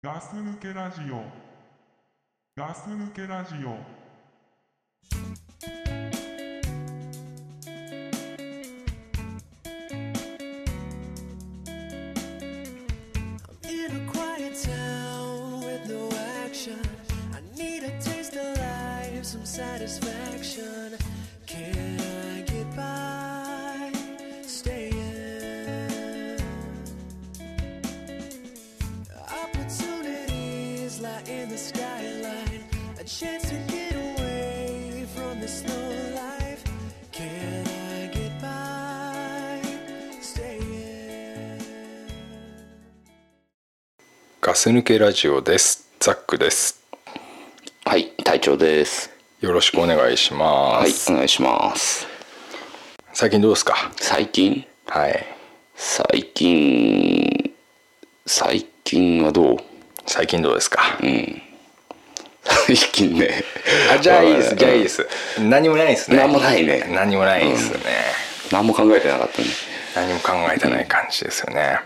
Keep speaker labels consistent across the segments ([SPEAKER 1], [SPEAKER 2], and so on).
[SPEAKER 1] ガス抜けラジオガス抜けラジオ
[SPEAKER 2] In a quiet town with no action, I need a taste of life, some satisfaction. Can I get by staying? Opportunities lie in the skyline, a chance to get away from this slow life. Can I get by staying?
[SPEAKER 3] ガス抜けラジオです。ザックです。
[SPEAKER 4] はい、隊長です。
[SPEAKER 3] よろしくお願いしま
[SPEAKER 4] はい、
[SPEAKER 3] す。
[SPEAKER 4] お願いします。
[SPEAKER 3] 最近どうですか。
[SPEAKER 4] 最近
[SPEAKER 3] はい。
[SPEAKER 4] 最近、最近はどう
[SPEAKER 3] 最近どうですか。
[SPEAKER 4] 最近ね。
[SPEAKER 3] あ、じゃあいいです。
[SPEAKER 4] うん
[SPEAKER 3] じゃあいいです。何もないですね。
[SPEAKER 4] 何もないね
[SPEAKER 3] 何もないですね。
[SPEAKER 4] 何も考えてなかったね。
[SPEAKER 3] 何も考えてない感じですよね。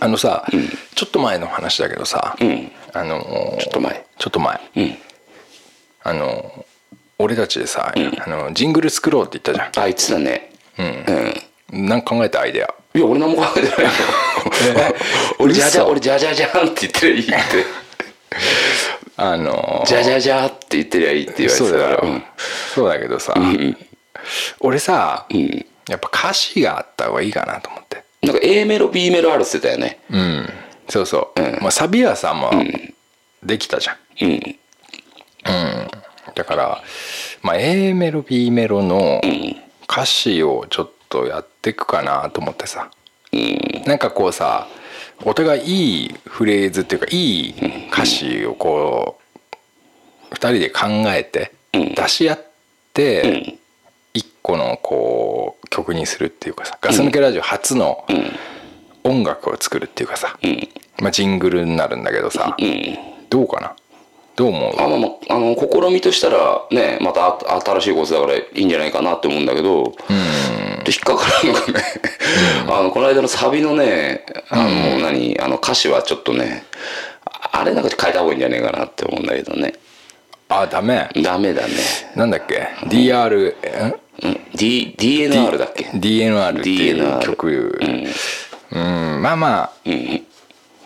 [SPEAKER 3] あのさ、ちょっと前の話だけどさ、
[SPEAKER 4] ん
[SPEAKER 3] あのち
[SPEAKER 4] ょっと前
[SPEAKER 3] ちょっと前、
[SPEAKER 4] うん
[SPEAKER 3] あの俺たちでさ、あのジングル作ろうって言ったじ
[SPEAKER 4] あいつだね。うん。
[SPEAKER 3] ゃん。なんか考えたアイデア。
[SPEAKER 4] いや、俺何も考えて ないよ。俺、じゃじゃ、俺、じゃじゃじゃんって言ってりゃいいって。
[SPEAKER 3] あの
[SPEAKER 4] じゃじゃじゃって言ってりゃいいって言われ
[SPEAKER 3] そう
[SPEAKER 4] てた
[SPEAKER 3] だ
[SPEAKER 4] から。
[SPEAKER 3] よ、
[SPEAKER 4] うん
[SPEAKER 3] そうだけどさ、俺さ、
[SPEAKER 4] ん
[SPEAKER 3] やっぱ歌詞があった方がいいかなと思って
[SPEAKER 4] なんか A メロ、B メロあるって言ってたよね。
[SPEAKER 3] うんそうそう、まあ、サビはさまあ、できたじゃん
[SPEAKER 4] うん。
[SPEAKER 3] だから、まあ、A メロ B メロの歌詞をちょっとやっていくかなと思ってさ、なんかこうさお互いいいフレーズっていうかいい歌詞をこう2人で考えて出し合って1個のこう曲にするっていうかさガス抜けラジオ初の音楽を作るっていうかさ、まあ、ジングルになるんだけどさ、どうかなどう思う
[SPEAKER 4] あまあまあ、あの試みとしたらねまたあ新しいことだからいいんじゃないかなって思うんだけどで引っかからんのがねあのこの間のサビのねあの何あの歌詞はちょっとねああれなんか変えた方がいいんじゃないかなって思うんだけどね
[SPEAKER 3] あダメ
[SPEAKER 4] ダメだね
[SPEAKER 3] なんだっけ DR え
[SPEAKER 4] うん D DNR だっけ
[SPEAKER 3] DNR っていう
[SPEAKER 4] DNR
[SPEAKER 3] 曲うんまあま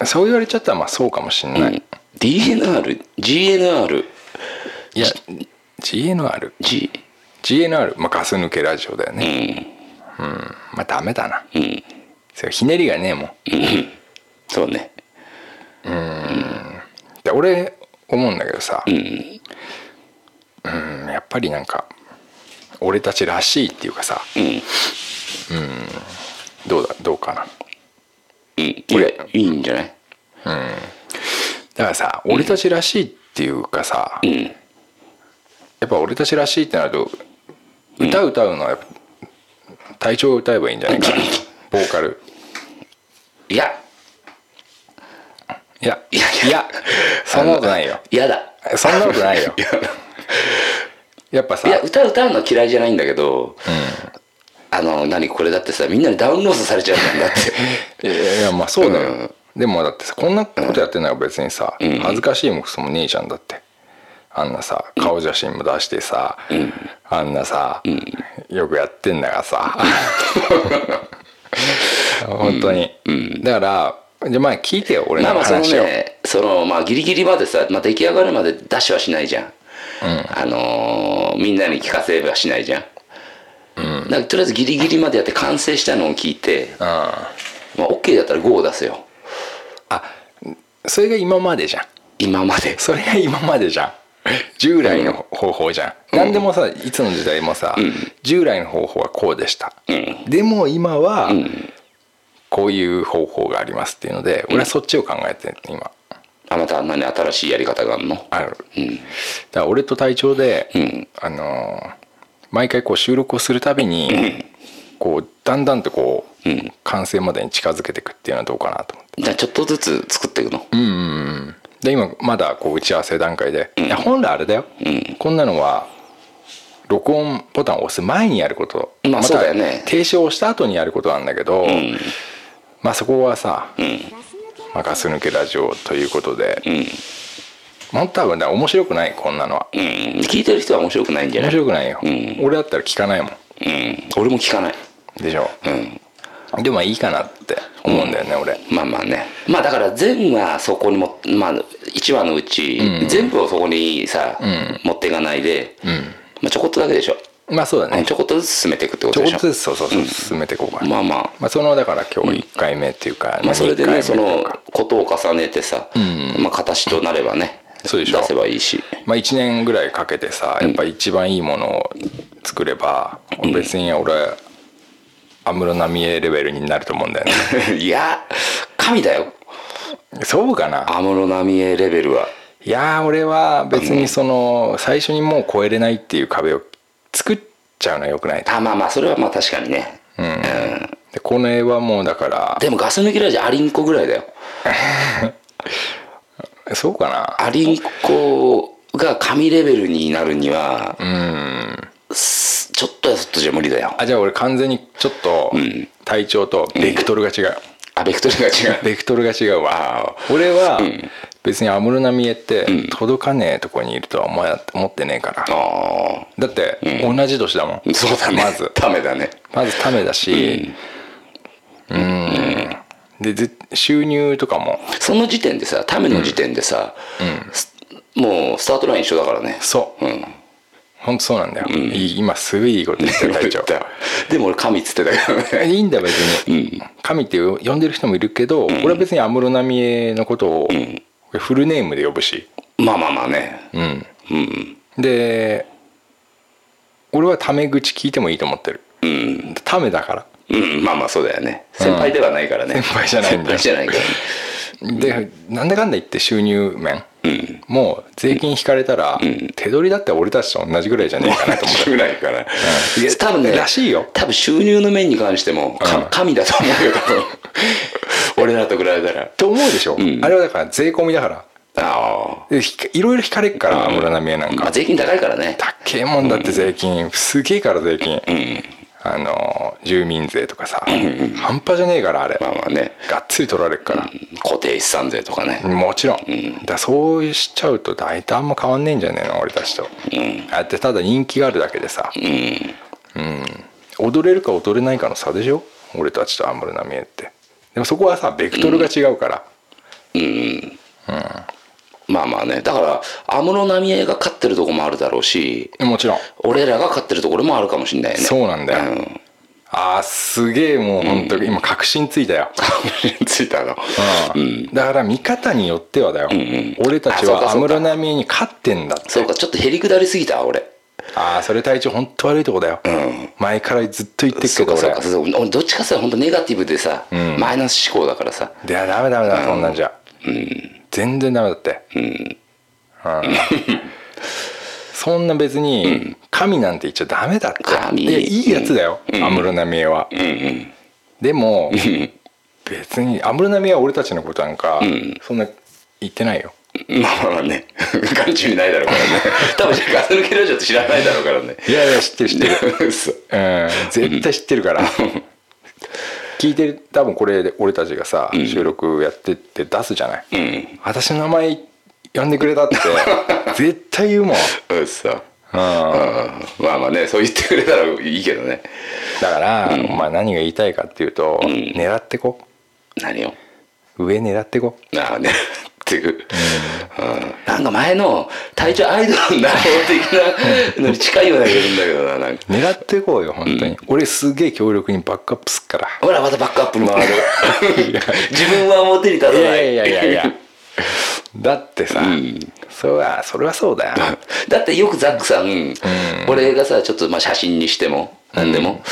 [SPEAKER 3] あそう言われちゃったらまあそうかもしんない、
[SPEAKER 4] DNRGNRG
[SPEAKER 3] いや GNRGNR まあガス抜けラジオだよねうんまあダメだな、そうひねりがねえもん
[SPEAKER 4] そうね
[SPEAKER 3] で俺思うんだけどさうんやっぱりなんか俺たちらしいっていうかさうん、どうだどうかな
[SPEAKER 4] うんいやいいんじゃない
[SPEAKER 3] だからさ俺たちらしいっていうかさ、やっぱ俺たちらしいってなると歌歌うのはやっぱ体調を歌えばいいんじゃ ないかなボーカル
[SPEAKER 4] いや
[SPEAKER 3] いや
[SPEAKER 4] いや
[SPEAKER 3] い やそんなことないよ
[SPEAKER 4] 嫌だ
[SPEAKER 3] そんなことないよやっぱさ
[SPEAKER 4] いや歌歌うのは嫌いじゃないんだけど、あの何これだってさみんなにダウンロードされちゃうじゃんだって
[SPEAKER 3] いやいやまあそうだよ、でもだってさこんなことやってんなら別にさ、恥ずかしいもくそもねえじゃんだってあんなさ顔写真も出してさ、あんなさ、よくやってんだがさ本当に、だからじゃあまあ聞いてよ 俺
[SPEAKER 4] まあま
[SPEAKER 3] の
[SPEAKER 4] あその
[SPEAKER 3] 話を、
[SPEAKER 4] ねそのまあギリギリまでさ、まあ、出来上がるまでダッシュはしないじゃん、あのーみんなに聞かせはしないじゃん、だからとりあえずギリギリまでやって完成したのを聞いて、まあ、OK だったら5を出すよ
[SPEAKER 3] うん、それが今までじゃん
[SPEAKER 4] 今まで
[SPEAKER 3] それが今までじゃん従来の方法じゃん、何でもさいつの時代もさ、従来の方法はこうでした、でも今は、こういう方法がありますっていうので俺はそっちを考えて今
[SPEAKER 4] あまた何新しいやり方があるの
[SPEAKER 3] ある、だから俺と隊長で、
[SPEAKER 4] ん
[SPEAKER 3] あのー毎回こう収録をするたびに、こうだんだんとこう、完成までに近づけていくっていうのはどうかなと思って
[SPEAKER 4] じゃあちょっとずつ作っていくの、
[SPEAKER 3] で今まだこう打ち合わせ段階で、いや本来あれだよ、こんなのは録音ボタンを押す前にやること、
[SPEAKER 4] まあそうだよね
[SPEAKER 3] た停止をした後にやることなんだけど、まあそこはさ、ままあ、ガス抜けラジオということで、
[SPEAKER 4] うん。
[SPEAKER 3] 本当はね面白くないこんなのは
[SPEAKER 4] うん。聞いてる人は面白くないんじゃな
[SPEAKER 3] 面
[SPEAKER 4] いうん。
[SPEAKER 3] 白くないよ、
[SPEAKER 4] うん
[SPEAKER 3] 俺だったら聞かないもん
[SPEAKER 4] 俺も聞かない。
[SPEAKER 3] でしょ
[SPEAKER 4] うん。
[SPEAKER 3] でもいいかなって思うんだよね、俺
[SPEAKER 4] まあまあね。まあだから全はそこにも、まあ1話のうち、全部をそこにさ、持っていかないで、まあちょこっとだけでしょ。
[SPEAKER 3] まあそうだね、
[SPEAKER 4] うんちょこっとずつ進めていくってこ
[SPEAKER 3] ち
[SPEAKER 4] と
[SPEAKER 3] ょこ
[SPEAKER 4] でしょ。
[SPEAKER 3] っとずつそうそうそう進めていこうかな、
[SPEAKER 4] まあまあ。
[SPEAKER 3] まあ、そのだから今日1回目っていうか、
[SPEAKER 4] まあそれで
[SPEAKER 3] 二
[SPEAKER 4] ね、
[SPEAKER 3] 回
[SPEAKER 4] そ
[SPEAKER 3] 目という
[SPEAKER 4] の
[SPEAKER 3] か
[SPEAKER 4] ことを重ねてさ、まあ形となればね、
[SPEAKER 3] そうでしょ
[SPEAKER 4] 出せばいいし。
[SPEAKER 3] まあ、1年ぐらいかけてさやっぱ一番いいものを作れば、別に俺安室奈美恵レベルになると思うんだよね
[SPEAKER 4] いや、神だよ。
[SPEAKER 3] そうかな
[SPEAKER 4] 安室奈美恵レベルは。
[SPEAKER 3] いやー俺は別にその最初にもう越えれないっていう壁を作っちゃうのはよくないと
[SPEAKER 4] あ、まあまあ、それはまあ確かにね。うん
[SPEAKER 3] でこの絵はもうだか
[SPEAKER 4] でもガス抜きラジオアリンコぐらいだよ。
[SPEAKER 3] らそうかな
[SPEAKER 4] アリンコが神レベルになるには、すちょっとやそっとじゃ無理だよ。
[SPEAKER 3] あじゃあ俺完全にちょっと体調とベクトルが違う、
[SPEAKER 4] あ、ベクトルが違う。
[SPEAKER 3] ベクトルが違うわ俺は別に安室奈美恵って届かねえとこにいるとは思わ思ってねえから
[SPEAKER 4] あ
[SPEAKER 3] だって同じ年だもん、
[SPEAKER 4] あ、そうだね。
[SPEAKER 3] まず
[SPEAKER 4] ダメだね。
[SPEAKER 3] まずためだしうんでぜ収入とかも
[SPEAKER 4] その時点でさ、ための時点でさ、すもうスタートライン一緒だからね。
[SPEAKER 3] そう、
[SPEAKER 4] ん
[SPEAKER 3] ほんとそうなんだよ、いい今すぐいいこと 言ってる隊長
[SPEAKER 4] でも俺神っつってたけど
[SPEAKER 3] え
[SPEAKER 4] ね。
[SPEAKER 3] いいんだよ別に、神って呼んでる人もいるけど、俺は別に安室奈美恵のことを、フルネームで呼ぶし、
[SPEAKER 4] まあまあまあね。
[SPEAKER 3] うん、
[SPEAKER 4] うん。
[SPEAKER 3] で俺はタメ口聞いてもいいと思ってる、タメだから
[SPEAKER 4] うん、まあまあそうだよね。先輩ではないからね。
[SPEAKER 3] 先輩じゃないんだよ
[SPEAKER 4] 先輩じゃないからね。
[SPEAKER 3] でなんだかんだ言って収入面、もう税金引かれたら、手取りだって俺たちと同じぐらいじゃねえかな と思って
[SPEAKER 4] ぐらいから。
[SPEAKER 3] うん
[SPEAKER 4] いや多分ね、
[SPEAKER 3] らしいよ
[SPEAKER 4] 多分収入の面に関しても、か
[SPEAKER 3] うん
[SPEAKER 4] 神だと思うよ、 多分。俺らと比べたら。
[SPEAKER 3] と思うでしょ、
[SPEAKER 4] ん
[SPEAKER 3] あれはだから税込みだから
[SPEAKER 4] あ
[SPEAKER 3] でひかいろいろ引かれっから安室奈美恵なん
[SPEAKER 4] あ。まあ
[SPEAKER 3] か
[SPEAKER 4] 税金高いからね。
[SPEAKER 3] 高えもんだって税金すげえから税金、あの住民税とかさ、半端じゃねえからあれ、
[SPEAKER 4] まあまあね。
[SPEAKER 3] がっつり取られっから、
[SPEAKER 4] 固定資産税とかね。
[SPEAKER 3] もちろん、だからそうしちゃうと大体あんま変わんねえんじゃねえの俺たちと、あってただ人気があるだけでさ、うん踊れるか踊れないかの差でしょ俺たちと安室奈美恵ってでもそこはさベクトルが違うから、
[SPEAKER 4] まあまあね。だから、安室奈美恵が勝ってるとこもあるだろうし、
[SPEAKER 3] もちろん
[SPEAKER 4] 俺らが勝ってるところもあるかもしれないね。
[SPEAKER 3] そう なんだよ
[SPEAKER 4] うん
[SPEAKER 3] あーすげえもう本当に今確信ついたよ、
[SPEAKER 4] ついたの。
[SPEAKER 3] うんだから見方によってはだよ、俺たち
[SPEAKER 4] あそう
[SPEAKER 3] は
[SPEAKER 4] か
[SPEAKER 3] 安
[SPEAKER 4] そうか
[SPEAKER 3] 室奈美恵に勝ってんだって
[SPEAKER 4] そうか、ちょっとへりくだりすぎた、俺。
[SPEAKER 3] ああそれ体調本当悪いとこだよ、
[SPEAKER 4] ん
[SPEAKER 3] 前からずっと言ってる
[SPEAKER 4] そ
[SPEAKER 3] け
[SPEAKER 4] う
[SPEAKER 3] ど
[SPEAKER 4] か、
[SPEAKER 3] 俺
[SPEAKER 4] そうか、そうか。俺どっちかさ、本当ネガティブでさ、
[SPEAKER 3] ん
[SPEAKER 4] マイナス思考だからさ。
[SPEAKER 3] いやダメダメだ、そんなんじゃ、全然ダメだってうん、そんな別に神なんて言っちゃダメだって
[SPEAKER 4] 神
[SPEAKER 3] いやいいやつだよ安室奈美恵は、でも別に安室奈美恵は俺たちのことなんか、そんな言ってないよ
[SPEAKER 4] まあまあね、 眼中にないだろう からね。多分ガス抜けラジオって知らないだろうからね。
[SPEAKER 3] いやいや知ってる知ってる
[SPEAKER 4] 嘘
[SPEAKER 3] うん絶対知ってるから聞いてる多分これで俺たちがさ、収録やってって出すじゃない、
[SPEAKER 4] ん
[SPEAKER 3] 私の名前呼んでくれた って絶対言うもん、う
[SPEAKER 4] 嘘うん
[SPEAKER 3] ん、
[SPEAKER 4] まあまあね、そう言ってくれたらいいけどね。
[SPEAKER 3] だから、まあ何が言いたいかっていうと、狙ってこ
[SPEAKER 4] 何を
[SPEAKER 3] 上狙ってこ
[SPEAKER 4] なあね、っていう。うんなんか前の体調アイドルになろう的なのに近いような気がするんだけどな、なんか。
[SPEAKER 3] 狙ってこうよ本当に、俺すげえ強力にバックアップすっから
[SPEAKER 4] ほら、またバックアップに回る。 自分は表に立たない。
[SPEAKER 3] だってさ、それはそれはそうだよ
[SPEAKER 4] だってよくザックさん、俺がさちょっとまあ写真にしても何でも、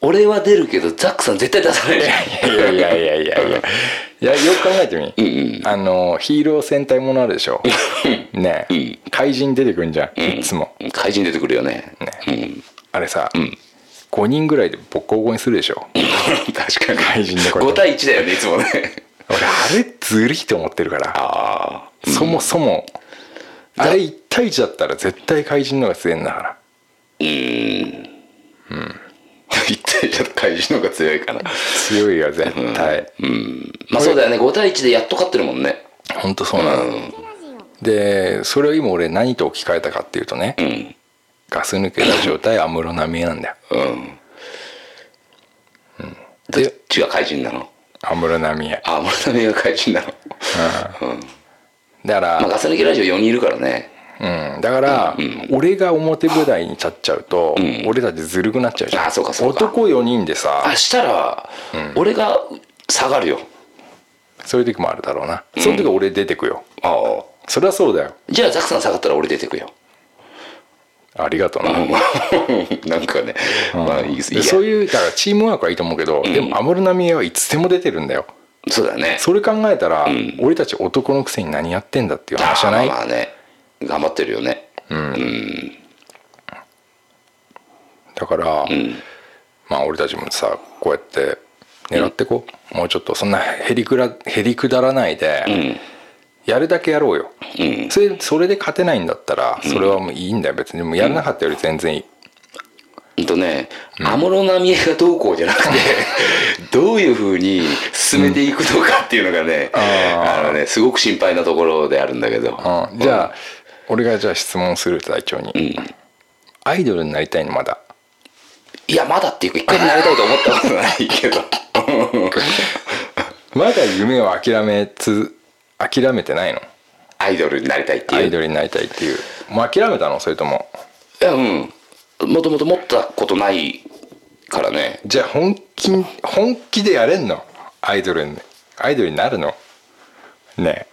[SPEAKER 4] 俺は出るけどザックさん絶対出さないじゃん
[SPEAKER 3] いやいやいやいやいやいやよく考えてみ、あのヒーロー戦隊ものあるでしょねえ、怪人出てくんじゃん、いつも
[SPEAKER 4] 怪人出てくるよね
[SPEAKER 3] あれさ、5人ぐらいでボッコボコにするでしょ
[SPEAKER 4] うん 確かに
[SPEAKER 3] 怪人の声
[SPEAKER 4] 5対1だよねいつもね
[SPEAKER 3] 俺あれずるいと思ってるから
[SPEAKER 4] あ
[SPEAKER 3] そもそもあれ1対1だったら絶対怪人の方が強いんだから
[SPEAKER 4] ーうん1対1だと怪獣の方が強いかな。
[SPEAKER 3] 強いよ絶対、
[SPEAKER 4] うん。まあそうだよね、5対1でやっと勝ってるもんね。
[SPEAKER 3] ほんとそうなの、でそれを今俺何と置き換えたかっていうとね、
[SPEAKER 4] うん。
[SPEAKER 3] ガス抜けた状態安室奈美恵なんだよ
[SPEAKER 4] うん。どっ
[SPEAKER 3] で
[SPEAKER 4] ちが怪人なの
[SPEAKER 3] 安室奈美恵
[SPEAKER 4] あ、村田美が怪人なの。
[SPEAKER 3] だか
[SPEAKER 4] まあ、ガ
[SPEAKER 3] ら、
[SPEAKER 4] ス抜きラジオ4人いるからね。
[SPEAKER 3] うん、だから、俺が表舞台に立っちゃうと、
[SPEAKER 4] ん
[SPEAKER 3] 俺たちずるくなっちゃうじゃん
[SPEAKER 4] あそうかそうか
[SPEAKER 3] 男4人でさ
[SPEAKER 4] あ、したら、俺が下がるよ。
[SPEAKER 3] そういう時もあるだろうな、そういう時俺出てくよ
[SPEAKER 4] ああ。
[SPEAKER 3] そりゃそうだよ
[SPEAKER 4] じゃあザクさん下がったら俺出てくよ。
[SPEAKER 3] ありがとうな、
[SPEAKER 4] なんかね、まあいいです。い
[SPEAKER 3] で
[SPEAKER 4] や
[SPEAKER 3] そういうだからチームワークはいいと思うけど、でも安室奈美恵はいつでも出てるんだよ
[SPEAKER 4] そうだね。
[SPEAKER 3] それ考えたら、俺たち男のくせに何やってんだっていう
[SPEAKER 4] あ
[SPEAKER 3] 話じゃない、
[SPEAKER 4] まあね、頑張ってるよね。
[SPEAKER 3] だから、まあ俺たちもさこうやって狙ってこう、もうちょっとそんなへりくらへりくだらないで、やるだけやろうよ、
[SPEAKER 4] うん。
[SPEAKER 3] それそれで勝てないんだったらそれはもういいんだよ別にもうやらなかったより全然いい、
[SPEAKER 4] ほんとね、安室奈美恵がどうこうじゃな くて、どういうふうに進めていくのかっていうのがね、あのね、すごく心配なところであるんだけど。
[SPEAKER 3] うんじゃあ、俺がじゃあ質問する隊長に、アイドルになりたいのまだ
[SPEAKER 4] いや、まだっていうか、一回もなりたいと思ったことない けど。
[SPEAKER 3] まだ夢を諦めつ諦めてないの
[SPEAKER 4] アイドルになりたいって
[SPEAKER 3] ア
[SPEAKER 4] い
[SPEAKER 3] イ
[SPEAKER 4] う。
[SPEAKER 3] ドルになりたいっていうもう諦めたのそれとも
[SPEAKER 4] いや、うん。もともと持ったことないからね。
[SPEAKER 3] じゃあ本気本気でやれんのアイドルにアイドルになるのね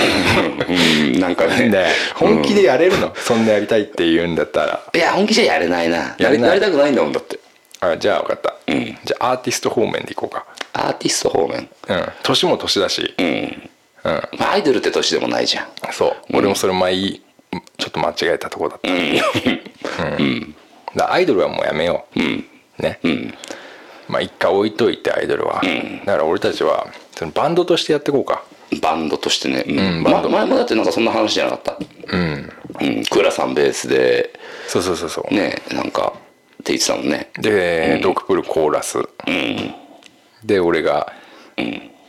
[SPEAKER 4] うん、なんか
[SPEAKER 3] え
[SPEAKER 4] ね。
[SPEAKER 3] ねえ本気でやれるの、そんなやりたいって言うんだったら
[SPEAKER 4] いや、本気じゃやれないな。
[SPEAKER 3] や
[SPEAKER 4] や
[SPEAKER 3] れ
[SPEAKER 4] り
[SPEAKER 3] ない
[SPEAKER 4] なりたくないんだもんだって。
[SPEAKER 3] あじゃあ分かった、じゃあアーティスト方面でいこうか
[SPEAKER 4] アーティスト方面。
[SPEAKER 3] うん年も年だし、
[SPEAKER 4] まあ、アイドルって年でもないじゃん。
[SPEAKER 3] そう俺もそれ前いいちょっと間違えたとこだった、うんだからアイドルはもうやめよう、ね、まあ一回置いといてアイドルは、だから俺たちはそのバンドとしてやっていこうか
[SPEAKER 4] バンドとしてね。うんん。
[SPEAKER 3] バン
[SPEAKER 4] ま
[SPEAKER 3] ド
[SPEAKER 4] 前もだってなんかそんな話じゃなかった。うん。うん。クラさんベースで、
[SPEAKER 3] そうそうそうそう、
[SPEAKER 4] ね、なんか、って言ってたもんね。
[SPEAKER 3] で、ドクプルコーラス、で俺が、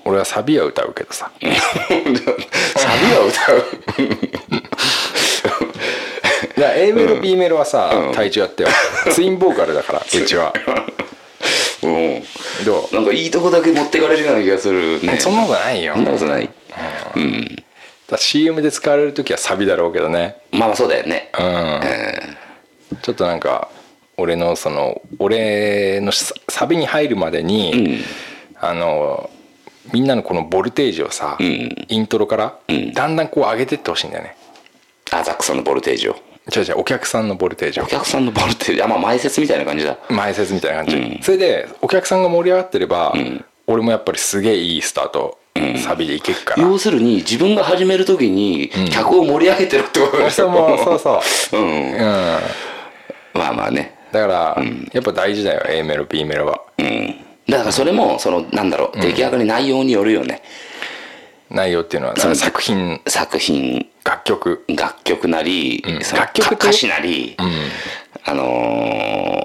[SPEAKER 3] 俺はサビは歌うけどさ、
[SPEAKER 4] サビは歌う。
[SPEAKER 3] だから A メロ B メロはさ、体調やってよツインボーカルだ からうちは
[SPEAKER 4] うん。
[SPEAKER 3] ど
[SPEAKER 4] なんかいいとこだけ持ってかれるような気がするね。
[SPEAKER 3] うそんなことないよ
[SPEAKER 4] そんなことない。
[SPEAKER 3] だ CM で使われる時はサビだろうけどね
[SPEAKER 4] まあまあそうだよね。
[SPEAKER 3] うんちょっとなんか俺のその俺のササビに入るまでに、あのみんなのこのボルテージをさ、
[SPEAKER 4] ん
[SPEAKER 3] イントロから、
[SPEAKER 4] ん
[SPEAKER 3] だんだんこう上げてってほしいんだよね
[SPEAKER 4] あ、ザックさんのボルテージを。
[SPEAKER 3] 違う違うお客さんのボルテージを
[SPEAKER 4] お客さんのボルテージ、あ、まあ前説みたいな感じだ。
[SPEAKER 3] 前説みたいな感じ、
[SPEAKER 4] うん
[SPEAKER 3] それでお客さんが盛り上がってれば、俺もやっぱりすげえいいスタート、サビでいけっから、
[SPEAKER 4] 要するに自分が始めるときに客を盛り上げてるってこと
[SPEAKER 3] お
[SPEAKER 4] で
[SPEAKER 3] 客
[SPEAKER 4] す
[SPEAKER 3] さんもそうそう
[SPEAKER 4] うん
[SPEAKER 3] うんだ
[SPEAKER 4] まあまあね
[SPEAKER 3] から、やっぱ大事だよ A メロ B メロは
[SPEAKER 4] うんだからそれもそのなんだろう出来上がり内容によるよね、
[SPEAKER 3] 内容っていうのは
[SPEAKER 4] そう
[SPEAKER 3] 作品
[SPEAKER 4] 作品
[SPEAKER 3] 楽曲
[SPEAKER 4] 楽曲なり、
[SPEAKER 3] ん
[SPEAKER 4] その
[SPEAKER 3] 楽曲
[SPEAKER 4] か
[SPEAKER 3] と
[SPEAKER 4] 歌詞なり、あの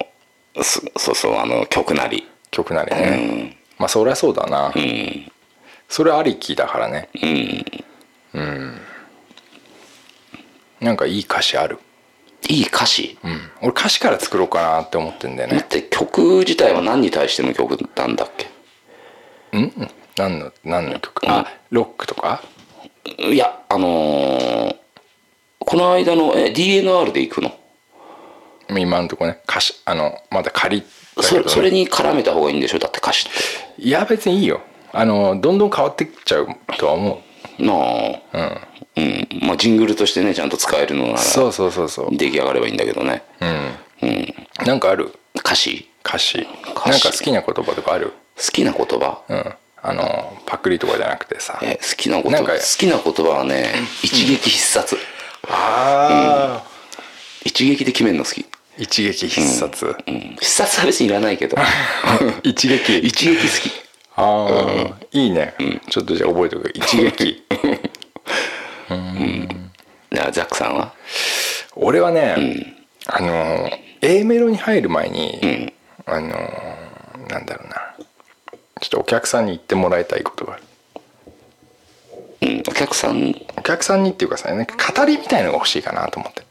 [SPEAKER 4] ーそそうそうあの曲なり
[SPEAKER 3] 曲なりね、まあそりゃそうだな、
[SPEAKER 4] うん
[SPEAKER 3] それありきだからねうん、なんかいい歌詞ある、
[SPEAKER 4] いい歌詞、
[SPEAKER 3] うん、俺歌詞から作ろうかなって思ってんだよ
[SPEAKER 4] だ
[SPEAKER 3] ね
[SPEAKER 4] って曲自体は何に対しての曲なんだっけ
[SPEAKER 3] 何の何の曲あロックとか
[SPEAKER 4] いやあのーこの間のえ DNR で行くの
[SPEAKER 3] 今のとこね歌詞あのまだ仮だけどね、
[SPEAKER 4] それそれに絡めた方がいいんでしょだって歌詞って
[SPEAKER 3] いや別にいいよあのどんどん変わってっちゃうとは思
[SPEAKER 4] なあうん、まあジングルとしてねちゃんと使えるの
[SPEAKER 3] う
[SPEAKER 4] なら
[SPEAKER 3] そうそうそうそう
[SPEAKER 4] 出来上がればいいんだけどね、
[SPEAKER 3] なんかある
[SPEAKER 4] 歌詞
[SPEAKER 3] 歌詞
[SPEAKER 4] 詞
[SPEAKER 3] なんか好きな言葉とかある
[SPEAKER 4] 好きな言葉、
[SPEAKER 3] うんあのパクリとかじゃなくてさ
[SPEAKER 4] え好きな言
[SPEAKER 3] な
[SPEAKER 4] 葉
[SPEAKER 3] んか
[SPEAKER 4] 好きな言葉はね一撃必殺、
[SPEAKER 3] ああ、
[SPEAKER 4] 一撃で決めるの好き、
[SPEAKER 3] 一撃必殺、
[SPEAKER 4] うん、必殺は別にいらな いけど
[SPEAKER 3] 一撃
[SPEAKER 4] 一撃好き
[SPEAKER 3] ああ、いいね、ちょっとじゃあ覚えておく一撃
[SPEAKER 4] じゃあザックさんは
[SPEAKER 3] 俺はね、あの A メロに入る前に、あのーなんだろうなちょっとお客さんに言ってもらいたいことがある
[SPEAKER 4] うん、お客さん、
[SPEAKER 3] お客さんにっていうかさなんか語りみたいのが欲しいかなと思って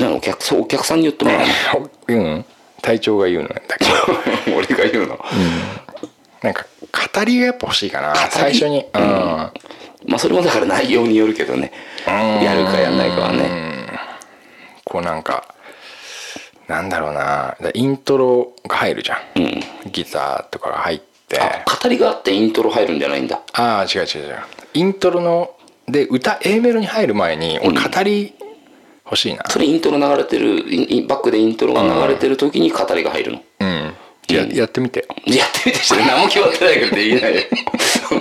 [SPEAKER 4] なんかお客さん、お客さんに言ってもら う
[SPEAKER 3] おうん隊長が言うのなんだけど
[SPEAKER 4] の俺が言うの。
[SPEAKER 3] なんか語りがやっぱ欲しいかな
[SPEAKER 4] り
[SPEAKER 3] 最初にうん、
[SPEAKER 4] まあ、それもだから内容によるけどね。やるかやんないかはね。
[SPEAKER 3] こうなんかなんだろうなだイントロが入るじゃん、ギターとかが入って
[SPEAKER 4] あ語りがあってイントロ入るんじゃないんだ。
[SPEAKER 3] ああ違う違う違うイントロので歌 A メロに入る前に俺語り欲しいな
[SPEAKER 4] それイントロ流れてる、インインバックでイントロが流れてる時に語りが入るの。
[SPEAKER 3] うん、や
[SPEAKER 4] うん
[SPEAKER 3] やってみて
[SPEAKER 4] やってみてして何も決まってないからできないよ。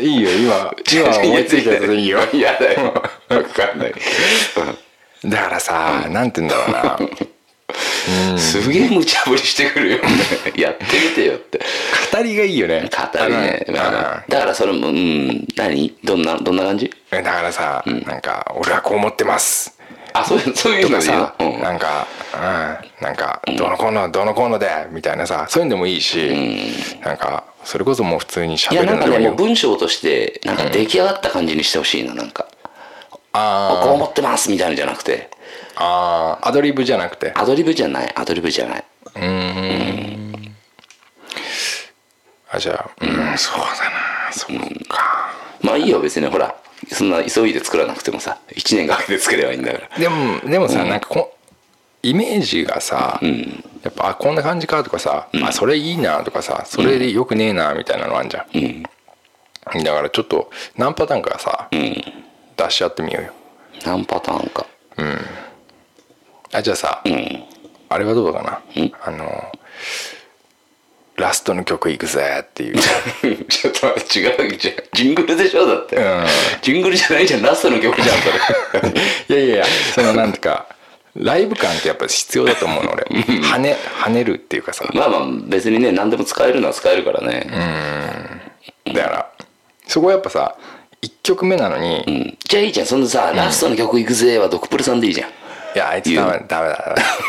[SPEAKER 3] いいよ 今今思いついたやつでいいよ
[SPEAKER 4] いやだよ。わかんない。
[SPEAKER 3] だからさ、なんて言うんだろうな
[SPEAKER 4] すげえ無茶ぶりしてくるよね。やってみてよって。
[SPEAKER 3] 語りがいいよね
[SPEAKER 4] 語りね。
[SPEAKER 3] あの
[SPEAKER 4] まあだからそれも、うん、何どんな、どんな感じ
[SPEAKER 3] うんだからさ、なんか俺はこう思ってます
[SPEAKER 4] あ、そういう、そういう
[SPEAKER 3] と
[SPEAKER 4] の
[SPEAKER 3] か
[SPEAKER 4] でいいの
[SPEAKER 3] さ、
[SPEAKER 4] うん
[SPEAKER 3] なんか、うん、なんかどのこうのどのこうのでみたいなさそういうのでもいいし、なんかそれこそもう普通に
[SPEAKER 4] い
[SPEAKER 3] 喋
[SPEAKER 4] や、
[SPEAKER 3] る
[SPEAKER 4] な
[SPEAKER 3] の
[SPEAKER 4] ん
[SPEAKER 3] で
[SPEAKER 4] か
[SPEAKER 3] も
[SPEAKER 4] ね、
[SPEAKER 3] いい
[SPEAKER 4] もう
[SPEAKER 3] よ
[SPEAKER 4] 文章として、なんか出来上がった感じにしてほしいな、なんか。
[SPEAKER 3] あ
[SPEAKER 4] こう思ってますみたいなのじゃなくて、
[SPEAKER 3] ーあーアドリブじゃなくて
[SPEAKER 4] アドリブじゃない、アドリブじゃない。
[SPEAKER 3] あじゃあうんそうだなそうか
[SPEAKER 4] まあいいよ、別にほら。そんな急いで作らなくてもさ、1年かけて作ればいいんだから。
[SPEAKER 3] でもでもさ、なんかこイメージがさ、
[SPEAKER 4] ん
[SPEAKER 3] やっぱあこんな感じかとかさ、あそれいいなとかさそれでよくねえなみたいなのあんじゃん、
[SPEAKER 4] うん。
[SPEAKER 3] だからちょっと何パターンかさ、
[SPEAKER 4] うん。
[SPEAKER 3] 出し合ってみようよ
[SPEAKER 4] 何パターンか。
[SPEAKER 3] あじゃあさ、
[SPEAKER 4] うん。
[SPEAKER 3] あれはどうかな、あのラストの曲いくぜっていう
[SPEAKER 4] ちょっと待って違うじゃんジングルでしょだ って、
[SPEAKER 3] ん
[SPEAKER 4] ジングルじゃないじゃんラストの曲じゃんそ れ
[SPEAKER 3] いやいやいやそのなんていうかライブ感ってやっぱ必要だと思うの俺跳ね跳ねるっていうかさ
[SPEAKER 4] まあまあ別にね何でも使えるのは使えるからね、
[SPEAKER 3] だからそこはやっぱさ1曲目なのに、
[SPEAKER 4] うん
[SPEAKER 3] い
[SPEAKER 4] じゃあいいじゃんそのさ、ラストの曲いくぜはドクプルさんでいいじゃん
[SPEAKER 3] やあいつダメだダメ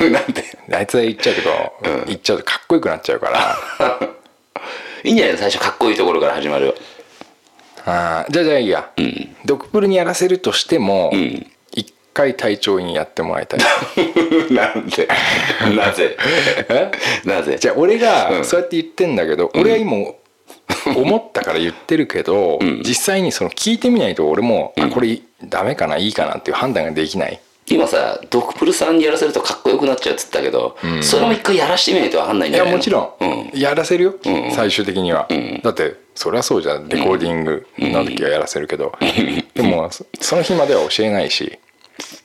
[SPEAKER 3] だ
[SPEAKER 4] なんで
[SPEAKER 3] あいつが言っちゃうけど、言っちゃうとかっこよくなっちゃうから
[SPEAKER 4] いいんじゃないの最初かっこいいところから始まるよ
[SPEAKER 3] あーじゃあじゃあいいや、ドクプルにやらせるとしても、一回隊長にやってもらいたい
[SPEAKER 4] なん でなぜ
[SPEAKER 3] え
[SPEAKER 4] なぜ
[SPEAKER 3] じゃあ俺がそうやって言ってんだけど、俺は今思ったから言ってるけ ど、実際にその聞いてみないと俺も、あこれダメかないいかなっていう判断ができない
[SPEAKER 4] 今さドクプルさんにやらせるとかっこよくなっちゃうっつったけど、それも一回やらしてみないと分かんないん
[SPEAKER 3] い
[SPEAKER 4] じ
[SPEAKER 3] や
[SPEAKER 4] ゃないの
[SPEAKER 3] もちろん、
[SPEAKER 4] うん
[SPEAKER 3] やらせるよ、
[SPEAKER 4] うん
[SPEAKER 3] 最終的には、だってそりゃそうじゃんレコーディングの時はやらせるけど、でもそ その日までは教えないし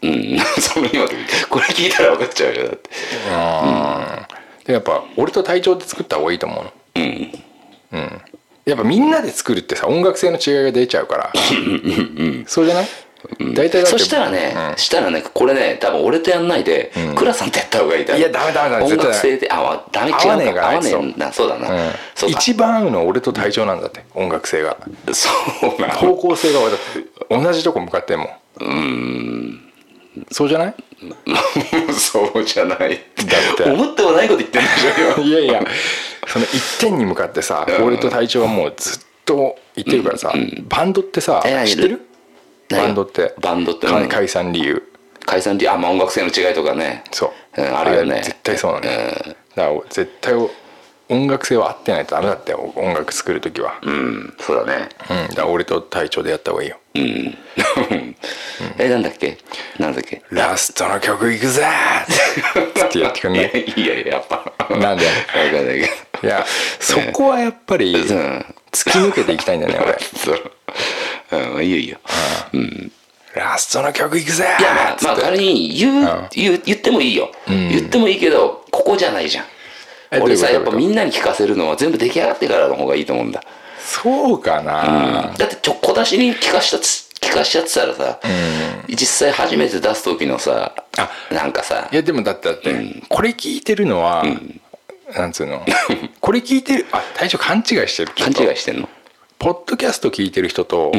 [SPEAKER 4] うん、 その今これ聞いたら分かっちゃうよだって
[SPEAKER 3] でやっぱ俺と隊長で作った方がいいと思うのうん、やっぱみんなで作るってさ音楽性の違いが出ちゃうからそうじゃない大体だって
[SPEAKER 4] そしたらね、したらね、これね、多分俺とやんないで、クラさんとやった方がいいだ
[SPEAKER 3] いやダメダメダメ
[SPEAKER 4] 音
[SPEAKER 3] 絶対
[SPEAKER 4] 楽性で、あ、わダメ違う
[SPEAKER 3] 合わねえから
[SPEAKER 4] 合わね
[SPEAKER 3] あ
[SPEAKER 4] え
[SPEAKER 3] いつ
[SPEAKER 4] な、そうだな。
[SPEAKER 3] う
[SPEAKER 4] そ
[SPEAKER 3] ん、
[SPEAKER 4] うだ。
[SPEAKER 3] 一番合うのは俺と隊長なんだって音楽性が
[SPEAKER 4] そうなの。
[SPEAKER 3] 方向性が俺だって同じとこ向かってんもんそうじゃない
[SPEAKER 4] そうじゃない。
[SPEAKER 3] って
[SPEAKER 4] 思ってもないこと言ってる でしょ、今
[SPEAKER 3] いやいやその一点に向かってさ俺と隊長はもうずっと言ってるからさ、バンドってさ
[SPEAKER 4] え何
[SPEAKER 3] 知ってる
[SPEAKER 4] 何
[SPEAKER 3] バンドって
[SPEAKER 4] バンドって
[SPEAKER 3] か
[SPEAKER 4] うん
[SPEAKER 3] 解散理由
[SPEAKER 4] 解散理由、あ、まあ音楽性の違いとかね。
[SPEAKER 3] そう、
[SPEAKER 4] うんあるよね
[SPEAKER 3] れ絶対そうなのよ、
[SPEAKER 4] うん
[SPEAKER 3] だから絶対音楽性は合ってないとダメだって音楽作る時は、うん
[SPEAKER 4] うん、そうだね。
[SPEAKER 3] だから俺と隊長でやった方がいいよ
[SPEAKER 4] うん。え、なんだっけなんだっけ
[SPEAKER 3] 「ラストの曲いくぜ!」つってやってくん
[SPEAKER 4] い
[SPEAKER 3] な
[SPEAKER 4] や
[SPEAKER 3] い
[SPEAKER 4] いやいや、やっぱ。
[SPEAKER 3] なんで
[SPEAKER 4] わかんないけ
[SPEAKER 3] いやそこはやっぱり
[SPEAKER 4] ど。う
[SPEAKER 3] 突き
[SPEAKER 4] ん。
[SPEAKER 3] 抜けていきたいんだよね俺
[SPEAKER 4] そう。うん、いいよいいよ。
[SPEAKER 3] 「ラストの曲いくぜ!」
[SPEAKER 4] いやまあ、まあ、仮に言う、言う言ってもいいよ、言ってもいいけどここじゃないじゃん
[SPEAKER 3] えどうい
[SPEAKER 4] 俺
[SPEAKER 3] うこと
[SPEAKER 4] さ
[SPEAKER 3] ど
[SPEAKER 4] や
[SPEAKER 3] ういう
[SPEAKER 4] っ
[SPEAKER 3] こと
[SPEAKER 4] ぱみんなに聞かせるのは全部出来上がってからの方がいいと思うんだ、
[SPEAKER 3] そうかな、
[SPEAKER 4] だってちょ小出しに聞かしたつ聞かしちゃってたらさ、実際初めて出す時のさ
[SPEAKER 3] あ
[SPEAKER 4] なんかさ
[SPEAKER 3] いやでもだってだって、これ聞いてるのは、なんつうのこれ聞いてるあ隊長勘違いしてるちょ
[SPEAKER 4] 勘
[SPEAKER 3] っと
[SPEAKER 4] 違いしてんの
[SPEAKER 3] ポッドキャスト聞いてる人と、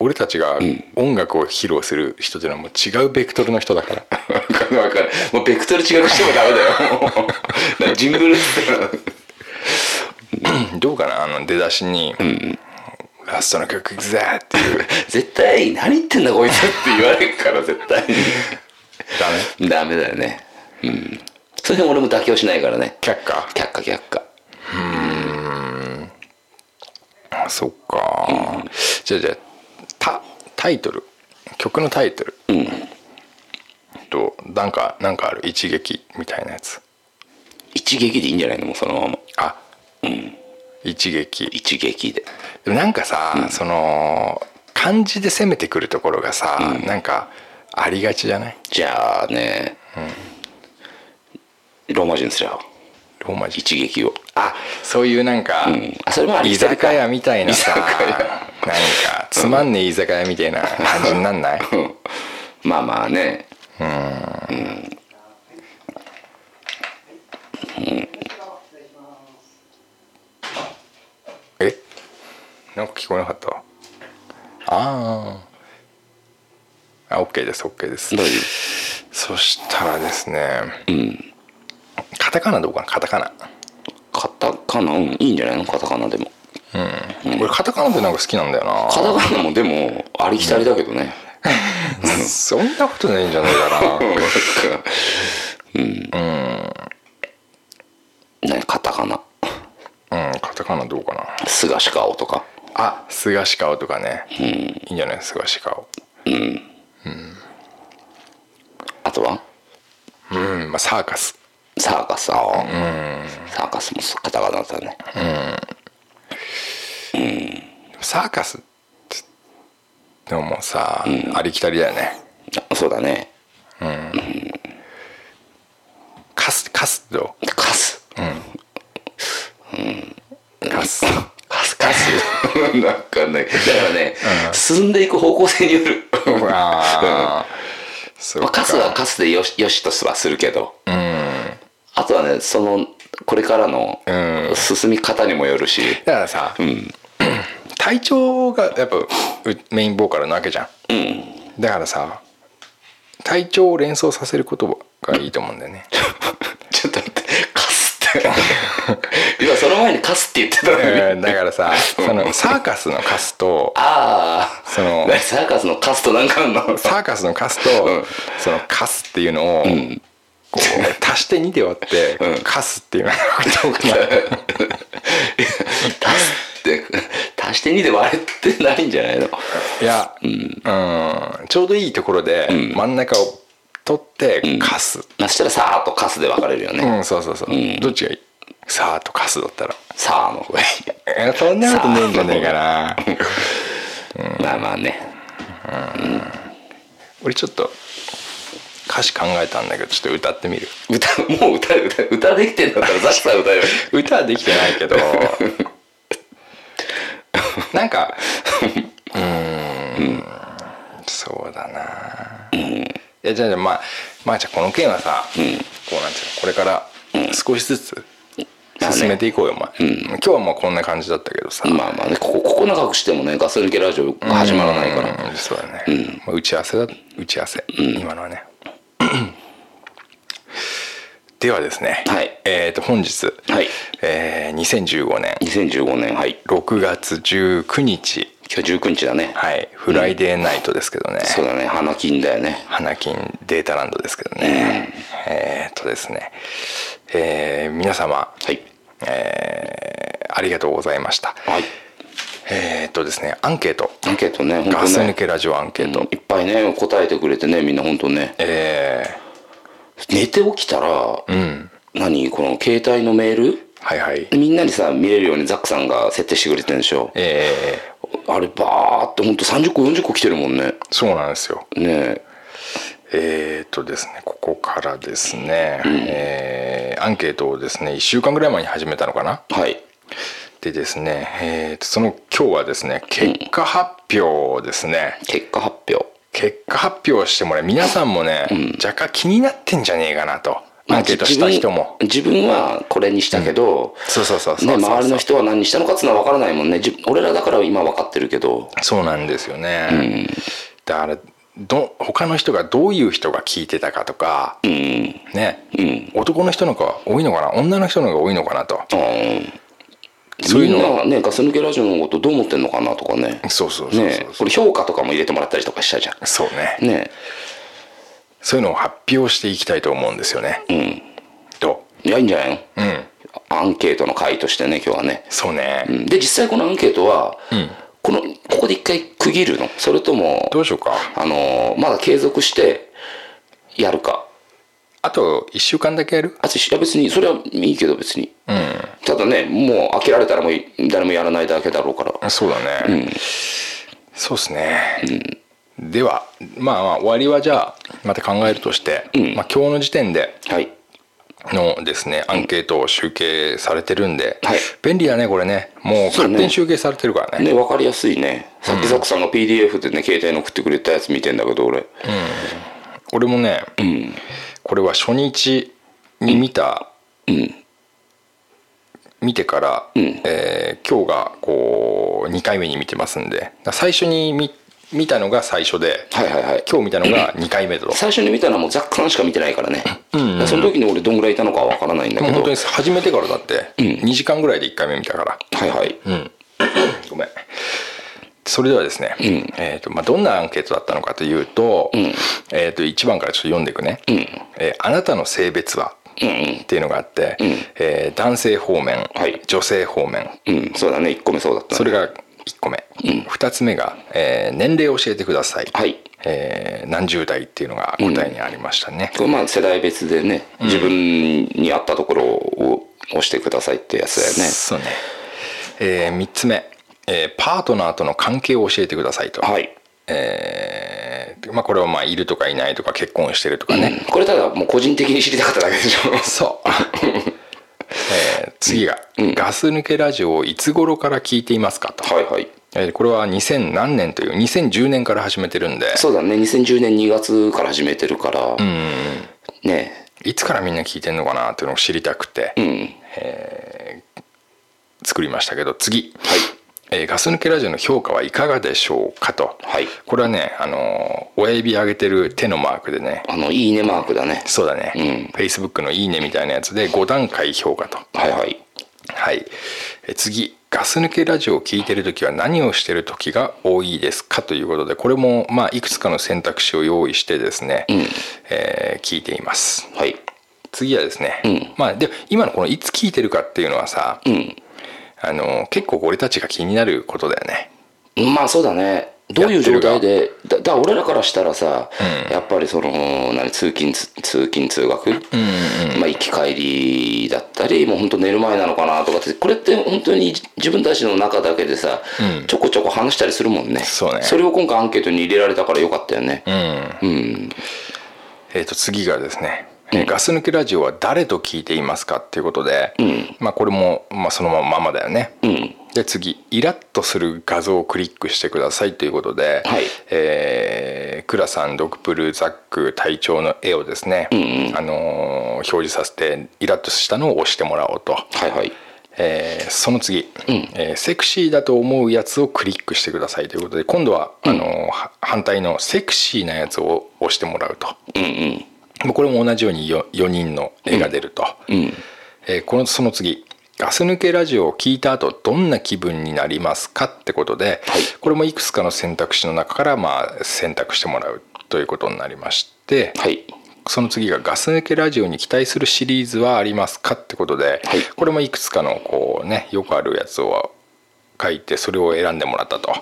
[SPEAKER 3] 俺たちが音楽を披露する人っていうのはもう違うベクトルの人だから、
[SPEAKER 4] わかんわかるもうベクトル違くしてもダメだよもうだ からジングルって
[SPEAKER 3] どうかなあの出だしに、ラストの曲いくぜっていう
[SPEAKER 4] 絶対何言ってんだこいつって言われるから絶対
[SPEAKER 3] ダメ
[SPEAKER 4] にダメだよねうんその辺俺も妥協しないからね
[SPEAKER 3] 却下
[SPEAKER 4] 却下却下
[SPEAKER 3] あそっか、じゃあじゃあタタイトル曲のタイトル、となんかなんかある一撃みたいなやつ
[SPEAKER 4] 一撃でいいんじゃないのもうそのまま
[SPEAKER 3] あ、一撃
[SPEAKER 4] 一撃で
[SPEAKER 3] でもなんかさ、その漢字で攻めてくるところがさ、なんかありがちじゃない
[SPEAKER 4] じゃあね、ローマ字にすれば
[SPEAKER 3] ローマ字
[SPEAKER 4] 一撃を
[SPEAKER 3] あそういうなんか、
[SPEAKER 4] うんあそれもあり
[SPEAKER 3] 居
[SPEAKER 4] きたり
[SPEAKER 3] 酒
[SPEAKER 4] か
[SPEAKER 3] 屋みたいなさ
[SPEAKER 4] 居酒
[SPEAKER 3] なん
[SPEAKER 4] 屋
[SPEAKER 3] かつまんねえ居酒屋みたいな感じになんない
[SPEAKER 4] まあまあね
[SPEAKER 3] えなんか聞こえなかったわあーあ OK です OK です
[SPEAKER 4] 大丈夫
[SPEAKER 3] そしたらですね、カタカナどうかなカタカナ、
[SPEAKER 4] カタカナうんいいんじゃないのカタカナでも
[SPEAKER 3] 俺カタカナってなんか好きなんだよな
[SPEAKER 4] カタカナもでもありきたりだけどね、
[SPEAKER 3] そんなことないんじゃないかな
[SPEAKER 4] ねカタカナ
[SPEAKER 3] うんカタカナどうかな
[SPEAKER 4] 菅氏顔とか
[SPEAKER 3] あ菅氏顔とかね、いいんじゃない菅氏顔
[SPEAKER 4] あとは
[SPEAKER 3] うんまあサーカス
[SPEAKER 4] サーカスああサーカスもカタカナだったね
[SPEAKER 3] サーカスってでももうさ、ありきたりだよね
[SPEAKER 4] あそうだね
[SPEAKER 3] カスカスってど
[SPEAKER 4] カス
[SPEAKER 3] うカス
[SPEAKER 4] カ スカスなんかねだからね、進んでいく方向性によ る
[SPEAKER 3] ああ そう
[SPEAKER 4] まあ、
[SPEAKER 3] か
[SPEAKER 4] カスはカスでよしよしとはするけど、あとはねそのこれからの
[SPEAKER 3] う
[SPEAKER 4] 進み方にもよるし、
[SPEAKER 3] だからさ、 体調がやっぱうメインボーカルなわけじゃん、だからさ体調を連想させることがいいと思うんだよ ね
[SPEAKER 4] ちょっと待ってカス って今その前にカスって言ってたのに、
[SPEAKER 3] うんだからさそのサーカスのカスと
[SPEAKER 4] ああ
[SPEAKER 3] そ の
[SPEAKER 4] サーカスのカスとなんかあんの
[SPEAKER 3] サーカスのカスと、
[SPEAKER 4] うん
[SPEAKER 3] そのカスっていうのを、こう足して2で割って、
[SPEAKER 4] うん
[SPEAKER 3] カスっていうのがどうかな
[SPEAKER 4] 足して足して2で割れてないんじゃないの
[SPEAKER 3] いや、うんちょうどいいところで真ん中を取ってカス、
[SPEAKER 4] まあそしたらさーとカスで分かれるよね、
[SPEAKER 3] うん、そうそうそう、
[SPEAKER 4] うん
[SPEAKER 3] どっちがいいさあとカスだったら
[SPEAKER 4] さーの方がい
[SPEAKER 3] えそんなことねえんじゃねえかな
[SPEAKER 4] いまあまあね
[SPEAKER 3] 俺ちょっと歌詞考えたんだけどちょっと歌ってみる
[SPEAKER 4] 歌もう歌歌歌できてんだったらザクさん歌えばいい
[SPEAKER 3] 歌はできてないけど なん かうーんそうだな、いやじゃあじゃあまあまあじゃあこの件はさ、こうなんていうのこれから少しずつ
[SPEAKER 4] まあね
[SPEAKER 3] 進めていこうよ、お前、今日はもうこんな感じだったけどさ、
[SPEAKER 4] まあまあね、ここ、ここ長くしてもね、ガス抜けラジオが始まらないから。
[SPEAKER 3] うんそうだね、まあ打ち合わせだ打ち合わせ、今のはねではですね、
[SPEAKER 4] はい
[SPEAKER 3] えっ、と本日、
[SPEAKER 4] はい
[SPEAKER 3] えー2015年
[SPEAKER 4] 2015年、はい。
[SPEAKER 3] 6月19日
[SPEAKER 4] 今日19日だね。
[SPEAKER 3] はいフライデーナイトですけどね、
[SPEAKER 4] そうだね、花金だよね。
[SPEAKER 3] 花金データランドですけどね、えっ、とですね、えー皆様、
[SPEAKER 4] はい。
[SPEAKER 3] えーありがとうございました
[SPEAKER 4] はい。
[SPEAKER 3] えっ、とですねアンケート
[SPEAKER 4] アンケートね、本当
[SPEAKER 3] ガス抜
[SPEAKER 4] ね。
[SPEAKER 3] けラジオアンケ
[SPEAKER 4] え
[SPEAKER 3] ー
[SPEAKER 4] っ
[SPEAKER 3] ト、
[SPEAKER 4] と、いっぱいね、答えてくれてね、みんな本当ね。
[SPEAKER 3] えー
[SPEAKER 4] 寝て起きたら、何この携帯のメール
[SPEAKER 3] はいはい
[SPEAKER 4] みんなにさ、見れるようにザックさんが設定してくれてるんでしょ。
[SPEAKER 3] えー
[SPEAKER 4] あれ、バーって本当30個、40個来てるもんね。
[SPEAKER 3] そうなんですよ
[SPEAKER 4] ねえ
[SPEAKER 3] えーっとですねここからですね、えーアンケートをですね1週間ぐらい前に始めたのかな
[SPEAKER 4] はい。
[SPEAKER 3] でですね、えーとその今日はですね結果発表をですね、
[SPEAKER 4] 結果発表。
[SPEAKER 3] 結果発表をしてもらい皆さんもね、若干気になってんじゃねえかなと
[SPEAKER 4] ま
[SPEAKER 3] ア
[SPEAKER 4] あ
[SPEAKER 3] ンケートした人も、
[SPEAKER 4] 自分自分はこれにしたけど、
[SPEAKER 3] そうそうそうそう
[SPEAKER 4] ね、
[SPEAKER 3] そう
[SPEAKER 4] 周りの人は何にしたのかっていうのは分からないもんね自俺らだから今分かってるけど
[SPEAKER 3] そうなんですよね、だからど他の人がどういう人が聞いてたかとか、
[SPEAKER 4] うん
[SPEAKER 3] ね、
[SPEAKER 4] うん
[SPEAKER 3] 男の人の方が多いのかな女の人の方が多いのかなと
[SPEAKER 4] あー
[SPEAKER 3] そうい
[SPEAKER 4] み
[SPEAKER 3] うん
[SPEAKER 4] な
[SPEAKER 3] の
[SPEAKER 4] がねガス抜けラジオのことどう思ってんのかなとかね
[SPEAKER 3] そうそうそう
[SPEAKER 4] ね
[SPEAKER 3] そうそ
[SPEAKER 4] こ
[SPEAKER 3] う,、
[SPEAKER 4] れ評価とかも入れてもらったりとかしたじゃ
[SPEAKER 3] そうね
[SPEAKER 4] んね
[SPEAKER 3] そういうのを発表していきたいと思うんですよね
[SPEAKER 4] うん
[SPEAKER 3] ど
[SPEAKER 4] いやいいんじゃないの
[SPEAKER 3] ううん
[SPEAKER 4] アンケートの回としてね今日はね、
[SPEAKER 3] そうね、
[SPEAKER 4] うん、で実際このアンケートは、このここで一回区切るのそれとも
[SPEAKER 3] どうしようか
[SPEAKER 4] あのーまだ継続してやるか
[SPEAKER 3] あと1週間だけやる
[SPEAKER 4] あといや別にそれはいいけど別に
[SPEAKER 3] う
[SPEAKER 4] ただねもう飽きられたらもうい誰もやらないだけだろうから
[SPEAKER 3] んそうだね、そうですね、ではまあまあ終わりはじゃあまた考えるとして、まあ、今日の時点で
[SPEAKER 4] はい
[SPEAKER 3] のですねアンケートを集計されてるんで、
[SPEAKER 4] はい
[SPEAKER 3] 便利だねこれねもう
[SPEAKER 4] そ
[SPEAKER 3] 勝
[SPEAKER 4] うね
[SPEAKER 3] 手に集計されてるからね
[SPEAKER 4] ね分かりやすいねさっきザクさんが PDF でね携帯の送ってくれたやつ見てんだけど俺
[SPEAKER 3] 俺もね、これは初日に見た、見てから、えー今日がこう2回目に見てますんでだから最初に見見たのが最初で、
[SPEAKER 4] はいはいはい
[SPEAKER 3] 今日見たのが2回目と
[SPEAKER 4] 最初に見たのはもうザックさんしか見てないからねその時に俺どんぐらいいたのかは分からないんだ
[SPEAKER 3] も
[SPEAKER 4] け
[SPEAKER 3] う
[SPEAKER 4] ど
[SPEAKER 3] 本当に始めてからだって2時間ぐらいで1回目見たから、
[SPEAKER 4] はいはい
[SPEAKER 3] ごめんそれではですね、えーとまあ、どんなアンケートだったのかというと,、えー、と1番からちょっと読んでいくね、えーあなたの性別は?」っていうのがあって、えー男性方面、
[SPEAKER 4] はい
[SPEAKER 3] 女性方面
[SPEAKER 4] うんそうだね1個目そうだったね
[SPEAKER 3] それが1個目、2つ目が、えー年齢を教えてください、
[SPEAKER 4] はい
[SPEAKER 3] えー何十代っていうのが答えにありましたね、
[SPEAKER 4] これまあ世代別でね自分に合ったところを押してくださいってやつだよね
[SPEAKER 3] そうね、え3つ目、えーパートナーとの関係を教えてくださいと、
[SPEAKER 4] はい
[SPEAKER 3] えーまあ、これはまあいるとかいないとか結婚してるとかね、
[SPEAKER 4] これただもう個人的に知りたかっただけでし ょ
[SPEAKER 3] そう、 えー次が、ガス抜けラジオをいつ頃から聞いていますか」と、
[SPEAKER 4] はいはい
[SPEAKER 3] えーこれは2000何年という2010年から始めてるんで
[SPEAKER 4] そうだね2010年2月から始めてるからね
[SPEAKER 3] いつからみんな聞いてんのかなっていうのを知りたくて、
[SPEAKER 4] うん
[SPEAKER 3] 作りましたけど次、えーガス抜けラジオの評価はいかがでしょうかと」
[SPEAKER 4] はい
[SPEAKER 3] これはね、あのー親指上げてる手のマークでね
[SPEAKER 4] あのいいねマークだね
[SPEAKER 3] そうだね、Facebook の「いいね」みたいなやつで5段階評価と。
[SPEAKER 4] はいはい
[SPEAKER 3] はい、え次ガス抜けラジオを聞いてる時は何をしてる時が多いですかということでこれもまあいくつかの選択肢を用意してですね、えー聞いています
[SPEAKER 4] はい
[SPEAKER 3] 次はですね、まあで今のこのいつ聞いてるかっていうのはさ、あの結構俺たちが気になることだよね
[SPEAKER 4] まあそうだねどういう状態でだだから俺らからしたらさ、やっぱりその何通勤つ通勤通学、まあ、行き帰りだったりもう本当寝る前なのかなとかってこれって本当に自分たちの中だけでさ、ちょこちょこ話したりするもんね
[SPEAKER 3] そうね
[SPEAKER 4] れを今回アンケートに入れられたからよかったよね、
[SPEAKER 3] えー、と次がですね、えーガス抜けラジオは誰と聞いていますかっていうことで、まあ、これも、まあ、そのままだよね、で次イラッとする画像をクリックしてくださいということで、
[SPEAKER 4] はい
[SPEAKER 3] えークラさんドクプルザック隊長の絵をですね、あのー表示させてイラッとしたのを押してもらおうと、
[SPEAKER 4] はいはい
[SPEAKER 3] えーその次、えーセクシーだと思うやつをクリックしてくださいということで今度は、あのーは反対のセクシーなやつを押してもらうと、もうこれも同じように 4, 人の絵が出ると、えーこのその次ガス抜けラジオを聞いた後どんな気分になりますかってことで、これもいくつかの選択肢の中からまあ選択してもらうということになりまして、
[SPEAKER 4] はい
[SPEAKER 3] その次がガス抜けラジオに期待するシリーズはありますかってことで、これもいくつかのこうねよくあるやつを書いてそれを選んでもらったと、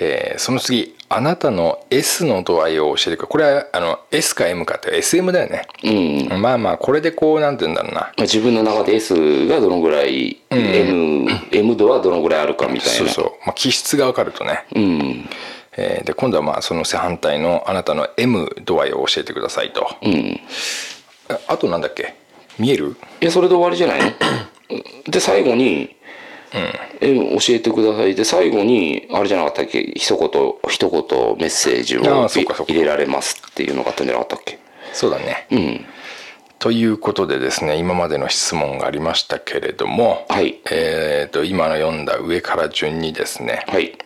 [SPEAKER 3] えーその次あなたの S の度合いを教えてくれこれはあの S か M かって SM だよね、
[SPEAKER 4] うん
[SPEAKER 3] まあまあこれでこうなんて言うんだろうな
[SPEAKER 4] まあ自分の中で S がどのぐらい、M, M 度はどのぐらいあるかみたいな
[SPEAKER 3] そうそう、まあ、気質が分かるとね、
[SPEAKER 4] うん
[SPEAKER 3] えーで今度はまあその正反対のあなたの M 度合いを教えてくださいと、
[SPEAKER 4] うん
[SPEAKER 3] ああとなんだっけ見える
[SPEAKER 4] いやそれで終わりじゃない ので最後に、え教えてくださいで最後にあれじゃなかったっけ一言一言メッセージを
[SPEAKER 3] ああそうかそうか
[SPEAKER 4] 入れられますっていうのがあったんじゃなかったっけ
[SPEAKER 3] そうだね
[SPEAKER 4] うん
[SPEAKER 3] ということでですね今までの質問がありましたけれども、
[SPEAKER 4] はい
[SPEAKER 3] えー、と今の読んだ上から順にですね、
[SPEAKER 4] はい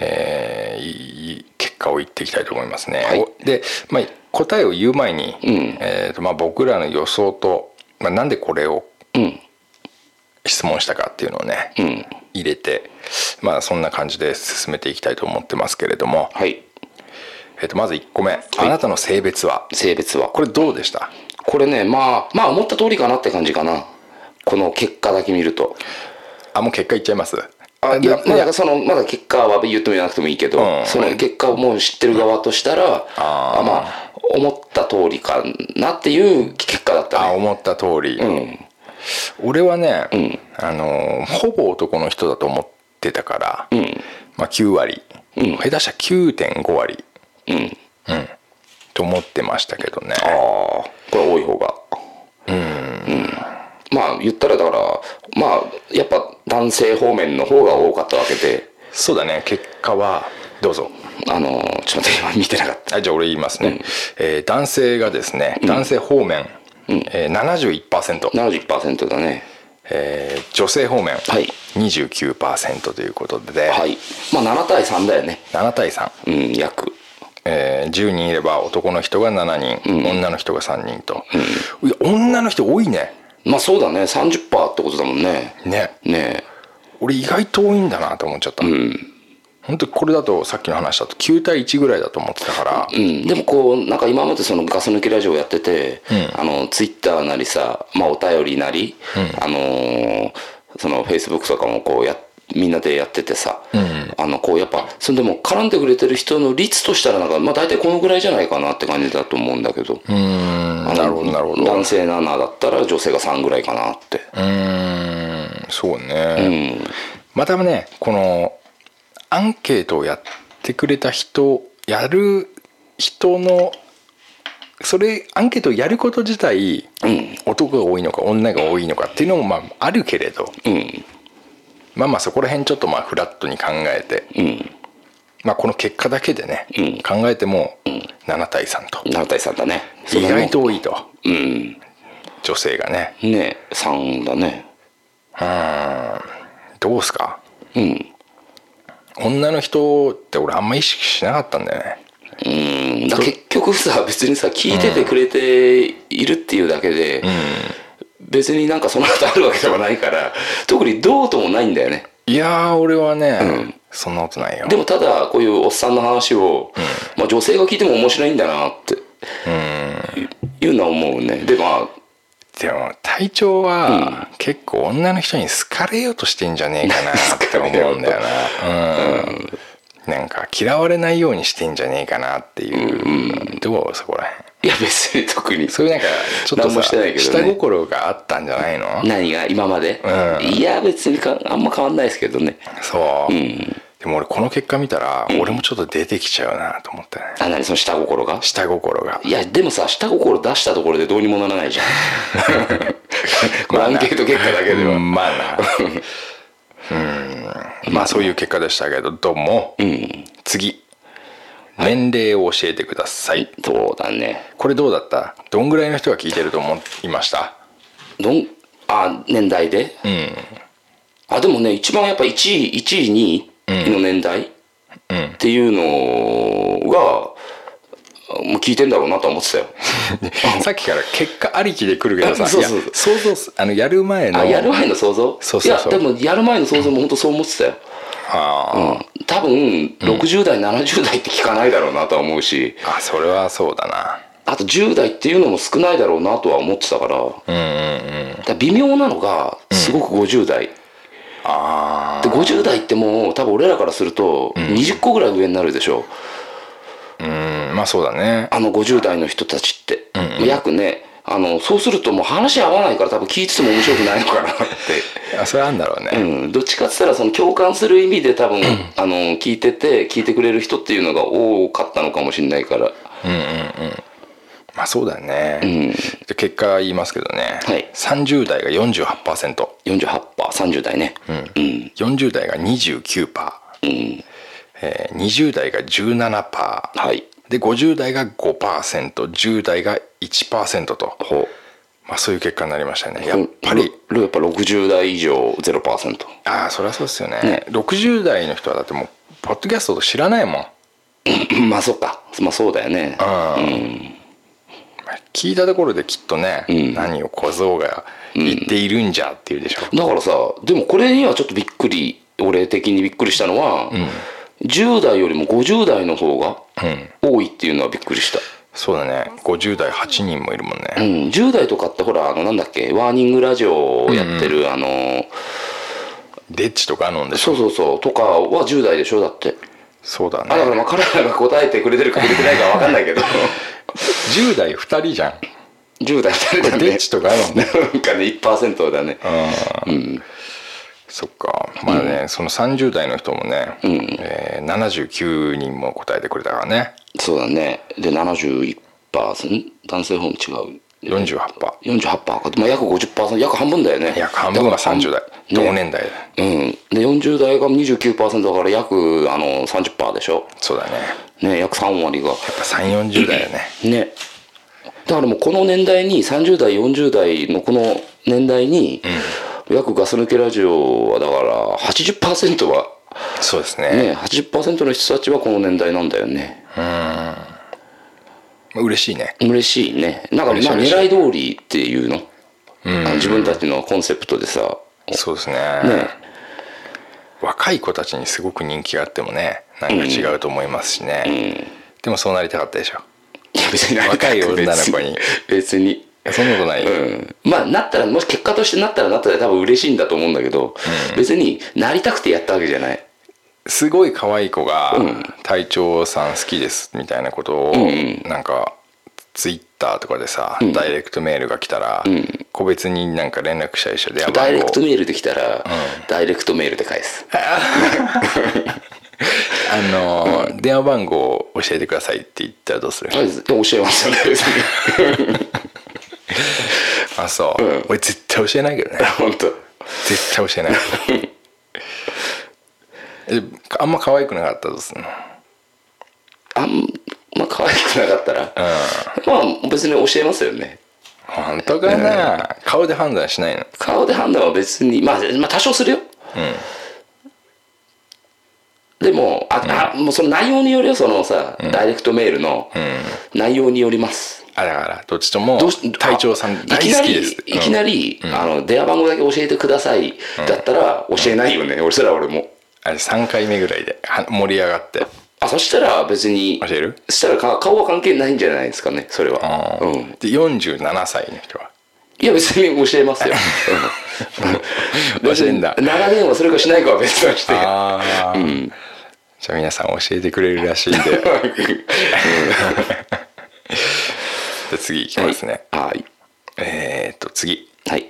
[SPEAKER 3] えーいい結果を言っていきたいと思いますね。
[SPEAKER 4] はい
[SPEAKER 3] おで、まあ、答えを言う前に、
[SPEAKER 4] うん
[SPEAKER 3] えーとまあ、僕らの予想と、まあ、なんでこれを
[SPEAKER 4] うん
[SPEAKER 3] 質問したかっていうのをね、
[SPEAKER 4] うん
[SPEAKER 3] 入れて、まあ、そんな感じで進めていきたいと思ってますけれども、
[SPEAKER 4] はい
[SPEAKER 3] えー、とまず1個目、あなたの性別は
[SPEAKER 4] 性別は
[SPEAKER 3] これどうでした
[SPEAKER 4] これねまあまあ思った通りかなって感じかなこの結果だけ見ると
[SPEAKER 3] あもう結果言っちゃいます
[SPEAKER 4] あい
[SPEAKER 3] で
[SPEAKER 4] やまだそのまだ結果は言っても言わなくてもいいけど、
[SPEAKER 3] うん
[SPEAKER 4] その結果をもう知ってる側としたら、
[SPEAKER 3] あー
[SPEAKER 4] あまあ思った通りかなっていう結果だった
[SPEAKER 3] あ
[SPEAKER 4] ね
[SPEAKER 3] 思った通り、
[SPEAKER 4] うん
[SPEAKER 3] 俺はね、
[SPEAKER 4] ん
[SPEAKER 3] あのーほぼ男の人だと思ってたから、
[SPEAKER 4] うん
[SPEAKER 3] まあ、9割、
[SPEAKER 4] うん
[SPEAKER 3] 下手したら9.5割
[SPEAKER 4] うん
[SPEAKER 3] と思ってましたけどね
[SPEAKER 4] ああこれ多い方がうん、まあ言ったらだからまあやっぱ男性方面の方が多かったわけで
[SPEAKER 3] そうだね結果はどうぞ
[SPEAKER 4] あのちょっと待って今見てなかった
[SPEAKER 3] あじゃあ俺言いますね、えー男性がですね男性方面、えー、71%、
[SPEAKER 4] 71%だね
[SPEAKER 3] えー女性方面、
[SPEAKER 4] はい
[SPEAKER 3] 29%ということで、
[SPEAKER 4] はいまあ7対3だよね
[SPEAKER 3] 7対3、
[SPEAKER 4] うん約
[SPEAKER 3] えー10人いれば男の人が7人、女の人が3人と、いや女の人多いね
[SPEAKER 4] まあそうだね30%ってことだもんね
[SPEAKER 3] ね
[SPEAKER 4] ね
[SPEAKER 3] 俺意外と多いんだなと思っちゃった、
[SPEAKER 4] えうん
[SPEAKER 3] 本当にこれだとさっきの話だと9対1ぐらいだと思ってたから、
[SPEAKER 4] うん、でもこうなんか今までそのガス抜きラジオやってて、
[SPEAKER 3] うん
[SPEAKER 4] あのツイッターなりさ、まあ、お便りなり、あのーそのフェイスブックとかもこうやみんなでやっててさ、
[SPEAKER 3] ん
[SPEAKER 4] あのこうやっぱそれでも絡んでくれてる人の率としたらなんか、まあ、大体このぐらいじゃないかなって感じだと思うんだけ
[SPEAKER 3] う
[SPEAKER 4] ど、
[SPEAKER 3] ーんなるほどなるほど
[SPEAKER 4] 男性7だったら女性が3ぐらいかなって、
[SPEAKER 3] うーんそうね、
[SPEAKER 4] うん
[SPEAKER 3] またねこのアンケートをやってくれた人やる人のそれアンケートをやること自体、男が多いのか女が多いのかっていうのもまああるけれど
[SPEAKER 4] うん
[SPEAKER 3] まあまあそこら辺ちょっとまあフラットに考えて、
[SPEAKER 4] うん
[SPEAKER 3] まあ、この結果だけでね、
[SPEAKER 4] うん
[SPEAKER 3] 考えても7対3と、
[SPEAKER 4] 7対3だね
[SPEAKER 3] 意外と多いと
[SPEAKER 4] うん
[SPEAKER 3] 女性がね
[SPEAKER 4] ねえ3だね
[SPEAKER 3] うーんどうすか
[SPEAKER 4] うん
[SPEAKER 3] 女の人って俺あんま意識しなかったんだよね
[SPEAKER 4] うんだ結局さ別にさ聞いててくれているっていうだけで、別になんかその後あるわけではないから特にどうともないんだよね
[SPEAKER 3] いやー俺はね、そんなことないよ
[SPEAKER 4] でもただこういうおっさんの話を、まあ、女性が聞いても面白いんだなっていうのは思うねでまあ
[SPEAKER 3] でも体調は結構女の人に好かれようとしてんじゃねえかなって 思うんだよなうん、なんか嫌われないようにしてんじゃねえかなっていう、どうそこらへん
[SPEAKER 4] いや別に特に
[SPEAKER 3] そういうなんかちょっと
[SPEAKER 4] 何も
[SPEAKER 3] さ、
[SPEAKER 4] してないけどね
[SPEAKER 3] 下心があったんじゃないの
[SPEAKER 4] 何が今まで、
[SPEAKER 3] うん
[SPEAKER 4] いや別にかあんま変わんないですけどね
[SPEAKER 3] そう、
[SPEAKER 4] うん
[SPEAKER 3] でも俺この結果見たら俺もちょっと出てきちゃうなと思ったね
[SPEAKER 4] あ何その下心が
[SPEAKER 3] 下心が
[SPEAKER 4] いや、でもさ、下心出したところでどうにもならないじゃん。これアンケート結果だけでは。
[SPEAKER 3] うんまあなうんまあそういう結果でしたけどどうも、
[SPEAKER 4] うん。
[SPEAKER 3] 次年齢を教えてください、
[SPEAKER 4] そうだね。
[SPEAKER 3] これどうだったどんぐらいの人が聞いてると思いま した
[SPEAKER 4] どん、あ、年代で
[SPEAKER 3] うん
[SPEAKER 4] あ、でもね、一番やっぱ1位、1位、2位の年代っ
[SPEAKER 3] うん
[SPEAKER 4] ていうのが、もう聞いてんだろうなとは思っ てたよ。
[SPEAKER 3] さっきから結果ありきで来るけどさ
[SPEAKER 4] そうそう
[SPEAKER 3] いや想像すあのやる前の
[SPEAKER 4] あ、やる前の想像
[SPEAKER 3] そうそうそう
[SPEAKER 4] や、でもやる前の想像も本当そう思ってたよ。
[SPEAKER 3] あー
[SPEAKER 4] うん。多分、60代、70代って聞かないだろうなとは思うし、
[SPEAKER 3] あそれはそうだな
[SPEAKER 4] あと10代っていうのも少ないだろうなとは思ってたから、
[SPEAKER 3] うんうんうん
[SPEAKER 4] だから微妙なのがすごく50代、
[SPEAKER 3] あ
[SPEAKER 4] で50代ってもう多分俺らからすると20個ぐらい上になるでしょ
[SPEAKER 3] あうんまあそうだね
[SPEAKER 4] あの50代の人たちって、約ねあのそうするともう話合わないから多分聞いてても面白くないのかなっ
[SPEAKER 3] あそれあんだろうね、
[SPEAKER 4] て、うん、どっちかっつったらその共感する意味で多分、あの聞いてて聞いてくれる人っていうのが多かったのかもしれないから
[SPEAKER 3] まあそうだね、で結果言いますけどね、
[SPEAKER 4] はい
[SPEAKER 3] 30代が 48%40
[SPEAKER 4] 48%30 代ねうん
[SPEAKER 3] 代が 29%20、
[SPEAKER 4] うん
[SPEAKER 3] えー20代が17%
[SPEAKER 4] はい
[SPEAKER 3] で50代が 5%10 代が1%と、まあ、そういう結果になりましたねやっぱり、
[SPEAKER 4] やっぱ60代以上0%
[SPEAKER 3] ああそりゃそうですよね
[SPEAKER 4] ね
[SPEAKER 3] 60代の人はだってもうポッドキャストと知らないもん
[SPEAKER 4] まあそっかまあそうだよねうん
[SPEAKER 3] 聞いたところできっとね、
[SPEAKER 4] うん
[SPEAKER 3] 何を小僧が言っているんじゃっていうでしょ、
[SPEAKER 4] だからさでもこれにはちょっとびっくり俺的にびっくりしたのは、10代よりも50代の方が多いっていうのはびっくりした、
[SPEAKER 3] そうだね50代8人もいるもんね、
[SPEAKER 4] うん、10代とかってほらあのなんだっけワーニングラジオをやってる、あの
[SPEAKER 3] デッチとガノンでし
[SPEAKER 4] そ
[SPEAKER 3] ょ
[SPEAKER 4] うそうそうとかは10代でしょだって
[SPEAKER 3] そうだ
[SPEAKER 4] あだから
[SPEAKER 3] ね
[SPEAKER 4] まあ彼らが答えてくれてるかくれてないかわかんないけど
[SPEAKER 3] 10代2人じゃん
[SPEAKER 4] 10代2人だね
[SPEAKER 3] デッチとガノンね
[SPEAKER 4] なんかね1%だね
[SPEAKER 3] そっかまあね、その30代の人もね、えー79人も答えてくれたからね
[SPEAKER 4] そうだねで71%男性ホーム違う
[SPEAKER 3] 48パ
[SPEAKER 4] 48%か、まあ、約50%約半分だよね
[SPEAKER 3] 約半分が30代
[SPEAKER 4] だから
[SPEAKER 3] 同年代だ
[SPEAKER 4] うんで40代が29%だから約あの30%でしょ
[SPEAKER 3] そうだねやっ
[SPEAKER 4] ね約3割が
[SPEAKER 3] ぱ340代だね
[SPEAKER 4] ねだからもうこの年代に30代40代のこの年代に、約ガス抜けラジオはだから80%は
[SPEAKER 3] そうですね
[SPEAKER 4] ね80%の人たちはこの年代なんだよね
[SPEAKER 3] 嬉しいね
[SPEAKER 4] 嬉しいねなんかまあ
[SPEAKER 3] 嬉しい
[SPEAKER 4] 狙い通りっていうの,、あの自分たちのコンセプトでさ
[SPEAKER 3] そうですね
[SPEAKER 4] ね
[SPEAKER 3] 若い子たちにすごく人気があってもね何か違うと思いますしね、でもそうなりたかったでしょ
[SPEAKER 4] いや別に
[SPEAKER 3] 若い女の子に
[SPEAKER 4] 別に
[SPEAKER 3] そんなことない、
[SPEAKER 4] うんまあなったらもし結果としてなったらなったで多分嬉しいんだと思うんだけど、別になりたくてやったわけじゃない
[SPEAKER 3] すごい可愛い子が
[SPEAKER 4] うん
[SPEAKER 3] 「隊長さん好きです」みたいなことを、
[SPEAKER 4] んうん
[SPEAKER 3] なんかツイッターとかでさ、ダイレクトメールが来たら、
[SPEAKER 4] ん
[SPEAKER 3] 個別になんか連絡したりして電話
[SPEAKER 4] ダイ
[SPEAKER 3] 番
[SPEAKER 4] レ
[SPEAKER 3] 号
[SPEAKER 4] クトメールできたら、ダイレクトメールで返す
[SPEAKER 3] あのー電話番号を教えてくださいって言ったらどうする、
[SPEAKER 4] あ教えますよね別 に
[SPEAKER 3] あそう、俺絶対教えないけ どね
[SPEAKER 4] 本当
[SPEAKER 3] 絶対教えないえあんま可愛くなかったらどうすんの
[SPEAKER 4] あんま可愛くなかったら、まあ別に教えますよね
[SPEAKER 3] 本当かな、顔で判断しないの
[SPEAKER 4] 顔で判断は別に、まあ、まあ多少するよ、でもあ、あもうその内容によるよそのさ、ダイレクトメールの内容によります、
[SPEAKER 3] あだからどっちとも
[SPEAKER 4] どうし
[SPEAKER 3] 隊長さ
[SPEAKER 4] あ
[SPEAKER 3] ん大好きです
[SPEAKER 4] いきなりいきなり、あの電話番号だけ教えてください、だったら教えないよね、俺それは俺も
[SPEAKER 3] あれ3回目ぐらいでは盛り上がって
[SPEAKER 4] あそしたら別に
[SPEAKER 3] 教える
[SPEAKER 4] そしたらか顔は関係ないんじゃないですかねそれは、うん、
[SPEAKER 3] で47歳の人はい
[SPEAKER 4] や別に教えま すようん
[SPEAKER 3] 教えんだ
[SPEAKER 4] 別に長電話するかしないかは別として
[SPEAKER 3] ああ、じゃあ皆さん教えてくれるらしいん で じゃあ次いきますね、
[SPEAKER 4] はい
[SPEAKER 3] えー、っと次
[SPEAKER 4] はい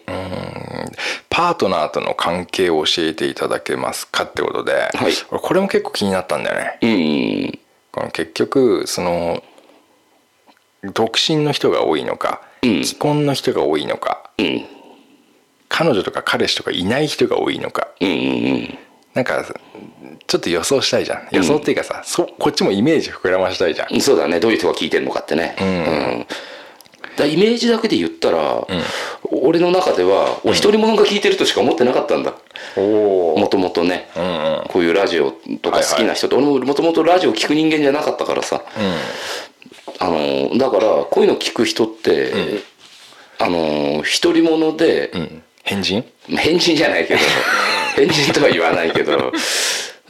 [SPEAKER 3] パートナーとの関係を教えていただけますかってことで、
[SPEAKER 4] はい
[SPEAKER 3] 俺これも結構気になったんだよね、
[SPEAKER 4] うん
[SPEAKER 3] この結局その独身の人が多いのか、既婚の人が多いのか、
[SPEAKER 4] ん
[SPEAKER 3] 彼女とか彼氏とかいない人が多いのか
[SPEAKER 4] うんうん
[SPEAKER 3] なんかちょっと予想したいじゃん予想っていうかさ、そこっちもイメージ膨らましたいじゃん、
[SPEAKER 4] うんそうだねどういう人が聞いてるのかってねうん、だイメージだけで言ったら、俺の中ではお一人者が聞いてるとしか思ってなかったんだ
[SPEAKER 3] お
[SPEAKER 4] もともとね、こういうラジオとか好きな人って、俺ももともとラジオ聞く人間じゃなかったからさ、あのだからこういうの聞く人って、あの独り者で、
[SPEAKER 3] うん、変人
[SPEAKER 4] 変人じゃないけど変人とは言わないけど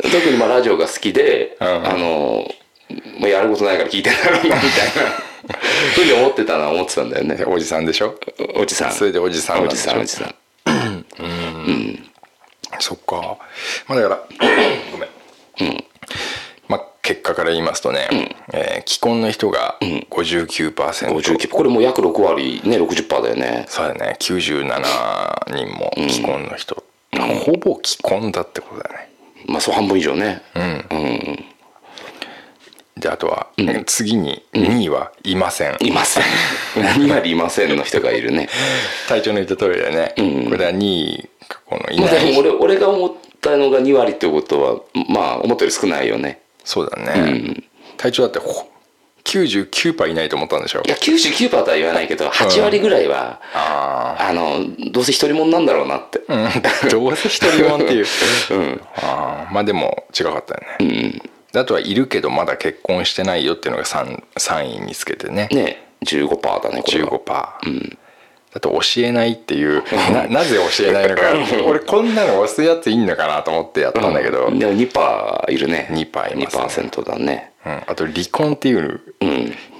[SPEAKER 4] 特にまあラジオが好きで、
[SPEAKER 3] うん
[SPEAKER 4] あのまあやることないから聞いてんだろうなみたいなふうに思ってたな思ってたんだよね
[SPEAKER 3] でおじさんでしょ
[SPEAKER 4] おじさん
[SPEAKER 3] それでおじさんな
[SPEAKER 4] お
[SPEAKER 3] んで
[SPEAKER 4] じ
[SPEAKER 3] し
[SPEAKER 4] さ
[SPEAKER 3] ょ
[SPEAKER 4] んおじさん
[SPEAKER 3] そっかまあだから ごめん、まあ結果から言いますとね、えー既婚の人が59%、
[SPEAKER 4] 59これもう約6割ね60%だよね
[SPEAKER 3] そうだね97人も既婚の人、ほぼ既婚だってことだね
[SPEAKER 4] まあそう半分以上ね、
[SPEAKER 3] であとは、次に2位はいません、
[SPEAKER 4] い ません何割いませんの人がいるね
[SPEAKER 3] 隊長の言った通りだよね、これは2位がこのい
[SPEAKER 4] まあ
[SPEAKER 3] な
[SPEAKER 4] で
[SPEAKER 3] い、
[SPEAKER 4] も俺俺が思ったのが2割ってことはまあ思ったより少ないよね
[SPEAKER 3] そうだね、隊長だってほ99%いないと思ったんでしょ
[SPEAKER 4] いや99%とは言わないけど8割ぐらいは、
[SPEAKER 3] あ
[SPEAKER 4] あのどうせ一人者なんだろうなって、
[SPEAKER 3] あどうせ一人もんっていう、ああまあでも違かったよね、だであとはいるけどまだ結婚してないよっていうのが 3, 3位につけてね
[SPEAKER 4] ね15%だねこれは
[SPEAKER 3] 15%パー、だと教えないっていうななぜ教えないのか俺こんなの忘れやついいんだかなと思ってやったんだけど、
[SPEAKER 4] うんでも2%いるね
[SPEAKER 3] 2%いますね
[SPEAKER 4] 2%だね
[SPEAKER 3] うんあと離婚っていう、
[SPEAKER 4] ん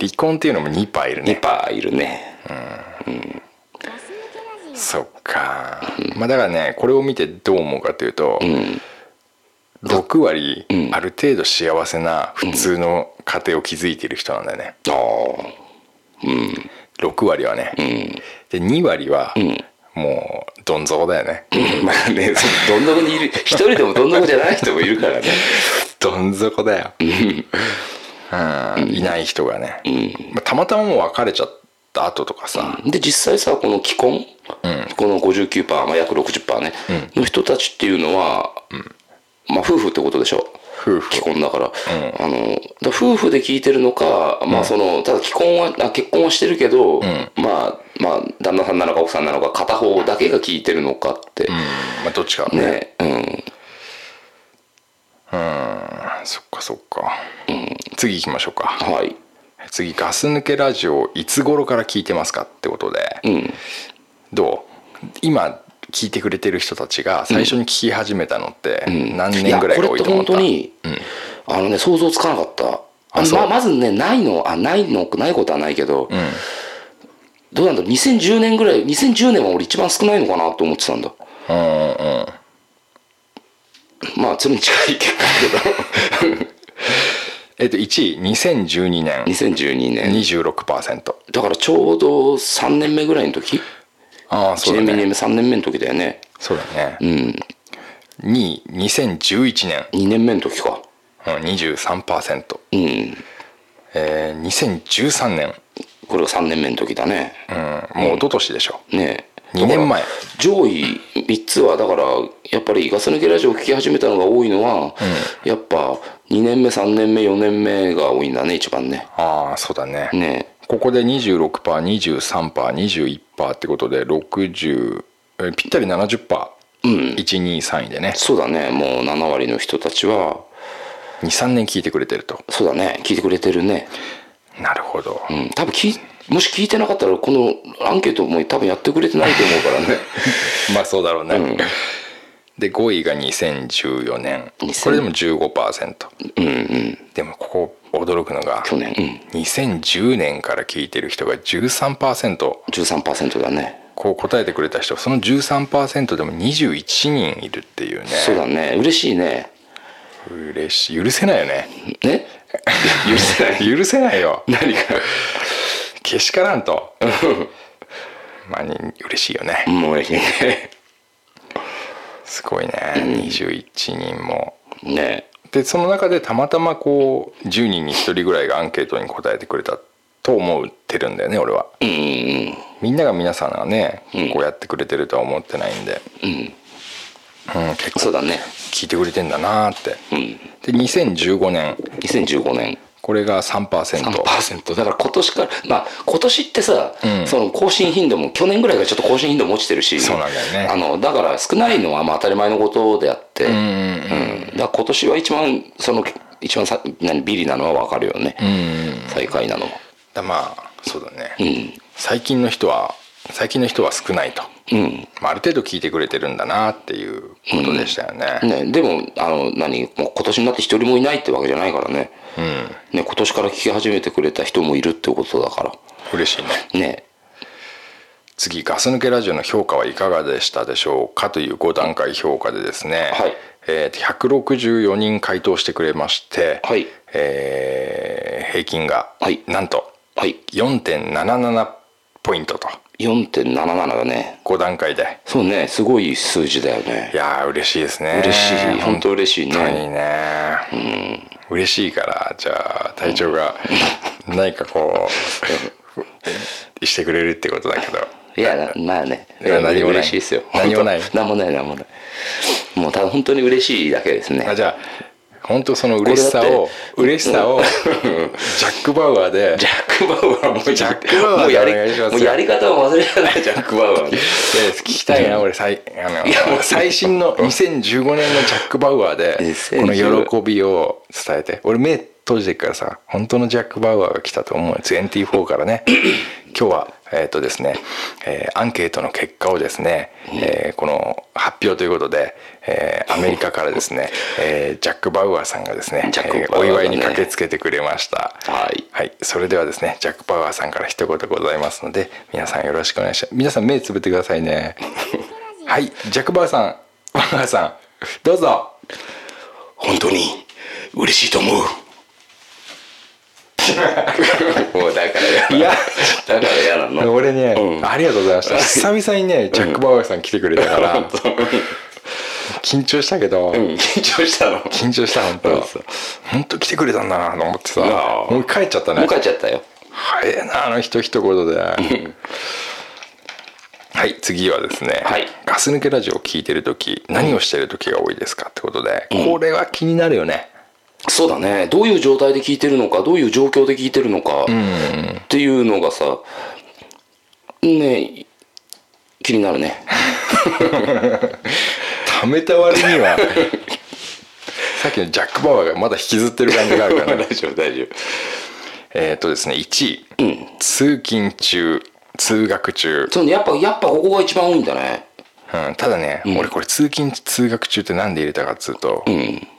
[SPEAKER 3] 離婚っていうのも2パーいるね
[SPEAKER 4] 2%いるね
[SPEAKER 3] そっか、まあだからねこれを見てどう思うかというと、
[SPEAKER 4] うん
[SPEAKER 3] 6割、
[SPEAKER 4] ん
[SPEAKER 3] ある程度幸せな普通の家庭を築いている人なんだよね、
[SPEAKER 4] ああうん
[SPEAKER 3] 6割はね、
[SPEAKER 4] うん
[SPEAKER 3] で2割は、
[SPEAKER 4] ん
[SPEAKER 3] もうどん底だよね、
[SPEAKER 4] まあねそどん底にいる一人でもどん底じゃない人もいるからね
[SPEAKER 3] どん底だよ、うん、いない人がね、まあ、たまたまもう別れちゃった後とかさ、
[SPEAKER 4] で実際さこの既婚、この59%、まあ、約60%ね、の人たちっていうのは、まあ、夫婦ってことでしょ
[SPEAKER 3] 夫婦
[SPEAKER 4] 既婚だから,、あのだから夫婦で聞いてるのか、まあ、そのただ既婚はあ結婚はしてるけど、まあまあ、旦那さんなのか奥さんなのか片方だけが聞いてるのかって、
[SPEAKER 3] まあ、どっちかね
[SPEAKER 4] ねうん、
[SPEAKER 3] そっかそっか、次行きましょうか、
[SPEAKER 4] はい、
[SPEAKER 3] 次ガス抜けラジオいつ頃から聞いてますかってことで、
[SPEAKER 4] うん、
[SPEAKER 3] どう今聞いてくれてる人たちが最初に聞き始めたのって何年ぐらいが多いと思った、
[SPEAKER 4] やこれって本当に、あのね想像つかなかったあの
[SPEAKER 3] そう
[SPEAKER 4] ままずねないのあないのないことはないけど、どうなんだろう2010年ぐらい2010年は俺一番少ないのかなと思ってたんだまあそれに近い結果だけど
[SPEAKER 3] えっと1位2012年
[SPEAKER 4] 2012年
[SPEAKER 3] 26%
[SPEAKER 4] だからちょうど3年目ぐらいの時
[SPEAKER 3] ああそ
[SPEAKER 4] 1
[SPEAKER 3] うだ
[SPEAKER 4] 年目
[SPEAKER 3] ね
[SPEAKER 4] 2年目3年目の時だよね
[SPEAKER 3] そうだ
[SPEAKER 4] う
[SPEAKER 3] ね、
[SPEAKER 4] ん
[SPEAKER 3] 2位2011年
[SPEAKER 4] 2年目の時か
[SPEAKER 3] うん23%、
[SPEAKER 4] うん
[SPEAKER 3] えー、2013年、
[SPEAKER 4] これが3年目の時だね
[SPEAKER 3] うん、もう一昨年でしょ、
[SPEAKER 4] ね
[SPEAKER 3] 2年前
[SPEAKER 4] 上位3つはだからやっぱりガス抜けラジオを聞き始めたのが多いのは、やっぱ2年目3年目4年目が多いんだね一番ね
[SPEAKER 3] ああそうだね
[SPEAKER 4] ね
[SPEAKER 3] ここで 26%23%21% ってことで60えーぴったり 70%123、123位でね
[SPEAKER 4] そうだねもう7割の人たちは
[SPEAKER 3] 23年聞いてくれてると
[SPEAKER 4] そうだね聞いてくれてるね、
[SPEAKER 3] なるほど
[SPEAKER 4] うん、多分聞いもし聞いてなかったらこのアンケートも多分やってくれてないと思うからね
[SPEAKER 3] まあそうだろうね、で5位が2014年
[SPEAKER 4] 2000
[SPEAKER 3] これでも15%で もここ驚くのが
[SPEAKER 4] 去年、
[SPEAKER 3] 2010年から聞いてる人が13%こ
[SPEAKER 4] うん、13%だね
[SPEAKER 3] う答えてくれた人その13%でも21人いるっていうね
[SPEAKER 4] そうだね嬉しいね
[SPEAKER 3] 嬉しい許せないよね
[SPEAKER 4] ね許せない
[SPEAKER 3] 許せないよ何かけしからんとまあに嬉しいよね
[SPEAKER 4] もう嬉しいね
[SPEAKER 3] すごいね21人も
[SPEAKER 4] ね
[SPEAKER 3] でその中でたまたまこう10人に1人ぐらいがアンケートに答えてくれたと思ってるんだよね俺は
[SPEAKER 4] うんうん
[SPEAKER 3] みんなが皆さんがね
[SPEAKER 4] うん
[SPEAKER 3] こうやってくれてるとは思ってないんで
[SPEAKER 4] うん
[SPEAKER 3] うん結構
[SPEAKER 4] そうだね
[SPEAKER 3] 聞いてくれてんだなーって
[SPEAKER 4] うん
[SPEAKER 3] で2015年
[SPEAKER 4] 2015年
[SPEAKER 3] これが3%
[SPEAKER 4] 3%だから今年からまあ今年ってさ、
[SPEAKER 3] うん
[SPEAKER 4] その更新頻度も去年ぐらいからちょっと更新頻度も落ちてるし
[SPEAKER 3] そうなんだよね
[SPEAKER 4] あのだから少ないのはまあ当たり前のことであって、
[SPEAKER 3] うん
[SPEAKER 4] うんだから今年は一番その一番さ何ビリなのは分かるよね、
[SPEAKER 3] うんうん
[SPEAKER 4] 最下位なのは
[SPEAKER 3] だまあそうだね
[SPEAKER 4] うん
[SPEAKER 3] 最近の人は最近の人は少ないと、
[SPEAKER 4] うん
[SPEAKER 3] まあ、ある程度聞いてくれてるんだなっていうことでしたよね、
[SPEAKER 4] ね、でもあの何もう今年になって一人もいないってわけじゃないからね,、ね今年から聞き始めてくれた人もいるってことだか
[SPEAKER 3] 嬉しいね
[SPEAKER 4] らね
[SPEAKER 3] 次ガス抜けラジオの評価はいかがでしたでしょうかという5段階評価でですね、
[SPEAKER 4] はい
[SPEAKER 3] えー164人回答してくれまして、
[SPEAKER 4] はい
[SPEAKER 3] えー平均が、
[SPEAKER 4] はい
[SPEAKER 3] なんと
[SPEAKER 4] はい
[SPEAKER 3] 4.77ポイントと
[SPEAKER 4] 4.77だね
[SPEAKER 3] 5段階で
[SPEAKER 4] そうね、すごい数字だよね
[SPEAKER 3] い。やー嬉しいですね
[SPEAKER 4] 嬉しい、本当嬉しい
[SPEAKER 3] 本当に
[SPEAKER 4] ね。
[SPEAKER 3] ね、嬉しいからじゃあ隊長が何かこうしてくれるってことだけど
[SPEAKER 4] いや、なまあね、
[SPEAKER 3] いや何もない
[SPEAKER 4] 嬉しいですよ。
[SPEAKER 3] 何もない
[SPEAKER 4] 本当何もない、何もない。もうただ本当に嬉しいだけですね。
[SPEAKER 3] あじゃあ本当その嬉しさを
[SPEAKER 4] こ
[SPEAKER 3] 嬉しさをジャック・バウアーで
[SPEAKER 4] ジャック・バウアーもう
[SPEAKER 3] ジャックバウアー
[SPEAKER 4] もうやり
[SPEAKER 3] お願いしますよ
[SPEAKER 4] もうやり方を忘れられないジャック・バウアー
[SPEAKER 3] で聞きたいな俺最あの
[SPEAKER 4] いやもう
[SPEAKER 3] 最新の2015年のジャック・バウアーで
[SPEAKER 4] 2015
[SPEAKER 3] この喜びを伝えて俺目閉じてっからさ本当のジャック・バウアーが来たと思うよ24からね今日はえっ、とですね、えーアンケートの結果をですね、えーこの発表ということで、えーアメリカからですね、えージャック・バウアーさんがですね
[SPEAKER 4] ジャッ
[SPEAKER 3] えー
[SPEAKER 4] クバウア
[SPEAKER 3] お
[SPEAKER 4] ーがね
[SPEAKER 3] 祝いに駆けつけてくれました
[SPEAKER 4] はい
[SPEAKER 3] はい、それではですねジャック・パワーさんから一言ございますので皆さんよろしくお願いします皆さん目つぶってください ねはいジャック・パワーさんパワーさんどうぞ
[SPEAKER 4] 本当に嬉しいと思う もうだからや
[SPEAKER 3] いや
[SPEAKER 4] だから嫌なの
[SPEAKER 3] 俺ね、
[SPEAKER 4] うん
[SPEAKER 3] ありがとうございました 久々にねジャック・パワーさん来てくれたから緊張したけど、
[SPEAKER 4] うん緊張したの
[SPEAKER 3] 緊張した本
[SPEAKER 4] うん
[SPEAKER 3] 当本当来てくれたんだなと思ってさ
[SPEAKER 4] あー
[SPEAKER 3] もう帰っちゃったね
[SPEAKER 4] もう帰っちゃったよ
[SPEAKER 3] 早いなあの人一言ではい次はですね、
[SPEAKER 4] はい
[SPEAKER 3] ガス抜けラジオを聞いてる時何をしてる時が多いですかってことで、これは気になるよね
[SPEAKER 4] そうだねどういう状態で聞いてるのかどういう状況で聞いてるのかっていうのがさね気になるね
[SPEAKER 3] ためた割に はさっきのジャック・バワーがまだ引きずってる感じがあるからね
[SPEAKER 4] 丈夫 大丈夫
[SPEAKER 3] えっとですね1位、通勤中通学中、
[SPEAKER 4] そうねやっぱやっぱここが一番多いんだね
[SPEAKER 3] うん、ただね、俺これ通勤通学中ってなんで入れたかっつうと、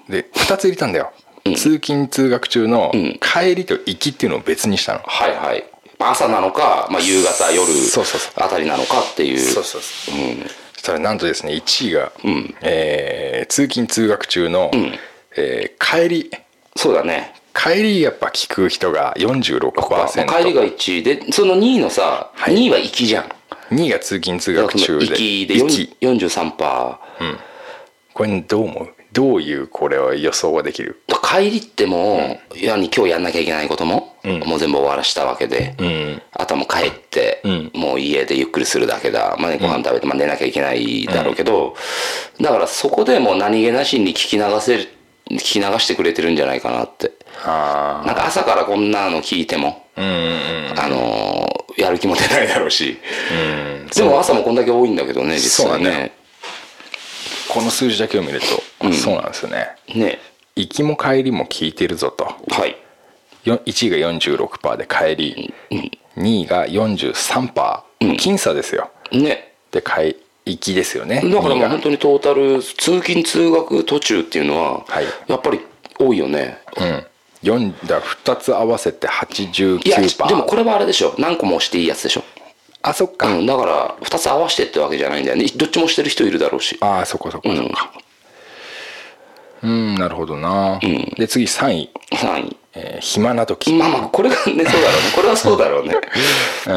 [SPEAKER 3] で2つ入れたんだよ、通勤通学中の帰りと行きっていうのを別にしたの、
[SPEAKER 4] はいはい朝なのか、まあ、夕方夜
[SPEAKER 3] そうそうそう
[SPEAKER 4] あたりなのかっていう
[SPEAKER 3] そうそうそう、そしたらなんとですね1位が、えー通勤通学中の、えー帰り
[SPEAKER 4] そうだね
[SPEAKER 3] 帰りやっぱ聞く人が
[SPEAKER 4] まあ
[SPEAKER 3] 46%
[SPEAKER 4] 帰りが1位でその2位のさ、
[SPEAKER 3] い
[SPEAKER 4] 2位は行きじゃん
[SPEAKER 3] 2位が通勤通学中で
[SPEAKER 4] 行きで
[SPEAKER 3] 1
[SPEAKER 4] 43%パー、
[SPEAKER 3] これどう思うどういうこれは予想はできる
[SPEAKER 4] 帰りってもう、やはり今日やんなきゃいけないことも、もう全部終わらしたわけで、
[SPEAKER 3] ん
[SPEAKER 4] あとはもう帰って、
[SPEAKER 3] ん
[SPEAKER 4] もう家でゆっくりするだけだ、まあね、ご飯食べて、まあ、寝なきゃいけないだろうけど、だからそこでもう何気なしに聞き流せる聞き流してくれてるんじゃないかなって
[SPEAKER 3] あ
[SPEAKER 4] なんか朝からこんなの聞いても、
[SPEAKER 3] あうんうんうん
[SPEAKER 4] あのーやる気も出ないだろうし、でも朝もこんだけ多いんだけどね実際
[SPEAKER 3] そうだ
[SPEAKER 4] ね
[SPEAKER 3] ねこの数字だけを見ると、そうなんですよね
[SPEAKER 4] ね
[SPEAKER 3] 行きも帰りも聞いてるぞと
[SPEAKER 4] はい
[SPEAKER 3] よ1位が46%で帰り、2位が43%、僅差ですよ
[SPEAKER 4] ね
[SPEAKER 3] で帰行きですよね
[SPEAKER 4] だから
[SPEAKER 3] 2位
[SPEAKER 4] もう
[SPEAKER 3] が
[SPEAKER 4] 本当にトータル通勤通学途中っていうのは、
[SPEAKER 3] はい
[SPEAKER 4] やっぱり多いよね、
[SPEAKER 3] 四だ2つ合わせて89%
[SPEAKER 4] いやでもこれはあれでしょ何個も押していいやつでしょ、
[SPEAKER 3] あそっか、
[SPEAKER 4] うん、だから2つ合わせてってわけじゃないんだよねどっちもしてる人いるだろうし
[SPEAKER 3] ああそこそこそこうん、なるほどな、で次3位、
[SPEAKER 4] 3
[SPEAKER 3] えー暇な時
[SPEAKER 4] 位まあまあこれがねそうだろうねこれはそうだろう ね
[SPEAKER 3] うん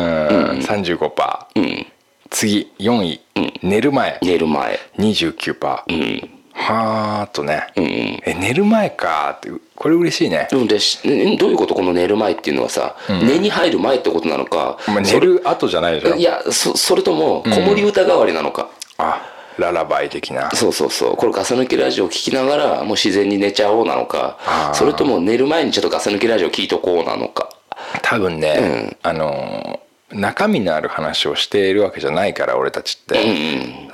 [SPEAKER 3] 35%、次4位、寝る前
[SPEAKER 4] 寝る前
[SPEAKER 3] 29%、
[SPEAKER 4] うん
[SPEAKER 3] はーっとね、
[SPEAKER 4] うん
[SPEAKER 3] え寝る前かーってこれ嬉しいね
[SPEAKER 4] でもでしねどういうことこの寝る前っていうのはさ、寝に入る前ってことなのか、
[SPEAKER 3] まあ寝る後じゃないでしょ
[SPEAKER 4] いやそそれとも子守歌代わりなのか、
[SPEAKER 3] あララバイ的な
[SPEAKER 4] そうそうそうこれガス抜きラジオ聞きながらもう自然に寝ちゃおうなの
[SPEAKER 3] あ
[SPEAKER 4] か
[SPEAKER 3] ー
[SPEAKER 4] それとも寝る前にちょっとガス抜きラジオ聞いとこうなのか
[SPEAKER 3] 多分ね、あのー中身のある話をしているわけじゃないから俺たちって、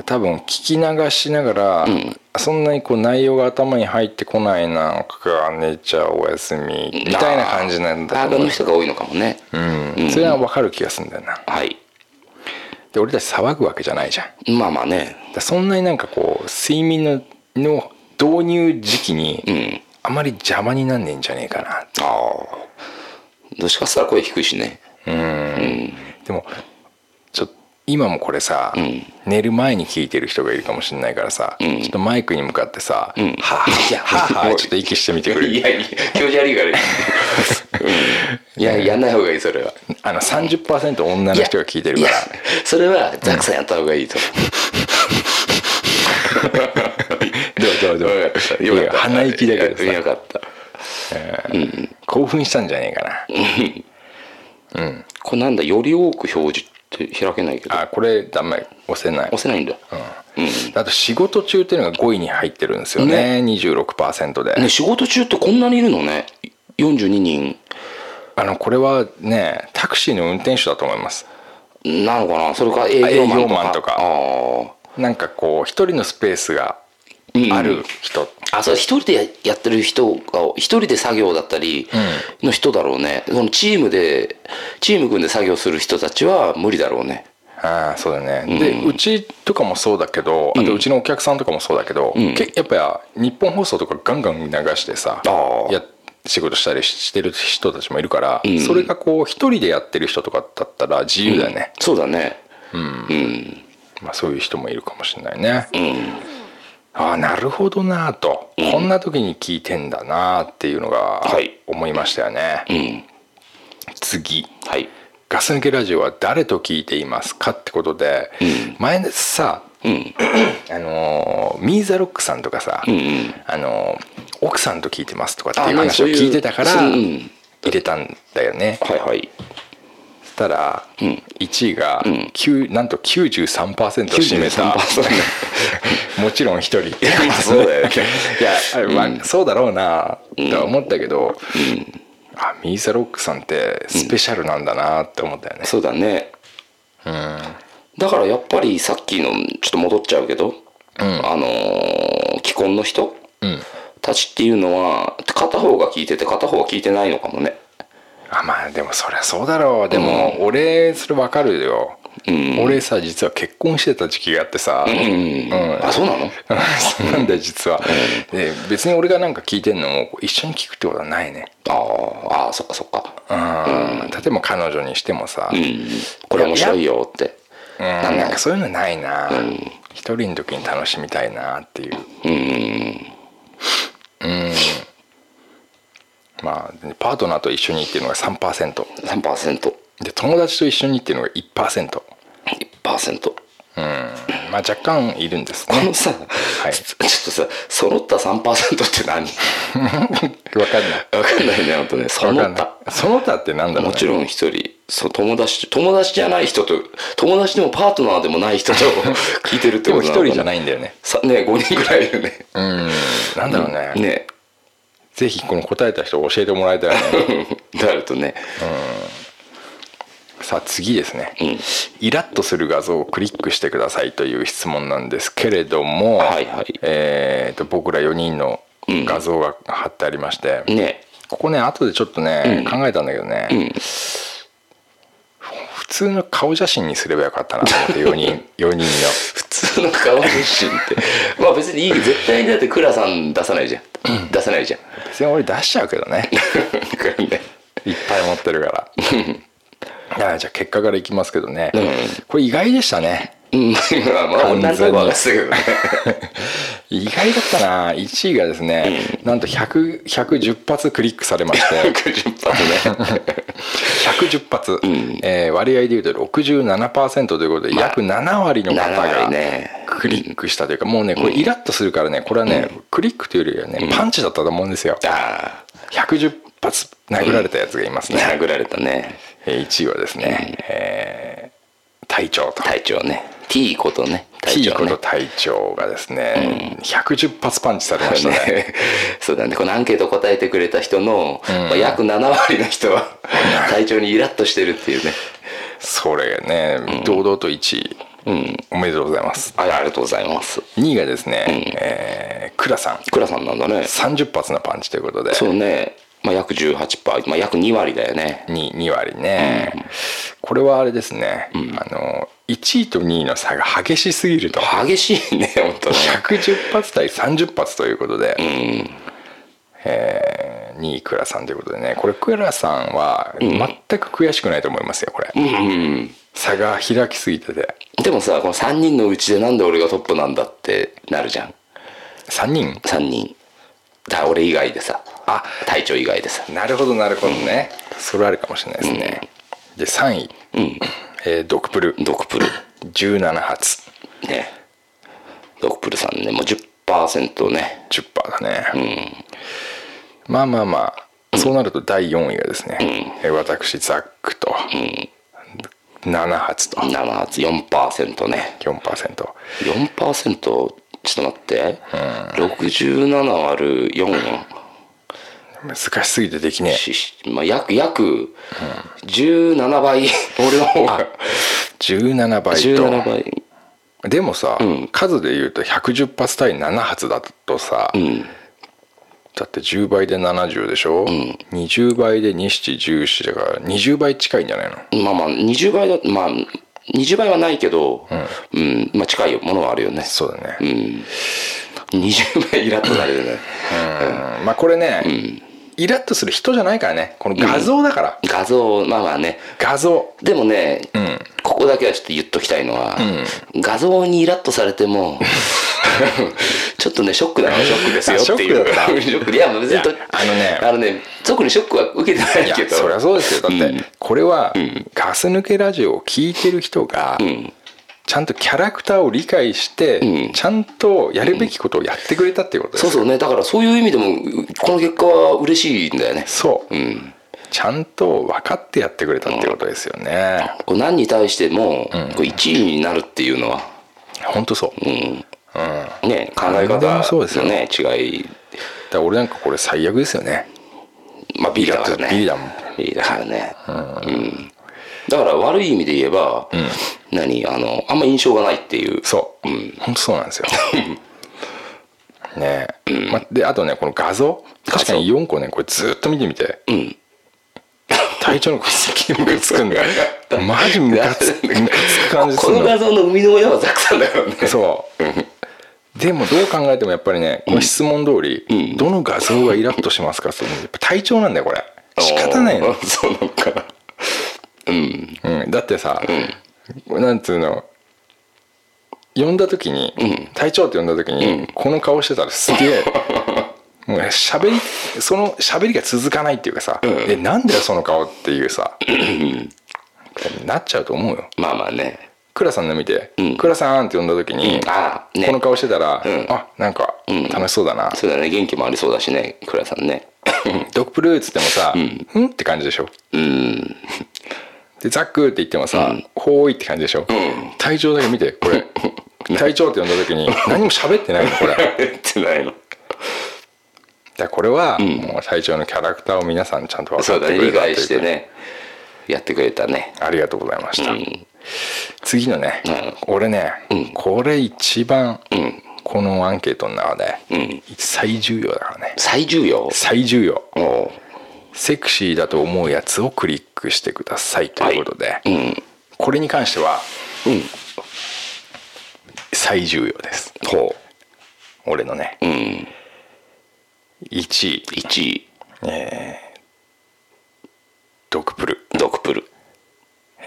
[SPEAKER 3] 多分聞き流しながら、そんなにこう内容が頭に入ってこないなんか寝ちゃうおやすみみたいな感じなんだ
[SPEAKER 4] あ
[SPEAKER 3] と
[SPEAKER 4] ー
[SPEAKER 3] 思
[SPEAKER 4] の
[SPEAKER 3] う、
[SPEAKER 4] 人が多いのかもね、
[SPEAKER 3] うん、それは分かる気がするんだよな
[SPEAKER 4] はい
[SPEAKER 3] で俺たち騒ぐわけじゃないじゃんだか
[SPEAKER 4] まあまあね
[SPEAKER 3] らそんなになんかこう睡眠のの導入時期
[SPEAKER 4] う
[SPEAKER 3] に
[SPEAKER 4] ん
[SPEAKER 3] あまり邪魔になんねえんじゃねえかなって
[SPEAKER 4] ああどっちかっつったら声低いしね
[SPEAKER 3] でもちょっと今もこれさ、
[SPEAKER 4] ん
[SPEAKER 3] 寝る前に聞いてる人がいるかもしれないからさ、ちょっとマイクに向かってさ「はあいやはあはあ」ちょっと息してみてくれ
[SPEAKER 4] い
[SPEAKER 3] る
[SPEAKER 4] やいや気持ち悪 いから、ねうん、いややんない方がいいそれは
[SPEAKER 3] あの30%女の人が聞いてるか
[SPEAKER 4] いや
[SPEAKER 3] ら
[SPEAKER 4] それはザクさんやった方がいいと
[SPEAKER 3] どうどうどう
[SPEAKER 4] 思う
[SPEAKER 3] いや鼻息だけどさ
[SPEAKER 4] よかった
[SPEAKER 3] 興奮したんじゃねえかな
[SPEAKER 4] これなんだより多く表示って開けないけど
[SPEAKER 3] あこれダメ押せない
[SPEAKER 4] 押せないんだうん、
[SPEAKER 3] あと仕事中っていうのが5位に入ってるんですよね26%で、
[SPEAKER 4] ね仕事中ってこんなにいるのね42人
[SPEAKER 3] あのこれはねタクシーの運転手だと思います
[SPEAKER 4] なのかなそれか営業マンとか
[SPEAKER 3] 営業マンとか
[SPEAKER 4] あ
[SPEAKER 3] なんかこう一人のスペースが
[SPEAKER 4] ー
[SPEAKER 3] あ
[SPEAKER 4] うん
[SPEAKER 3] る人、
[SPEAKER 4] あそれ一人でややってる人が一人で作業だったりの人だろうね、そのチームでチーム組んで作業する人たちは無理だろうね
[SPEAKER 3] ああそうだね、でうちとかもそうだけどあとうちのお客さんとかもそうだけど、
[SPEAKER 4] ん
[SPEAKER 3] けやっぱ日本放送とかガンガン流してさ
[SPEAKER 4] あー
[SPEAKER 3] や仕事したりししてる人たちもいるから、
[SPEAKER 4] ん
[SPEAKER 3] それがこう一人でやってる人とかだったら自由だよね、
[SPEAKER 4] そうだね
[SPEAKER 3] まあ、そういう人もいるかもしれないね、ああなるほどなぁと、こんな時に聞いてんだなぁっていうのが
[SPEAKER 4] はい
[SPEAKER 3] 思いましたよね、
[SPEAKER 4] うん
[SPEAKER 3] 次
[SPEAKER 4] はい
[SPEAKER 3] ガス抜けラジオは誰と聞いていますかってことで、前さ、
[SPEAKER 4] うん
[SPEAKER 3] あのーミーザロックさんとかさ、
[SPEAKER 4] うんうん
[SPEAKER 3] あのー奥さんと聞いてますとかって
[SPEAKER 4] あ
[SPEAKER 3] いう
[SPEAKER 4] ね
[SPEAKER 3] 話
[SPEAKER 4] そ
[SPEAKER 3] を
[SPEAKER 4] ういう
[SPEAKER 3] 聞いてたから
[SPEAKER 4] そういうう
[SPEAKER 3] 入
[SPEAKER 4] ん
[SPEAKER 3] れたんだよね、
[SPEAKER 4] はいはい
[SPEAKER 3] そしたら
[SPEAKER 4] ん
[SPEAKER 3] 1位が、9なんと93%を占めたもちろん一人ってことです
[SPEAKER 4] そうだよね
[SPEAKER 3] いや、まあ、そうだろうなとは思ったけど、あミーザロックさんってスペシャルなんだなって思ったよね、
[SPEAKER 4] そうだねだからやっぱりさっきのちょっと戻っちゃうけど、あのー既婚の人
[SPEAKER 3] うん
[SPEAKER 4] たちっていうのは片方が聞いてて片方は聞いてないのかもね
[SPEAKER 3] あまあでもそりゃそうだろうでも俺それわかるよ、俺さ実は結婚してた時期があってさ、
[SPEAKER 4] うん、
[SPEAKER 3] うん
[SPEAKER 4] あそうなの
[SPEAKER 3] うん そうなんだよ実は、で別に俺がなんか聞いてんのも一緒に聞くってことはないね
[SPEAKER 4] あーあーそっかそっか
[SPEAKER 3] うん、例えば彼女にしてもさ、
[SPEAKER 4] うんこれ面白いよって
[SPEAKER 3] うん
[SPEAKER 4] なんだ
[SPEAKER 3] なんかそういうのないな、一人の時に楽しみたいなっていう
[SPEAKER 4] うん
[SPEAKER 3] まあパートナーと一緒にっていうのが3%
[SPEAKER 4] 何パーセント
[SPEAKER 3] で友達と一緒にっていうのが1%、
[SPEAKER 4] パーセント
[SPEAKER 3] うん、まあ若干いるんです
[SPEAKER 4] この
[SPEAKER 3] ね
[SPEAKER 4] さ、
[SPEAKER 3] い
[SPEAKER 4] ちょっとさ揃った3%って何
[SPEAKER 3] 分かんない
[SPEAKER 4] わかんないねほんとね
[SPEAKER 3] わ
[SPEAKER 4] 揃
[SPEAKER 3] か
[SPEAKER 4] っ
[SPEAKER 3] んない
[SPEAKER 4] た
[SPEAKER 3] その他ってなんだろう、ね、
[SPEAKER 4] もちろん一人そう友達友達じゃない人と友達でもパートナーでもな い人と聞いてるっ
[SPEAKER 3] で
[SPEAKER 4] て
[SPEAKER 3] も一
[SPEAKER 4] ことなのか
[SPEAKER 3] 人じゃないんだよね
[SPEAKER 4] さね5人ぐらいいるね
[SPEAKER 3] うんなんだろうね、
[SPEAKER 4] ね
[SPEAKER 3] ぜひこの答えた人教えてもらいたいね
[SPEAKER 4] なるとね
[SPEAKER 3] さあ次ですね、イラッとする画像をクリックしてくださいという質問なんですけれども、
[SPEAKER 4] はいはい
[SPEAKER 3] えーと僕ら4人の画像が貼ってありまして、
[SPEAKER 4] ね
[SPEAKER 3] ここね後でちょっとね、考えたんだけどね、普通の顔写真にすればよかったなと思って4人 4人の
[SPEAKER 4] 普通の顔写真ってまあ別にいい絶対にだって倉さん出さないじゃん出さないじゃん
[SPEAKER 3] 別に俺出しちゃうけどね
[SPEAKER 4] だからね
[SPEAKER 3] いっぱい持ってるからいやじゃあ結果からいきますけどね、
[SPEAKER 4] う
[SPEAKER 3] これ意外でしたね
[SPEAKER 4] うんまあまあ
[SPEAKER 3] 完全に
[SPEAKER 4] 女の子は分かってたけどね
[SPEAKER 3] 意外だったな1位がですね、なんと100 110発クリックされまして
[SPEAKER 4] 110発ね
[SPEAKER 3] 110発、えー割合でいうと67%ということで、約7割の方
[SPEAKER 4] 7
[SPEAKER 3] が
[SPEAKER 4] 割ね
[SPEAKER 3] クリックしたというかもうねこれイラッとするからねこれはね、クリックというよりはね、パンチだったと思うんですよ
[SPEAKER 4] あ
[SPEAKER 3] 110発殴られたやつがいます
[SPEAKER 4] あ
[SPEAKER 3] ね、
[SPEAKER 4] 殴られたね
[SPEAKER 3] え1位はですね、えー隊長と
[SPEAKER 4] 隊長ね T ことね隊
[SPEAKER 3] T
[SPEAKER 4] 長
[SPEAKER 3] こ
[SPEAKER 4] ね
[SPEAKER 3] と隊長がですね、110発パンチされましたね
[SPEAKER 4] そうだねこのアンケート答えてくれた人の、まあ約7割の人は体調にイラッとしてるっていうね
[SPEAKER 3] それね堂々と1位、おめでとうございます
[SPEAKER 4] あありがとうございます
[SPEAKER 3] 2位がですね、えー倉さん
[SPEAKER 4] 倉さんなんだね
[SPEAKER 3] 30発のパンチということで
[SPEAKER 4] そうね、まあ、約18%、まあ、約2割だよね
[SPEAKER 3] 2, 2割ね、これはあれですね、あの1位と2位の差が激しすぎると
[SPEAKER 4] 激しいね本当ね
[SPEAKER 3] 110発対30発ということで、えー、2位倉さんということでねこれ倉さんは全く悔しくないと思いますよこれ、差が開きすぎてて
[SPEAKER 4] でもさこの3人のうちでなんで俺がトップなんだってなるじゃん
[SPEAKER 3] 3人
[SPEAKER 4] 3人だ俺以外でさあ隊長以外でさ
[SPEAKER 3] なるほどなるほどね、それあるかもしれないですね、で3位、えードクプル
[SPEAKER 4] ドクプル
[SPEAKER 3] 17発
[SPEAKER 4] ねドクプルさんねもう10%ね
[SPEAKER 3] 10%だね、まあまあまあそうなると第4位がですね、えー私ザックと、 7発と
[SPEAKER 4] 7発4%ね
[SPEAKER 3] 4%。
[SPEAKER 4] 4%ちょっと待って、67割る4
[SPEAKER 3] 難しすぎてできねえ。
[SPEAKER 4] ししまあ、約約17倍俺の方が
[SPEAKER 3] 17倍
[SPEAKER 4] 17
[SPEAKER 3] と。
[SPEAKER 4] 倍
[SPEAKER 3] でもさ、
[SPEAKER 4] ん
[SPEAKER 3] 数で言うと110発対7発だとさ、
[SPEAKER 4] うん
[SPEAKER 3] だって10倍で70でしょ、
[SPEAKER 4] ん
[SPEAKER 3] ?20 倍で2714だから20倍近いんじゃないの
[SPEAKER 4] まあまあ20倍だまあ20倍はないけど、うんまあ、近いものはあるよね
[SPEAKER 3] そうだね。
[SPEAKER 4] うん20倍イラッとなる よね
[SPEAKER 3] うんまあこれね、イラッとする人じゃないからねこの画像だから、
[SPEAKER 4] 画像まあまあね
[SPEAKER 3] 画像
[SPEAKER 4] でもね、ここだけはちょっと言っときたいのは、画像にイラッとされ てもちょっとねショックだなショックですよってい
[SPEAKER 3] あショッ
[SPEAKER 4] う
[SPEAKER 3] クだった
[SPEAKER 4] ショックいや別にと
[SPEAKER 3] いやあのね
[SPEAKER 4] あのね特にショックは 受けてないい
[SPEAKER 3] や
[SPEAKER 4] けど
[SPEAKER 3] そりゃそうですよだって、
[SPEAKER 4] うん
[SPEAKER 3] これはガス抜けラジオを聞いてる人が、
[SPEAKER 4] ん
[SPEAKER 3] ちゃんとキャラクターを理解して、
[SPEAKER 4] うん
[SPEAKER 3] ちゃんとやるべきことをやってくれたっていうことです、
[SPEAKER 4] そうそうねだからそういう意味でもこの結果は嬉しいんだよね
[SPEAKER 3] そう、
[SPEAKER 4] うん
[SPEAKER 3] ちゃんと分かってやってくれたってことですよね、
[SPEAKER 4] これ何に対しても、これ1位になるっていうのは、
[SPEAKER 3] ほんとそう、
[SPEAKER 4] う
[SPEAKER 3] だか
[SPEAKER 4] んね、考え
[SPEAKER 3] 何
[SPEAKER 4] 方
[SPEAKER 3] でもそうですよ
[SPEAKER 4] の、ね、違い、
[SPEAKER 3] ら俺なんかこれ最悪ですよね
[SPEAKER 4] まあ、ビリだからね
[SPEAKER 3] ビリだもん
[SPEAKER 4] ビリだからね、うんだから悪い意味で言えば、何あのあんま印象がないっていう
[SPEAKER 3] そう、
[SPEAKER 4] ん
[SPEAKER 3] ほんとそうなんですよねえ、ま、であとねこの画像確かに4個ねこれずっと見てみて、
[SPEAKER 4] ん
[SPEAKER 3] 体調の骨折にムカつくん だよマジムカつムカつく感じす
[SPEAKER 4] こ
[SPEAKER 3] る
[SPEAKER 4] の
[SPEAKER 3] の
[SPEAKER 4] 画像の生みの親はザクさんだからね
[SPEAKER 3] そうでもどう考えてもやっぱりねこの質問通り、どの画像がイラッとしますかってやっぱ体調なんだよこれ仕方ないの
[SPEAKER 4] あー そうなのかなうん
[SPEAKER 3] うん、だってさ、なんつうの呼んだ時に、隊長って呼んだ時に、この顔してたらすげ えもうね喋りその喋りが続かないっていうかさ、えなんだよその顔っていうさ、なっちゃうと思うよ
[SPEAKER 4] まあまあね
[SPEAKER 3] 倉さんの見て「
[SPEAKER 4] ん
[SPEAKER 3] 倉、さん」って呼んだ時に、
[SPEAKER 4] ああね
[SPEAKER 3] この顔してたら、
[SPEAKER 4] ん
[SPEAKER 3] あなんか
[SPEAKER 4] ん
[SPEAKER 3] 楽しそうだな、
[SPEAKER 4] そうだね元気もありそうだしね倉さんね
[SPEAKER 3] ドクプルーっつってもさ「うん」って感じでしょ
[SPEAKER 4] うん
[SPEAKER 3] でザックって言ってもさ
[SPEAKER 4] うん
[SPEAKER 3] 「ほーい」って感じでしょ、体調だけ見て これ体調って呼んだ時に何も喋ってないのこれだか
[SPEAKER 4] やってないの
[SPEAKER 3] らこれはもう体調のキャラクターを皆さんちゃんと分か
[SPEAKER 4] そう
[SPEAKER 3] って
[SPEAKER 4] だ
[SPEAKER 3] く
[SPEAKER 4] ね
[SPEAKER 3] れ
[SPEAKER 4] 理
[SPEAKER 3] たっていう
[SPEAKER 4] 解してねやってくれたね
[SPEAKER 3] ありがとうございました、
[SPEAKER 4] うん
[SPEAKER 3] 次のね、俺ね、これ一番このアンケートの中で
[SPEAKER 4] うん
[SPEAKER 3] 最重要だからね
[SPEAKER 4] 最重要
[SPEAKER 3] 最重要
[SPEAKER 4] おう
[SPEAKER 3] セクシーだと思うやつをクリックしてくださいということで、
[SPEAKER 4] うん
[SPEAKER 3] これに関しては
[SPEAKER 4] うん
[SPEAKER 3] 最重要です
[SPEAKER 4] ほ
[SPEAKER 3] 俺のね
[SPEAKER 4] ううん
[SPEAKER 3] 1位
[SPEAKER 4] 1位
[SPEAKER 3] ドクプル、
[SPEAKER 4] ドクプル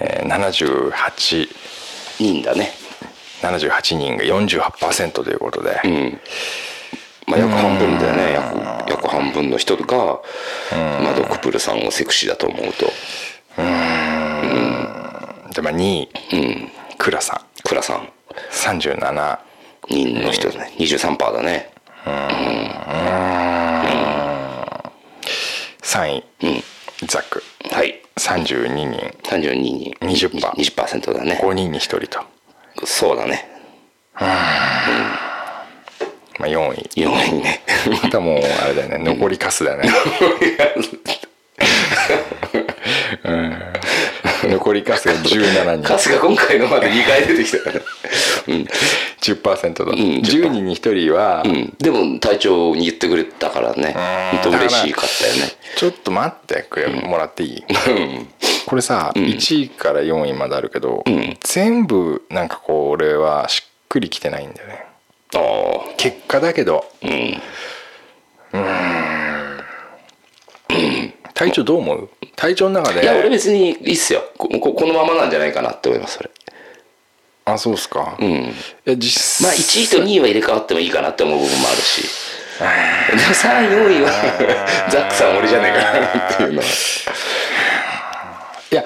[SPEAKER 3] えー、78,
[SPEAKER 4] 人だね
[SPEAKER 3] 78人が48%ということで、
[SPEAKER 4] うんまあ約半分だよね約約半分の人が、まあ、ドクプルさんをセクシーだと思うと
[SPEAKER 3] でまあ2位、クラさん
[SPEAKER 4] クラさん
[SPEAKER 3] 37
[SPEAKER 4] 人の人だね23%だね
[SPEAKER 3] 3位、ザック
[SPEAKER 4] はい
[SPEAKER 3] 32人
[SPEAKER 4] 32人
[SPEAKER 3] 20%
[SPEAKER 4] 20%だね
[SPEAKER 3] 5人に1人と、
[SPEAKER 4] そうだね
[SPEAKER 3] まあ、4位
[SPEAKER 4] 4位ね
[SPEAKER 3] あとはもうあれだよね残りカスだよねうん残りカスが17人
[SPEAKER 4] カスが今回のまで2回出てきたから、うん
[SPEAKER 3] 10%だ、10人に1人は、
[SPEAKER 4] うん、でも隊長に言ってくれたからね本当嬉しかっ
[SPEAKER 3] ちょっと待ってくれもらっていい
[SPEAKER 4] たよね
[SPEAKER 3] これさ、1位から4位まであるけど、全部なんかこう俺はしっくりきてないんだよね
[SPEAKER 4] ああ
[SPEAKER 3] 結果だけど
[SPEAKER 4] ーうん
[SPEAKER 3] 体調どう思う体調の中
[SPEAKER 4] いや俺
[SPEAKER 3] で
[SPEAKER 4] 別にいいっすよこここのままなんじゃないかなって思いますそれ
[SPEAKER 3] あそうっすか、
[SPEAKER 4] う
[SPEAKER 3] い
[SPEAKER 4] ん
[SPEAKER 3] や実
[SPEAKER 4] まあ1位と2位は入れ替わってもいいかなって思う部分もあるしでも3位4位はザックさん俺じゃねえかなっていうのはい
[SPEAKER 3] や、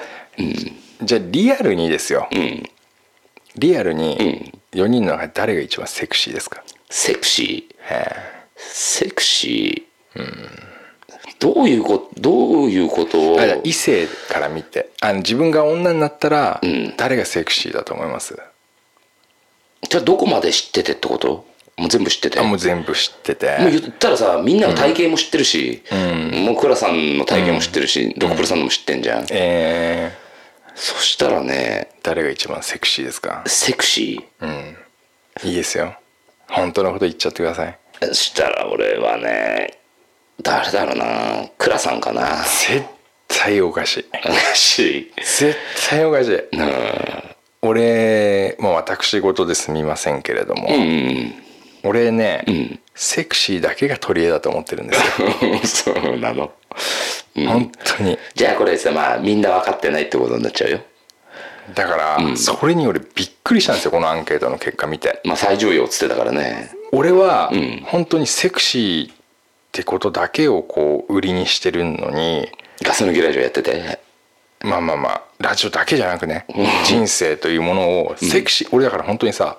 [SPEAKER 3] じゃあリアルにですよ、
[SPEAKER 4] ん
[SPEAKER 3] リアルに4人の中で誰が一番セクシーですか
[SPEAKER 4] セクシーセクシーどういうこどういうことを
[SPEAKER 3] あじゃあ異性から見てあの自分が女になったら
[SPEAKER 4] うん
[SPEAKER 3] 誰がセクシーだと思います、
[SPEAKER 4] じゃあどこまで知っててってこともう全部知ってて
[SPEAKER 3] あもう全部知ってて
[SPEAKER 4] もう言ったらさみんなの体型も知ってるし、
[SPEAKER 3] ん
[SPEAKER 4] もう倉さんの体型も知ってるし、ドクプルさんのも知ってんじゃん、
[SPEAKER 3] え
[SPEAKER 4] そしたらね
[SPEAKER 3] ー、誰が一番セクシーですか
[SPEAKER 4] セクシ
[SPEAKER 3] うんいいですよ本当のこと言っちゃってください
[SPEAKER 4] ーしたら俺はね誰だろうな倉さんか な
[SPEAKER 3] 絶対おかしい
[SPEAKER 4] し
[SPEAKER 3] 絶対おかしい俺もう私事ですみませんけれども、
[SPEAKER 4] うんうん
[SPEAKER 3] 俺ね、
[SPEAKER 4] ん
[SPEAKER 3] セクシーだけが取り柄だと思ってるんですよ
[SPEAKER 4] うんそうなの、うん
[SPEAKER 3] 本当に
[SPEAKER 4] じゃあこれさまあみんな分かってないってことになっちゃうよ
[SPEAKER 3] だから、それに俺びっくりしたんですよこのアンケートの結果見て
[SPEAKER 4] まあ最上位をつってたからね
[SPEAKER 3] 俺は
[SPEAKER 4] うん
[SPEAKER 3] 本当にセクシーってことだけをこう売りにしてるのに
[SPEAKER 4] ガス抜きラジオやってて
[SPEAKER 3] まあまあまあラジオだけじゃなくね人生というものをセクシー、俺だから本当にさ、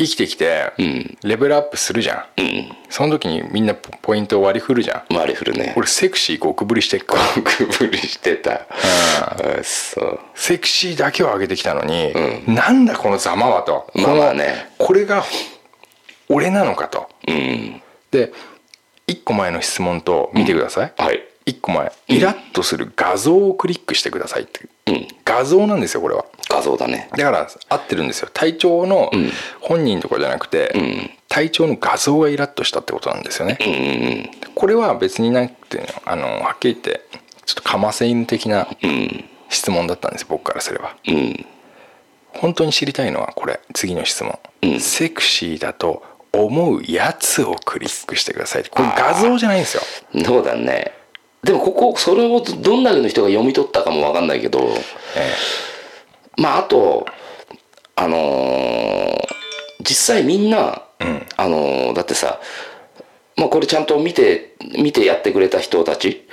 [SPEAKER 3] 生きてきて
[SPEAKER 4] ん
[SPEAKER 3] レベルアップするじゃん、
[SPEAKER 4] うん
[SPEAKER 3] その時にみんなポポイントを割り振るじゃん
[SPEAKER 4] 周り振るね
[SPEAKER 3] 俺セクシー極振りしてっから
[SPEAKER 4] くぶりしてたうんそう
[SPEAKER 3] セクシーだけを上げてきたのに、なんだこのざまはと、
[SPEAKER 4] まあまあね
[SPEAKER 3] このこれが俺なのかと
[SPEAKER 4] うん
[SPEAKER 3] で1個前の質問と見てください、
[SPEAKER 4] はい
[SPEAKER 3] 1個前イラッとする画像をクリックしてくださいって、画像なんですよこれは
[SPEAKER 4] 画像だね
[SPEAKER 3] だから合ってるんですよ体調の本人とかじゃなくて、体調の画像がイラッとしたってことなんですよね、
[SPEAKER 4] うんうん
[SPEAKER 3] これは別になんていうのあのはっきり言ってちょっとかませ犬的な
[SPEAKER 4] うん
[SPEAKER 3] 質問だったんです僕からすれば
[SPEAKER 4] うん
[SPEAKER 3] 本当に知りたいのはこれ次の質問、
[SPEAKER 4] うん
[SPEAKER 3] セクシーだと思うやつをクリックしてくださいこれ画像じゃないんですよ
[SPEAKER 4] そうだねでもここそれをどんだけの人が読み取ったかもわかんないけど
[SPEAKER 3] え
[SPEAKER 4] まああとあのー実際みんな、あのーだってさまあこれちゃんと見て見てやってくれた人たち、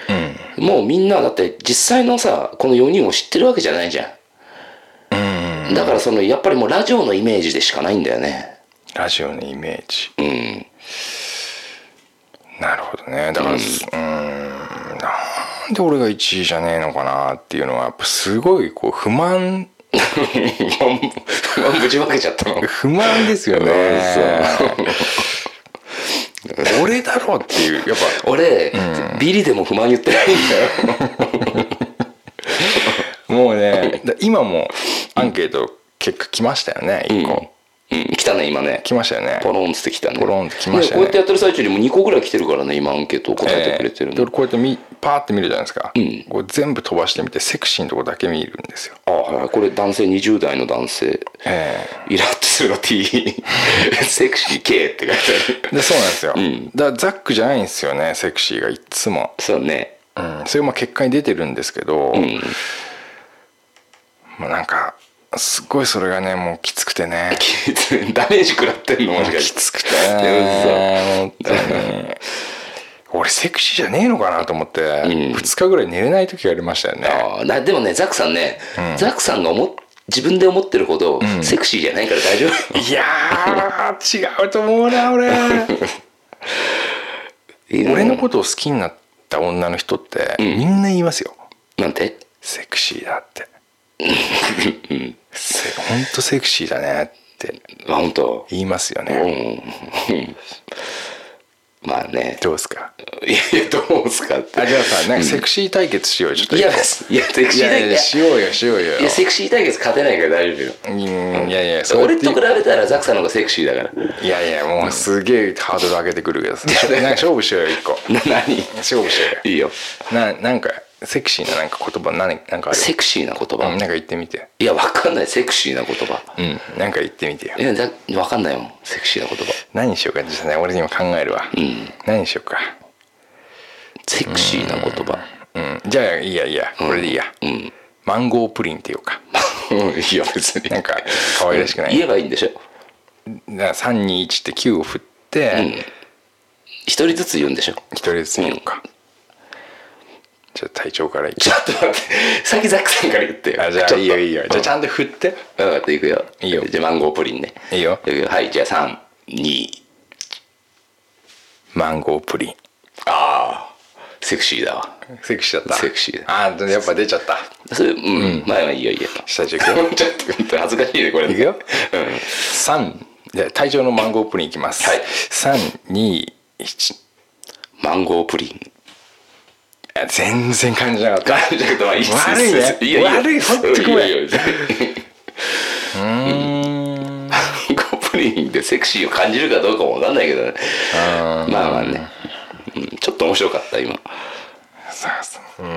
[SPEAKER 4] もうみんなだって実際のさこの4人を知ってるわけじゃないじゃん、だからそのやっぱりもうラジオのイメージでしかないんだ よね
[SPEAKER 3] ラジオのイメージ
[SPEAKER 4] うん
[SPEAKER 3] なるほどねだからうーんなんで俺が1位じゃねえのかなっていうのはやっぱすごいこう不満
[SPEAKER 4] ぶちまけちゃったの
[SPEAKER 3] 不満ですよね俺だろうっていうやっ
[SPEAKER 4] 俺、ビリでも不満言ってないんだよ
[SPEAKER 3] ぱもうねだ今もアンケート結果来ましたよね1個、
[SPEAKER 4] うん、来たね今ね
[SPEAKER 3] 来ましたよね
[SPEAKER 4] ポロンって来たね
[SPEAKER 3] ポロンって来ましたね
[SPEAKER 4] こうやってやってる最中にも2個ぐらい来てるからね今アンケートを答えてくれてる
[SPEAKER 3] えーで
[SPEAKER 4] の、
[SPEAKER 3] 俺こうやってみパーって見るじゃないですか、
[SPEAKER 4] うん
[SPEAKER 3] こう全部飛ばしてみてセクシーのとこだけ見るんですよ
[SPEAKER 4] あはいはいこれ男性20代の男性
[SPEAKER 3] え
[SPEAKER 4] イラッとするの T セクシー K って書いてあ
[SPEAKER 3] え
[SPEAKER 4] る
[SPEAKER 3] でそうなんですよ、
[SPEAKER 4] ん
[SPEAKER 3] だからザックじゃないんですよねセクシーがいっつも、
[SPEAKER 4] そうね
[SPEAKER 3] うん、それも結果に出てるんですけど、
[SPEAKER 4] うん
[SPEAKER 3] まあ、なんかすっごいそれがねもうきつくてね
[SPEAKER 4] きつダメージ食らってんのもしか
[SPEAKER 3] き
[SPEAKER 4] して
[SPEAKER 3] つくて
[SPEAKER 4] ね
[SPEAKER 3] ね本当に 俺セクシーじゃねえのかなと思って、
[SPEAKER 4] うん
[SPEAKER 3] 2日ぐらい寝れない時がありましたよね
[SPEAKER 4] あーなでもねザックさんね、ザックさんが思っ自分で思ってるほどセクシーじゃないから大丈夫、
[SPEAKER 3] いやー違うと思うな俺俺のことを好きになった女の人って、みんな言いますよ
[SPEAKER 4] なんて
[SPEAKER 3] セクシーだってせほんとセクシーだねって
[SPEAKER 4] あ本当
[SPEAKER 3] 言いますよ
[SPEAKER 4] うんう
[SPEAKER 3] ね、
[SPEAKER 4] んまあね
[SPEAKER 3] どうですか
[SPEAKER 4] いやどうですかって
[SPEAKER 3] あじゃあさなんかセクシー対決しようよちょっと
[SPEAKER 4] い
[SPEAKER 3] 一個
[SPEAKER 4] やいやセク
[SPEAKER 3] い
[SPEAKER 4] シー
[SPEAKER 3] やい
[SPEAKER 4] 対
[SPEAKER 3] やいやし
[SPEAKER 4] 決
[SPEAKER 3] ようよしようよ
[SPEAKER 4] いやセクシー対決勝てないから大丈夫
[SPEAKER 3] う
[SPEAKER 4] よ
[SPEAKER 3] んいやいやそうや
[SPEAKER 4] 俺
[SPEAKER 3] って
[SPEAKER 4] と比べたらザックさんの方がセクシーだから
[SPEAKER 3] いやいやもうすげえハードル上げてくるけどさ
[SPEAKER 4] いや
[SPEAKER 3] なんか勝負しようよ一個
[SPEAKER 4] 何
[SPEAKER 3] 勝負しよう
[SPEAKER 4] いいよ
[SPEAKER 3] よななんかセクシーななんか言葉何なんかある
[SPEAKER 4] セクシーな言
[SPEAKER 3] うん
[SPEAKER 4] 葉、
[SPEAKER 3] なんか言ってみて
[SPEAKER 4] いやわかんないセクシーな言葉
[SPEAKER 3] うんなんか言ってみてよ
[SPEAKER 4] いやザックわかんないもんセクシーな言葉
[SPEAKER 3] 何にしようか実際ね俺今考えるわ、何にしようか
[SPEAKER 4] セクシーな言葉
[SPEAKER 3] うんじゃあいいやいいやこれでいいや、
[SPEAKER 4] うん
[SPEAKER 3] マンゴープリンっていうか
[SPEAKER 4] うん いや別に
[SPEAKER 3] なんか可愛らしくない
[SPEAKER 4] 言えばいいんでしょ
[SPEAKER 3] な321って9を振って、
[SPEAKER 4] 一人ずつ言うんでしょ
[SPEAKER 3] 一人ずつ見ようか、じゃあ隊長からい
[SPEAKER 4] ちょっと待って先ザックさんから言ってよ
[SPEAKER 3] あじゃ
[SPEAKER 4] ち
[SPEAKER 3] あ
[SPEAKER 4] ょっと
[SPEAKER 3] いいよいいよじゃあちゃ
[SPEAKER 4] うん
[SPEAKER 3] と振って
[SPEAKER 4] ん分かったいくよ
[SPEAKER 3] いいよ
[SPEAKER 4] じゃあマンゴープリンね
[SPEAKER 3] いいよ
[SPEAKER 4] くはいじゃあ32
[SPEAKER 3] マンゴープリン
[SPEAKER 4] ああセクシーだわ。
[SPEAKER 3] セクシーだった
[SPEAKER 4] セクシー
[SPEAKER 3] あーやっぱ出ちゃった
[SPEAKER 4] それ、うん。まあまあいいよいいよ。
[SPEAKER 3] 下地いくよ
[SPEAKER 4] ちょっと本当に恥ずかしいね、これ。
[SPEAKER 3] いくよ
[SPEAKER 4] うん。
[SPEAKER 3] 3じゃあ体調のマンゴープリンいきます、
[SPEAKER 4] はい
[SPEAKER 3] 321
[SPEAKER 4] マンゴープリン。
[SPEAKER 3] 全然感じなかった
[SPEAKER 4] あじゃあまあいいっす
[SPEAKER 3] 悪いね
[SPEAKER 4] っすっすいいよいいよ
[SPEAKER 3] 悪いほんとごめん
[SPEAKER 4] いいよいいよマンゴープリンでセクシーを感じるかどうかもわかんないけどね。まあまあね。うんちょっと面白かった、今。
[SPEAKER 3] さあさあうー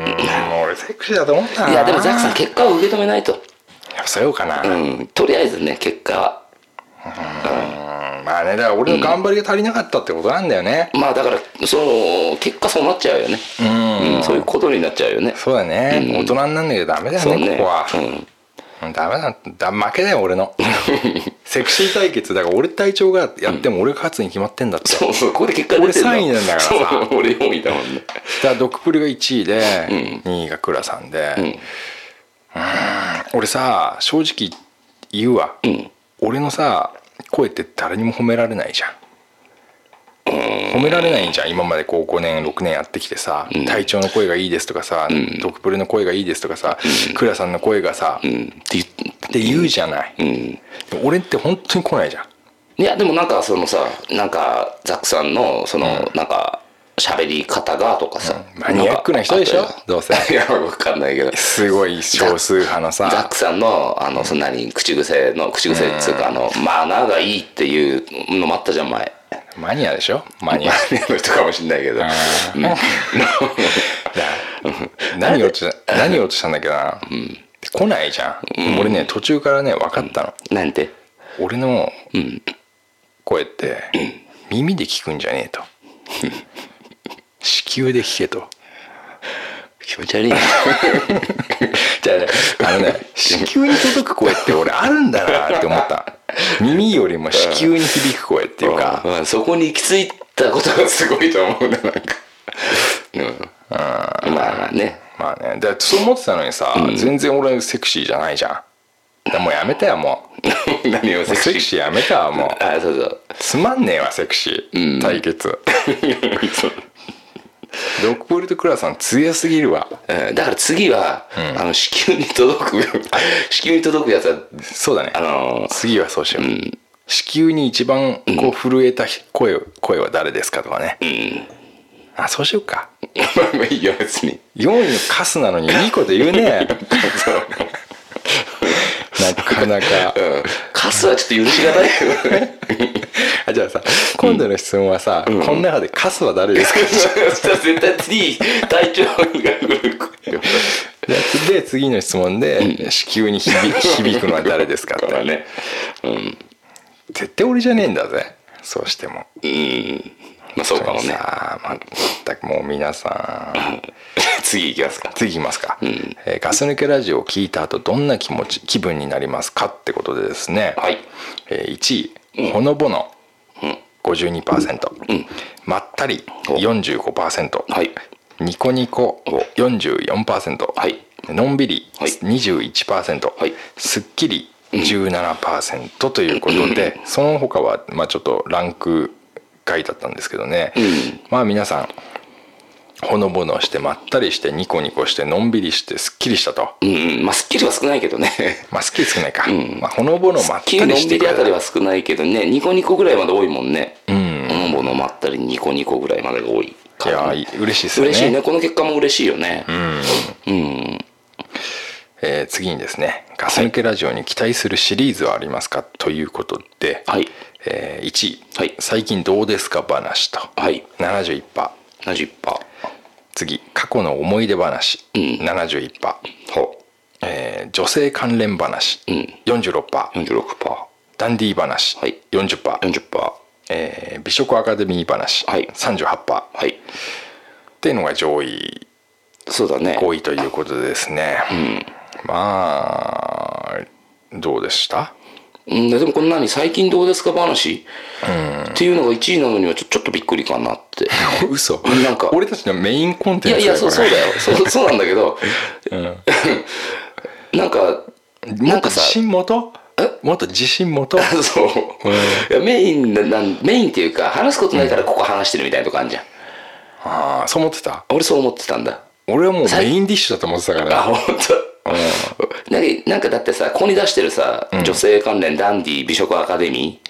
[SPEAKER 3] ん俺セクシーだと思ったない
[SPEAKER 4] や、でもザックさん、結果を受け止めないと。
[SPEAKER 3] やっぱそうようかな、
[SPEAKER 4] う
[SPEAKER 3] うん
[SPEAKER 4] ん。とりあえずね、結果は。
[SPEAKER 3] まあねだから俺の頑張りが足りなかったってことなんだよね、
[SPEAKER 4] まあだから、その、結果そうなっちゃうよね。うん。そういうことになっちゃうよね。
[SPEAKER 3] そうだね、
[SPEAKER 4] うん
[SPEAKER 3] 大人になんなきゃダメだ
[SPEAKER 4] そ
[SPEAKER 3] よ
[SPEAKER 4] う
[SPEAKER 3] ね
[SPEAKER 4] ね。
[SPEAKER 3] ここは、
[SPEAKER 4] うん。
[SPEAKER 3] うんダメだだ負けだよ俺 のセクシー対決だから俺隊長がやっても俺が勝つに決まってんだって、
[SPEAKER 4] そうそう、ここで結果出てんの
[SPEAKER 3] 俺三位なんだからさ
[SPEAKER 4] そう、俺4位だもんね。
[SPEAKER 3] だからドクプルが1位で、2位が倉さんで、うーん俺さ正直言うわ、
[SPEAKER 4] ん
[SPEAKER 3] 俺のさ声って誰にも褒められないじゃん褒められないんじゃん今までこう5年6年やってきてさ、隊長の声がいいですとかさ、ドクプルの声がいいですとかさ、倉さんの声がさ、
[SPEAKER 4] う
[SPEAKER 3] っ
[SPEAKER 4] ん。って言って
[SPEAKER 3] 言うじゃない、
[SPEAKER 4] うん。
[SPEAKER 3] でも俺って本当に来ないじゃん
[SPEAKER 4] いやでもなんかそのさなんかザックさんのそのなんか喋り方がとかさ、
[SPEAKER 3] マニアックな人でしょ
[SPEAKER 4] なんか
[SPEAKER 3] どうせ
[SPEAKER 4] いやわかんないけど
[SPEAKER 3] すごい少数派の
[SPEAKER 4] ザッ
[SPEAKER 3] さ
[SPEAKER 4] クさんのあのそんなに口癖の口癖っつうかあのマナーがいいっていうのもあったじゃん前
[SPEAKER 3] マニアでしょマニア
[SPEAKER 4] マニアの人かもしんないけど、うん
[SPEAKER 3] 何を落とした何を落としたんだっけな、来ないじゃん、俺ね途中からね分かったの、
[SPEAKER 4] なんて
[SPEAKER 3] 俺の声って、耳で聞くんじゃねえと子宮で聞けと
[SPEAKER 4] 気持ち悪いな
[SPEAKER 3] じゃあねあのね子宮に届く声って俺あるんだなって思った耳よりも子宮に響く声っていうか
[SPEAKER 4] うんうんそこに行き着いたことがすごいと思うななんか、うん、まあまあね
[SPEAKER 3] まあねだからそう思ってたのにさ、全然俺セクシーじゃないじゃんだからもうやめたよもう
[SPEAKER 4] 何を
[SPEAKER 3] もうセクシーやめたわもう
[SPEAKER 4] あそうそう
[SPEAKER 3] つまんねえわセクシー、対決ドクポルとクラさん強すぎるわ
[SPEAKER 4] うんだから次は、あの子宮に届く 子宮に届くやつは
[SPEAKER 3] そうだね
[SPEAKER 4] あのー
[SPEAKER 3] 次はそうしよう、子宮に一番こう震えた声,、声は誰ですかとかね、あそうしようか
[SPEAKER 4] まあまあいいよ別に
[SPEAKER 3] 4位のカスなのにいいこと言うねなかなか
[SPEAKER 4] うんカスはちょっと許しがたいけどね
[SPEAKER 3] あじゃあさ今度の質問はさ、この中でカスは誰ですか
[SPEAKER 4] そしたら 絶対次体調が来る
[SPEAKER 3] でで次の質問で、子宮に響 響くのは誰ですかっ
[SPEAKER 4] から
[SPEAKER 3] て
[SPEAKER 4] ねうん
[SPEAKER 3] 絶対俺じゃねえんだぜそうしても
[SPEAKER 4] うんまあそうかもね
[SPEAKER 3] さあ全くもう皆さん
[SPEAKER 4] 次行きますか
[SPEAKER 3] 次いきますか、えーガス抜けラジオを聞いた後どんな気持ち気分になりますかってことでですね、
[SPEAKER 4] はい
[SPEAKER 3] えー1位、ほのぼの52%、まったり45%、
[SPEAKER 4] はい
[SPEAKER 3] ニコニコ44%、
[SPEAKER 4] はい
[SPEAKER 3] のんびり
[SPEAKER 4] はい
[SPEAKER 3] 21%、
[SPEAKER 4] はい
[SPEAKER 3] すっきり17%ということで、その他はまあちょっとランク外だったんですけどね、まあ皆さんほのぼのしてまったりしてニコニコしてのんびりしてすっきりしたと。
[SPEAKER 4] うんうんまあスッキリは少ないけどね
[SPEAKER 3] まあ、好き少ないか、まあ、ほのぼのまっ
[SPEAKER 4] スッ
[SPEAKER 3] た
[SPEAKER 4] キリの
[SPEAKER 3] り
[SPEAKER 4] ん
[SPEAKER 3] し
[SPEAKER 4] び
[SPEAKER 3] てく
[SPEAKER 4] り
[SPEAKER 3] れ
[SPEAKER 4] あたり
[SPEAKER 3] た
[SPEAKER 4] は少ないけどねニコニコぐらいまで多いもんねうんものまったりニコニコぐらいまでが多い
[SPEAKER 3] い
[SPEAKER 4] か
[SPEAKER 3] や
[SPEAKER 4] ら
[SPEAKER 3] ー嬉しいですよね
[SPEAKER 4] 嬉しいねこの結果も嬉しいよねうん
[SPEAKER 3] えー次にですね「ガス抜けラジオに期待するシリーズはありますか?」ということで、
[SPEAKER 4] はい
[SPEAKER 3] え1位、
[SPEAKER 4] はい
[SPEAKER 3] 最近どうですか?」話と
[SPEAKER 4] はい
[SPEAKER 3] 71%
[SPEAKER 4] 70%
[SPEAKER 3] 次過去の思い出話、71%
[SPEAKER 4] ほ
[SPEAKER 3] えー女性関連話、46%
[SPEAKER 4] 46%
[SPEAKER 3] ダンディー話、
[SPEAKER 4] はい
[SPEAKER 3] 40%、
[SPEAKER 4] 40%
[SPEAKER 3] えー美食アカデミー話、
[SPEAKER 4] はい
[SPEAKER 3] 38%っ
[SPEAKER 4] はい
[SPEAKER 3] ていうのが上位
[SPEAKER 4] そうだね
[SPEAKER 3] 5位ということでですね、まあどうでした
[SPEAKER 4] うんでもこの何最近どうですか話っていうのが1位なのにはちょちょっとびっくりかなって
[SPEAKER 3] 嘘
[SPEAKER 4] なんか
[SPEAKER 3] 俺たちのメインコン
[SPEAKER 4] い
[SPEAKER 3] テン
[SPEAKER 4] や
[SPEAKER 3] ツ
[SPEAKER 4] いやそうそうだよそうそうなんだけどなんか
[SPEAKER 3] な
[SPEAKER 4] なんん
[SPEAKER 3] か
[SPEAKER 4] か
[SPEAKER 3] 自
[SPEAKER 4] さ
[SPEAKER 3] 信元もっと自信元
[SPEAKER 4] そう、いやメインななんメインっていうか話すことないからここ話してるみたいなとこあるじゃん
[SPEAKER 3] ああそう思ってた
[SPEAKER 4] 俺そう思ってたんだ
[SPEAKER 3] 俺はもう
[SPEAKER 4] さ
[SPEAKER 3] メインディッシュだと思ってたか
[SPEAKER 4] あ
[SPEAKER 3] ら
[SPEAKER 4] 本当。なんかなんかだってさここに出してるさ、女性関連ダンディ美食アカデミ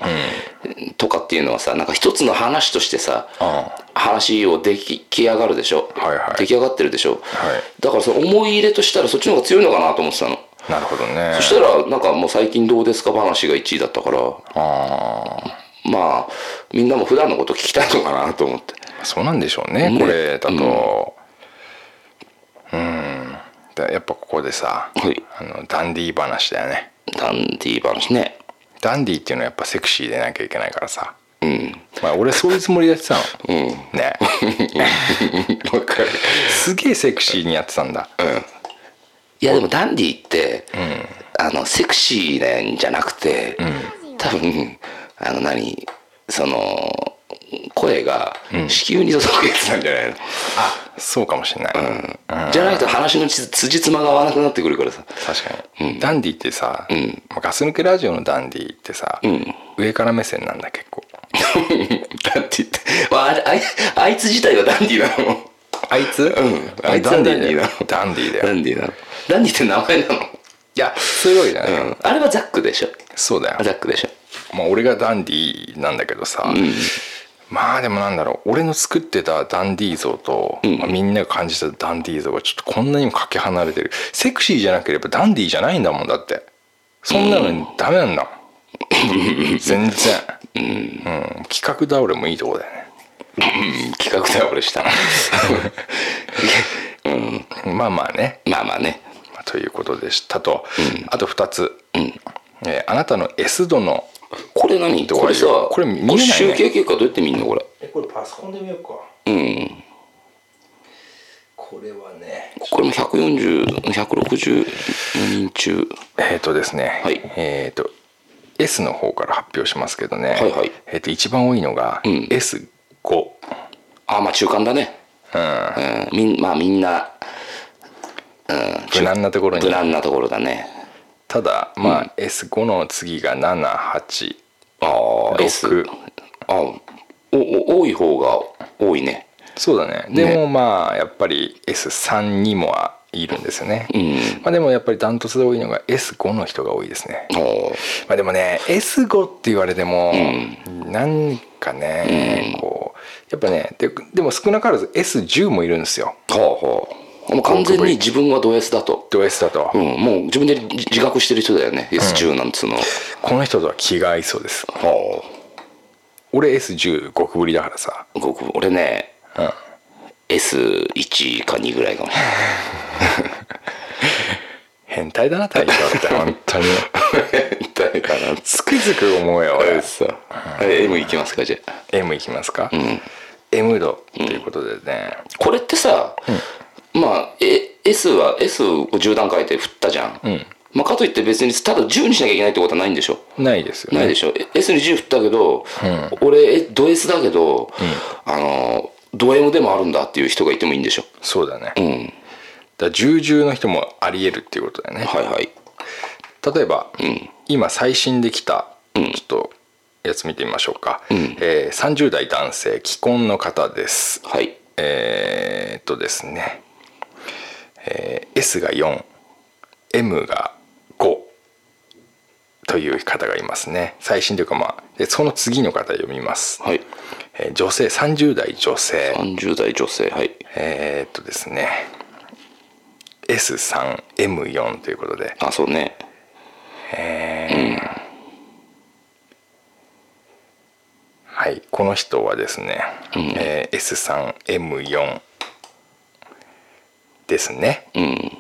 [SPEAKER 4] ーとかっていうのはさなんか一つの話としてさ、
[SPEAKER 3] う
[SPEAKER 4] 話を出来上がるでしょ、
[SPEAKER 3] はいはい
[SPEAKER 4] 出来上がってるでしょ、
[SPEAKER 3] い
[SPEAKER 4] だからその思い入れとしたらそっちの方が強いのかなと思ってたの、
[SPEAKER 3] んなるほどね
[SPEAKER 4] そしたらなんかもう最近どうですか話が1位だったから
[SPEAKER 3] あ
[SPEAKER 4] まあみんなも普段のこと聞きたいのかなと思って
[SPEAKER 3] あそうなんでしょうね
[SPEAKER 4] ね
[SPEAKER 3] これだとうん、でやっぱここでさ、
[SPEAKER 4] はい
[SPEAKER 3] あのダンディー話だよね
[SPEAKER 4] ダンディー話ね
[SPEAKER 3] ダンディーっていうのはやっぱセクシーでなきゃいけないからさ
[SPEAKER 4] うん
[SPEAKER 3] まあ俺そういうつもりでやってたの
[SPEAKER 4] うん
[SPEAKER 3] ね
[SPEAKER 4] わかる
[SPEAKER 3] すげえセクシーにやってたんだ
[SPEAKER 4] いやでもダンディーって、あのセクシーなんじゃなくて、多分あの何その声が子宮に届くやつなんじゃないの、
[SPEAKER 3] そうかもしれない、うん、
[SPEAKER 4] じゃないと話のつ辻褄が合わなくなってくるからさ
[SPEAKER 3] 確かに、ダンディってさ、
[SPEAKER 4] ん
[SPEAKER 3] まあガス抜けラジオのダンディってさ、
[SPEAKER 4] ん
[SPEAKER 3] 上から目線なんだ結構
[SPEAKER 4] ダンディーって、まあ、あれあいあいつ自体はダンディーなの
[SPEAKER 3] あいつ、うん
[SPEAKER 4] あいつはダンディーだよ
[SPEAKER 3] ダンディーだ
[SPEAKER 4] ダ
[SPEAKER 3] よ
[SPEAKER 4] ンディーなのダンディーって名前なの
[SPEAKER 3] いやすごいだね、
[SPEAKER 4] うんあれはザックでしょ
[SPEAKER 3] そうだよ
[SPEAKER 4] あザックでしょ
[SPEAKER 3] まあ、俺がダンディーなんだけどさ、まあでもなんだろう俺の作ってたダンディー像と、まあ、みんなが感じたダンディー像がちょっとこんなにもかけ離れてるセクシーじゃなければダンディーじゃないんだもんだってそんなのダメなんだもん全然、うん、企画倒れもいいとこだよ
[SPEAKER 4] うん企画倒れしたなうん
[SPEAKER 3] ねまあまあね、
[SPEAKER 4] まあまあね
[SPEAKER 3] まあということでしたと、あと2つ、えーあなたの S 度の
[SPEAKER 4] これ何
[SPEAKER 3] どういう
[SPEAKER 4] これさ
[SPEAKER 3] これ見えないね
[SPEAKER 4] 集計結果どうやって見んのこれ
[SPEAKER 3] えこれパソコンで見ようか
[SPEAKER 4] うん
[SPEAKER 3] これはね
[SPEAKER 4] これも140164人中
[SPEAKER 3] えっ、ー、とですね、
[SPEAKER 4] はい
[SPEAKER 3] えっ、と S の方から発表しますけどね、
[SPEAKER 4] はいはい
[SPEAKER 3] えー、と一番多いのが
[SPEAKER 4] ん
[SPEAKER 3] S5、
[SPEAKER 4] あまあ中間だねうん、みんまあみんな、うん、
[SPEAKER 3] 無難なところに
[SPEAKER 4] 無難なところだね
[SPEAKER 3] ただまあ、S5 の次が78
[SPEAKER 4] ああ
[SPEAKER 3] 六
[SPEAKER 4] S あおお多い方が多いね
[SPEAKER 3] そうだねでもまあやっぱり S3 にもいるんですよね、
[SPEAKER 4] うん
[SPEAKER 3] まあ、でもやっぱりダントツで多いのが S5 の人が多いですね
[SPEAKER 4] お
[SPEAKER 3] まあ、でもね S5 って言われても、なんかね、こうやっぱねででも少なからず S10 もいるんですよ
[SPEAKER 4] ほうもう完全に自分はド S だと、
[SPEAKER 3] ド S だと、
[SPEAKER 4] うん、もう自分で自自覚してる人だよね S10 なんつうの、
[SPEAKER 3] この人とは気が合いそうです
[SPEAKER 4] ほ
[SPEAKER 3] 俺 S10 極ぶりだからさ
[SPEAKER 4] う僕俺ね、
[SPEAKER 3] うん
[SPEAKER 4] S1 か2ぐらいかもしれない
[SPEAKER 3] 変態だな大将って本当に
[SPEAKER 4] 誰かな
[SPEAKER 3] つくづく思うよ俺
[SPEAKER 4] さあ M いきますかじゃあ
[SPEAKER 3] M いきますか、M 度ということでね、
[SPEAKER 4] これってさ、まあ、え S は S を10段階で振ったじゃん、まあ、かといって別にただ10にしなきゃいけないってことはないんでしょ
[SPEAKER 3] ないですよね
[SPEAKER 4] ないでしょ、え S に10振ったけど、俺えド S だけど、あのド M でもあるんだっていう人がいてもいいんでしょ
[SPEAKER 3] そうだね、だ
[SPEAKER 4] う
[SPEAKER 3] か
[SPEAKER 4] ん
[SPEAKER 3] ら重々の人もありえるっていうことだよね、
[SPEAKER 4] はいはい
[SPEAKER 3] 例えば、今最新できたちょっとやつ見てみましょうか、えー30代男性既婚の方です
[SPEAKER 4] はい
[SPEAKER 3] えーっとですね、えー S が 4M が5という方がいますね最新というかまあでその次の方読みます、
[SPEAKER 4] はい
[SPEAKER 3] えー女性30代女性
[SPEAKER 4] 30代女性はい
[SPEAKER 3] えーっとですね S3M4 ということで
[SPEAKER 4] あそうね
[SPEAKER 3] はい、この人はですね、えー S3M4 ですね。
[SPEAKER 4] うん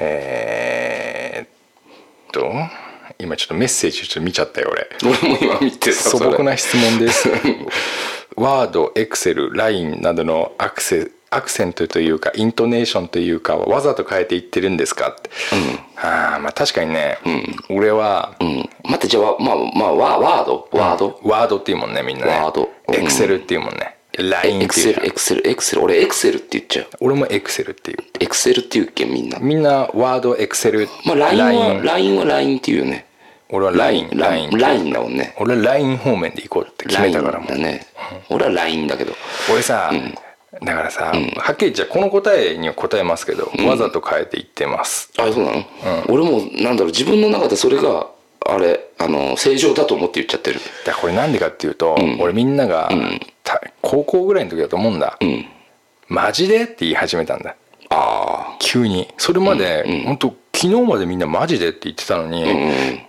[SPEAKER 3] えーっと今ちょっとメッセージちょっと見ちゃったよ俺。
[SPEAKER 4] 俺も今見てた
[SPEAKER 3] 素
[SPEAKER 4] それ
[SPEAKER 3] 朴な質問です。 ワード、エクセル、ラインなどのアクセアクセントというかイントネーションというかはわざと変えていってるんですかって、ああまあ確かにね、俺は、
[SPEAKER 4] うん待ってじゃあわまあまあワワードワード、
[SPEAKER 3] ワードっていうもんねみんなね
[SPEAKER 4] ワードうん
[SPEAKER 3] エクセルっていうもんね LINE
[SPEAKER 4] エ
[SPEAKER 3] っ
[SPEAKER 4] ク
[SPEAKER 3] てい
[SPEAKER 4] セ
[SPEAKER 3] うじゃん
[SPEAKER 4] ル、エクセル、エクセル。俺、エクセルって言っちゃう。
[SPEAKER 3] 俺もエクセルっていう
[SPEAKER 4] エクセルって言うっけ、みんな。
[SPEAKER 3] みんなワードエクセル
[SPEAKER 4] まあ、LINE は、LINE は LINE って言うよね。
[SPEAKER 3] 俺はライン
[SPEAKER 4] ラインラインだもんね
[SPEAKER 3] 俺はライン方面で行こうって決めたからも
[SPEAKER 4] ライ
[SPEAKER 3] う
[SPEAKER 4] ンだね俺はラインだけど
[SPEAKER 3] 俺さ、だからさ、はっきり言っちゃこの答えには答えますけど、わざと変えていってます
[SPEAKER 4] あそうなの、俺もなんだろう自分の中でそれがあれあの正常だと思って言っちゃってる
[SPEAKER 3] だからこれなんでかっていうと、俺みんなが、た高校ぐらいの時だと思うんだ、
[SPEAKER 4] うん
[SPEAKER 3] マジでって言い始めたんだ
[SPEAKER 4] あ
[SPEAKER 3] 急にそれまで、
[SPEAKER 4] うんうん
[SPEAKER 3] 本当昨日までみんなマジでって言ってたのに、
[SPEAKER 4] あうんうん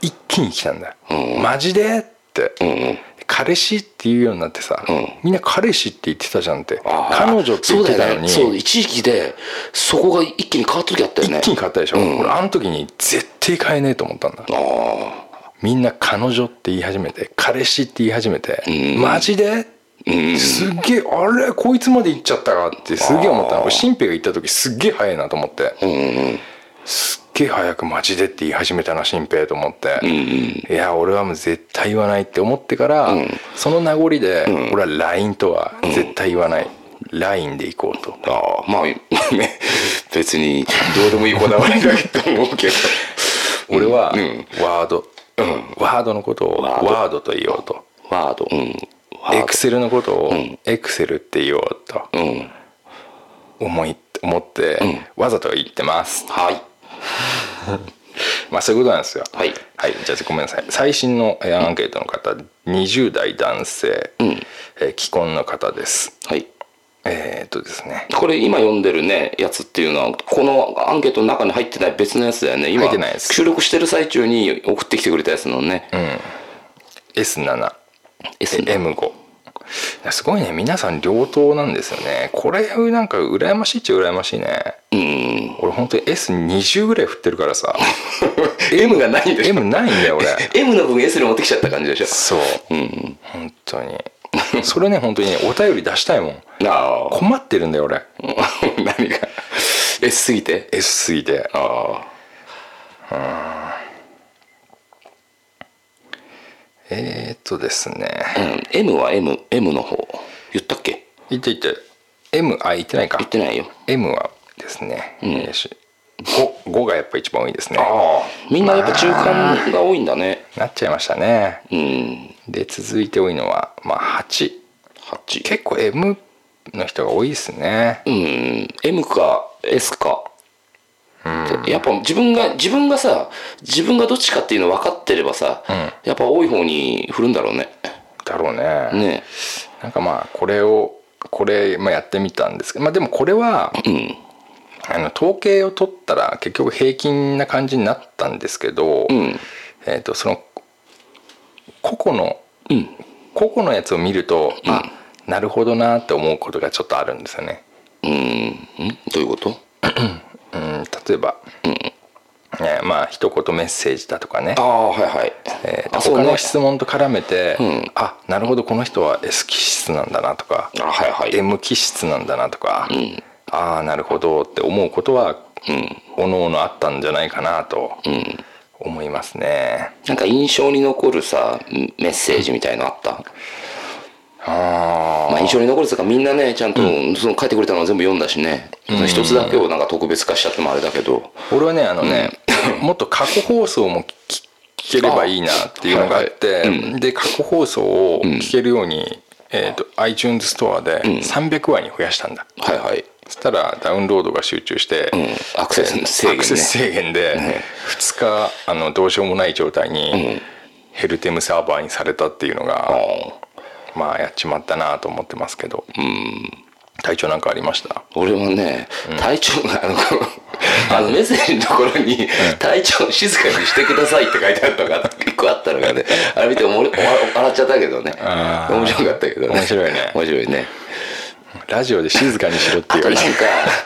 [SPEAKER 3] 一気に来たんだ、
[SPEAKER 4] うん
[SPEAKER 3] マジでって、
[SPEAKER 4] うんうん
[SPEAKER 3] 彼氏って言うようになってさ、
[SPEAKER 4] うん
[SPEAKER 3] みんな彼氏って言ってたじゃんって
[SPEAKER 4] あー
[SPEAKER 3] 彼女って言ってたのに、
[SPEAKER 4] そうだよねそう一時期でそこが一気に変わった時あったよね
[SPEAKER 3] 一気に買ったでしょ、
[SPEAKER 4] うん
[SPEAKER 3] 俺あの時に絶対買えねえと思ったんだ
[SPEAKER 4] あ
[SPEAKER 3] みんな彼女って言い始めて彼氏って言い始めて、
[SPEAKER 4] うん
[SPEAKER 3] マジで、
[SPEAKER 4] あうん
[SPEAKER 3] すっげえあれこいつまで行っちゃったかってすげえ思った
[SPEAKER 4] あー
[SPEAKER 3] の俺新兵が行った時すっげえ早いなと思って、
[SPEAKER 4] うんうん
[SPEAKER 3] すっげえ早くマジでって言い始めたな新兵と思って、
[SPEAKER 4] うん
[SPEAKER 3] いや俺はもう絶対言わないって思ってから、
[SPEAKER 4] うん
[SPEAKER 3] その名残で、
[SPEAKER 4] ん
[SPEAKER 3] 俺は LINE とは絶対言わない、LINE で行こうと
[SPEAKER 4] ああまあね別にどうでもいいこだわりだと思うけど
[SPEAKER 3] 俺は
[SPEAKER 4] うん
[SPEAKER 3] ワード、ワードのことを
[SPEAKER 4] ワード
[SPEAKER 3] ワードと言おうと
[SPEAKER 4] ワードうんワ
[SPEAKER 3] エ
[SPEAKER 4] ー
[SPEAKER 3] クセルのことを
[SPEAKER 4] ん
[SPEAKER 3] エクセルって言おうと
[SPEAKER 4] ドうん
[SPEAKER 3] 思い思って、
[SPEAKER 4] う
[SPEAKER 3] わざと言ってます
[SPEAKER 4] はい
[SPEAKER 3] まあそういうことなんですよ
[SPEAKER 4] はい
[SPEAKER 3] じゃあごめんなさい最新のえーアンケートの方、20代男性、えー既婚の方です
[SPEAKER 4] はい
[SPEAKER 3] えーっとですね
[SPEAKER 4] これ今読んでるねやつっていうのはこのアンケートの中に入ってない別のやつだよね今
[SPEAKER 3] 入ってないです
[SPEAKER 4] 収録してる最中に送ってきてくれたやつなのね、
[SPEAKER 3] S7
[SPEAKER 4] S ね
[SPEAKER 3] M5 すごいね皆さん両党なんですよねこれなんか羨ましいっちゃ羨ましいね
[SPEAKER 4] うん
[SPEAKER 3] 俺本当に S20 ぐらい振ってるからさ
[SPEAKER 4] M がないんでしょ
[SPEAKER 3] M ないんだよ俺
[SPEAKER 4] M の部分 S に持ってきちゃった感じでしょ
[SPEAKER 3] そう
[SPEAKER 4] うん
[SPEAKER 3] 本当にそれね本当にねお便り出したいもん
[SPEAKER 4] なあ
[SPEAKER 3] 困ってるんだよ俺
[SPEAKER 4] 何が S すぎて
[SPEAKER 3] S すぎて
[SPEAKER 4] あ
[SPEAKER 3] えー、っとですね
[SPEAKER 4] あ、うん、M は MM の方言ったっけ
[SPEAKER 3] 言って言って M あ言ってないか
[SPEAKER 4] 言ってないよ
[SPEAKER 3] M はですね、えーし 5, 5がやっぱ一番多いですね
[SPEAKER 4] みんなやっぱ中間が多いんだね
[SPEAKER 3] なっちゃいましたね
[SPEAKER 4] うん
[SPEAKER 3] で続いて多いのはまあ8
[SPEAKER 4] 8
[SPEAKER 3] 結構 M の人が多いですね
[SPEAKER 4] うん M か S かやっぱ自分が自分がさ自分がどっちかっていうの分かってればさ、やっぱ多い方に振るんだろうね
[SPEAKER 3] だろうね
[SPEAKER 4] ね
[SPEAKER 3] なんかまあこれをこれ、まあ、やってみたんですけどまあでもこれは、
[SPEAKER 4] うん
[SPEAKER 3] あの統計を取ったら結局平均な感じになったんですけど、
[SPEAKER 4] ん
[SPEAKER 3] えー、とその個々の
[SPEAKER 4] うん
[SPEAKER 3] 個々のやつを見ると、あなるほどなって思うことがちょっとあるんですよね。
[SPEAKER 4] うんんどういうこと
[SPEAKER 3] うん例えば、えーまあ一言メッセージだとかね
[SPEAKER 4] あ、あはいはい、
[SPEAKER 3] えーと
[SPEAKER 4] あそう
[SPEAKER 3] 他
[SPEAKER 4] ね
[SPEAKER 3] の質問と絡めて、
[SPEAKER 4] ん
[SPEAKER 3] あなるほどこの人は S 気質なんだなとか、
[SPEAKER 4] あはいはい
[SPEAKER 3] M 気質なんだなとか、ああなるほどって思うことは、おのおのあったんじゃないかなと思いますね。
[SPEAKER 4] なんか印象に残るさメッセージみたいのあった
[SPEAKER 3] あ
[SPEAKER 4] まあ、印象に残るというかみんなねちゃんとその書いてくれたのは全部読んだしねその一つだけをなんか特別化しちゃってもあれだけど
[SPEAKER 3] ー俺はねあのね、もっと過去放送も聞聞ければいいなっていうのがあって
[SPEAKER 4] あはいは
[SPEAKER 3] で過去放送を聞けるように、えー、と iTunes ストアで300話に増やしたんだ。
[SPEAKER 4] はいはい
[SPEAKER 3] そしたらダウンロードが集中して、
[SPEAKER 4] んアクセス制限
[SPEAKER 3] ア
[SPEAKER 4] ね
[SPEAKER 3] クセス制限で2日あのどうしようもない状態にヘルテムサーバーにされたっていうのが、まあやっちまったなと思ってますけど、体調なんかありました
[SPEAKER 4] 俺はね、隊長があの、 あのメッセージのところに、隊長静かにしてくださいって書いてあるのが一個あったのがね、あれ見ても俺、お笑笑っちゃったけどね。
[SPEAKER 3] あー
[SPEAKER 4] 面白かったけどね。
[SPEAKER 3] 面白いね
[SPEAKER 4] 面白いね。
[SPEAKER 3] ラジオで静かにしろって
[SPEAKER 4] あ
[SPEAKER 3] 言われ
[SPEAKER 4] となん
[SPEAKER 3] て
[SPEAKER 4] か、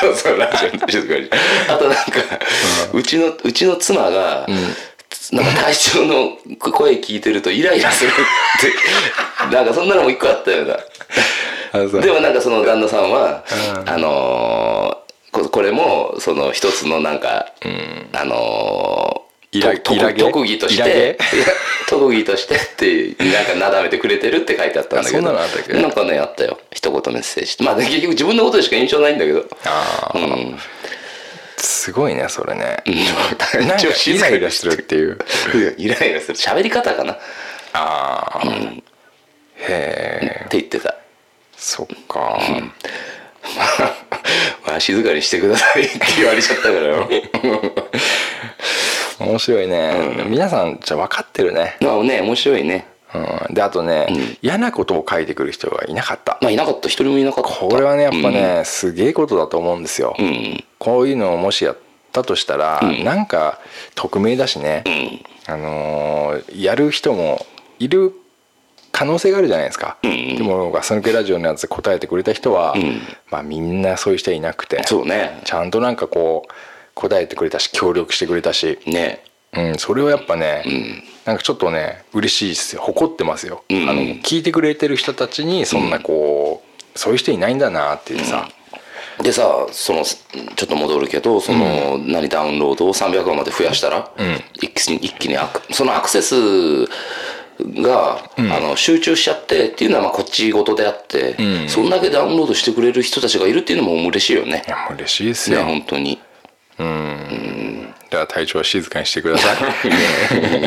[SPEAKER 4] そうそう、ラジオの静かに。あとなんか、うちの、うちの妻が、なんか隊長の声聞いてるとイライラするって、なんかそんなのも一個あったような。
[SPEAKER 3] あそう
[SPEAKER 4] でもなんかその旦那さんは、あのーここれもその一つのなんか、あのー
[SPEAKER 3] イラ
[SPEAKER 4] と
[SPEAKER 3] イラ
[SPEAKER 4] 特
[SPEAKER 3] ゲ
[SPEAKER 4] 特技とし
[SPEAKER 3] イ
[SPEAKER 4] て
[SPEAKER 3] ラゲ
[SPEAKER 4] いや 特技としてってなんかなだめてくれてるって書いてあったんだけ
[SPEAKER 3] あそ
[SPEAKER 4] ど
[SPEAKER 3] んなのあったっけ
[SPEAKER 4] なんかねあったよ 一言メッセージまあ、ね、結局自分のことしか印象ないんだけど
[SPEAKER 3] あ
[SPEAKER 4] うん
[SPEAKER 3] ーすごいねそれね
[SPEAKER 4] うん
[SPEAKER 3] なんか
[SPEAKER 4] 一応静
[SPEAKER 3] イ
[SPEAKER 4] か
[SPEAKER 3] ラ
[SPEAKER 4] に
[SPEAKER 3] イラするっていう
[SPEAKER 4] イライラする喋り方かなっ
[SPEAKER 3] ああ、へえ
[SPEAKER 4] て言ってた
[SPEAKER 3] そっか
[SPEAKER 4] まあ静かにしてくださいって言われちゃったからよ
[SPEAKER 3] 面白いね、皆さんじゃあ分かってるね、
[SPEAKER 4] まあね面白いね
[SPEAKER 3] うん、であとね、嫌なことを書いてくる人がいなかった
[SPEAKER 4] まあいなかった一人もいなかった
[SPEAKER 3] これはねやっぱね、すげえことだと思うんですよ、
[SPEAKER 4] うん
[SPEAKER 3] こういうのをもしやったとしたら、
[SPEAKER 4] うん
[SPEAKER 3] なんか匿名だしね、
[SPEAKER 4] うん
[SPEAKER 3] あのーやる人もいる可能性があるじゃないですか、
[SPEAKER 4] ん
[SPEAKER 3] でもガス抜けラジオのやつで答えてくれた人は、
[SPEAKER 4] ん
[SPEAKER 3] まあ、みんなそういう人はいなくて
[SPEAKER 4] そうね
[SPEAKER 3] ちゃんとなんかこう答えてくれたし協力してくれたし、
[SPEAKER 4] ね
[SPEAKER 3] うん、それはやっぱね、なんかちょっとね嬉しいですよ誇ってますよ、
[SPEAKER 4] うん
[SPEAKER 3] あの聞いてくれてる人たちにそんなこう、そういう人いないんだなっていうさ、
[SPEAKER 4] でさそのちょっと戻るけどその、何ダウンロードを300話まで増やしたら、一気に一気にアクそのアクセスが、あの集中しちゃってっていうのはまあこっち事であって、そんだけダウンロードしてくれる人たちがいるっていうのも嬉しいよね。
[SPEAKER 3] いやもう嬉しいです
[SPEAKER 4] ね
[SPEAKER 3] よ、
[SPEAKER 4] 本当に。
[SPEAKER 3] では体調は静かにしてください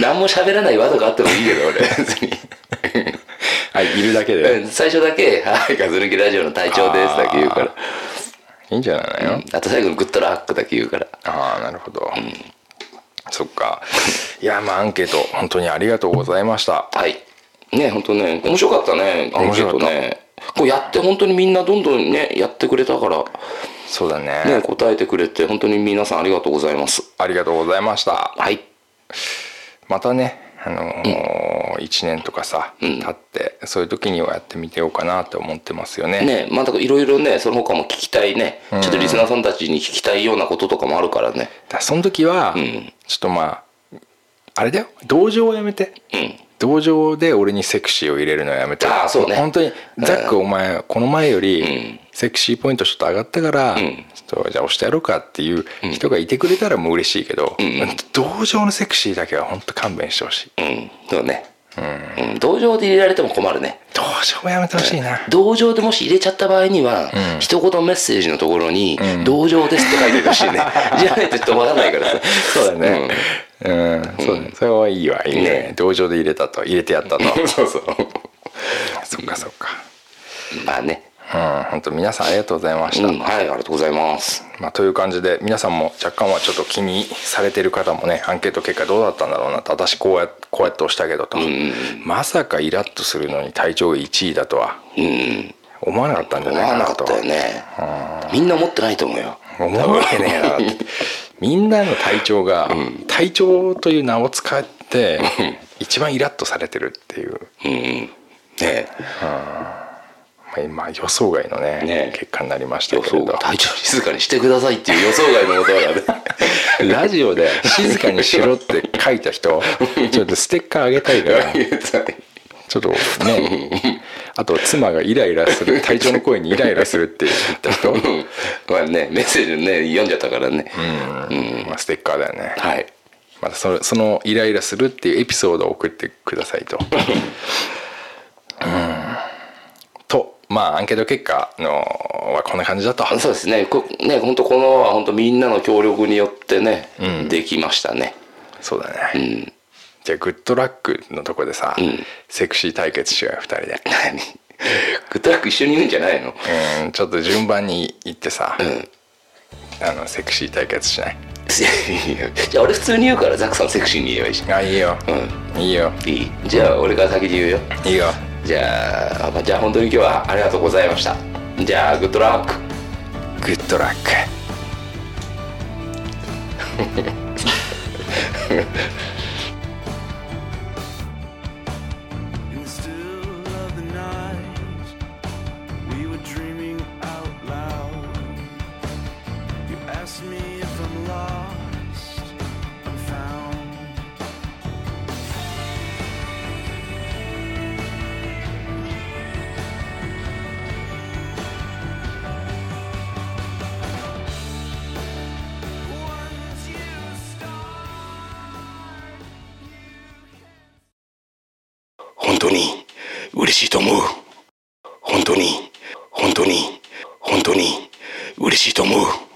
[SPEAKER 4] 何も喋らないワードがあってもいいけど俺別に。
[SPEAKER 3] はいいるだけ
[SPEAKER 4] う
[SPEAKER 3] で
[SPEAKER 4] ん最初だけ「はいガズ抜きラジオの隊長です」だけ言うから
[SPEAKER 3] いいんじゃないの、
[SPEAKER 4] あと最後の「グッドラハック」だけ言うから
[SPEAKER 3] ああなるほど、そっかいやまあアンケート本当にありがとうございました
[SPEAKER 4] はい。ね、本当ね、面白かったね、アン
[SPEAKER 3] 面
[SPEAKER 4] ケ
[SPEAKER 3] 白
[SPEAKER 4] ー
[SPEAKER 3] か
[SPEAKER 4] ト
[SPEAKER 3] った
[SPEAKER 4] ね。こうやって本当にみんなどんどんね、やってくれたから、
[SPEAKER 3] そうだね
[SPEAKER 4] ね、答えてくれて、本当に皆さんありがとうございます。
[SPEAKER 3] ありがとうございました
[SPEAKER 4] はい。
[SPEAKER 3] またねあのー1年とかさ、経ってそういう時にはやってみてようかなって思ってますよね
[SPEAKER 4] ね、まだいろいろね、その他も聞きたいね、ちょっとリスナーさんたちに聞きたいようなこととかもあるからね。
[SPEAKER 3] だからその時は、ちょっとまああれだよ同情をやめて、同情で俺にセクシーを入れるのはやめて
[SPEAKER 4] あーそうね
[SPEAKER 3] 本当にザックお前この前よ
[SPEAKER 4] ん
[SPEAKER 3] りセクシーポイントちょっと上がったから、ちょっとじゃあ押してやろうかっていう人がいてくれたらもう嬉しいけど、同情のセクシーだけは本当勘弁してほしい
[SPEAKER 4] うん、そうね。うん、同情で入れられても困るね。
[SPEAKER 3] 同情もやめてほしいな、
[SPEAKER 4] 同情でもし入れちゃった場合には、一言メッセージのところに「同情です」って書いてほしい ねじゃないと止まらないからさそうだ
[SPEAKER 3] ねうん、そうねそれはいいわいいね
[SPEAKER 4] ね
[SPEAKER 3] 同情で入れたと入れてやったと
[SPEAKER 4] そうそう
[SPEAKER 3] そっかそっ
[SPEAKER 4] まあね
[SPEAKER 3] かうん本当皆さんありがとうございました、
[SPEAKER 4] うん、はい、ありがとうございます。
[SPEAKER 3] まあ、という感じで皆さんも若干はちょっと気にされてる方もねアンケート結果どうだったんだろうなと私こうやこうやって押したけどと、まさかイラッとするのに体調が1位だとは
[SPEAKER 4] うん、
[SPEAKER 3] 思わなかったんじゃ
[SPEAKER 4] 思
[SPEAKER 3] ない
[SPEAKER 4] わ
[SPEAKER 3] か
[SPEAKER 4] な
[SPEAKER 3] な
[SPEAKER 4] かっ
[SPEAKER 3] と
[SPEAKER 4] たよね。みんな思ってないと思うよ。
[SPEAKER 3] 思うわけねえなってみんなの体調が、体調という名を使って一番イラッとされてるっていう、
[SPEAKER 4] うん、ねえ、
[SPEAKER 3] まあ、今予想外のね
[SPEAKER 4] ね
[SPEAKER 3] 結果になりました
[SPEAKER 4] 予
[SPEAKER 3] けれ
[SPEAKER 4] 想
[SPEAKER 3] ど
[SPEAKER 4] 外、体調静かにしてくださいっていう予想外のことはね。
[SPEAKER 3] ラジオで静かにしろって書いた人ちょっとステッカーあげたいから。 ちょっとね、あと妻がイライラする、体調の声にイライラするって言った人、
[SPEAKER 4] まあね、メッセージね、読んじゃったからね。
[SPEAKER 3] まあ、ステッカーだよね。
[SPEAKER 4] はい。
[SPEAKER 3] またそれそのイライラするっていうエピソードを送ってくださいと。うん、と、まあアンケート結果のはこんな感じだと。
[SPEAKER 4] そうですね、こ、ね、本当このは本当みんなの協力によってね、できましたね。
[SPEAKER 3] そうだね。じゃあグッドラックのとこでさ、セクシー対決しようよ2人で。
[SPEAKER 4] 何グッドラック一緒にいるんじゃないの
[SPEAKER 3] うん、ちょっと順番に行ってさ、あのセクシー対決しない
[SPEAKER 4] じゃあ俺普通に言うからザックさんセクシーに言えばいいじゃ
[SPEAKER 3] あいいよ、いいよ
[SPEAKER 4] ん。いいじゃあ俺から先に言うよ。
[SPEAKER 3] いいよ
[SPEAKER 4] じゃあ、まあじゃあ本当に今日はありがとうございました。じゃあ、グッドラック。
[SPEAKER 3] グッドラック
[SPEAKER 2] In the still of the night, we were dreaming out loud. You asked me if I'm lost, I'm found. Once you start.
[SPEAKER 4] 本当に嬉しいと思う。本当に、本当に、本当に嬉しいと思う。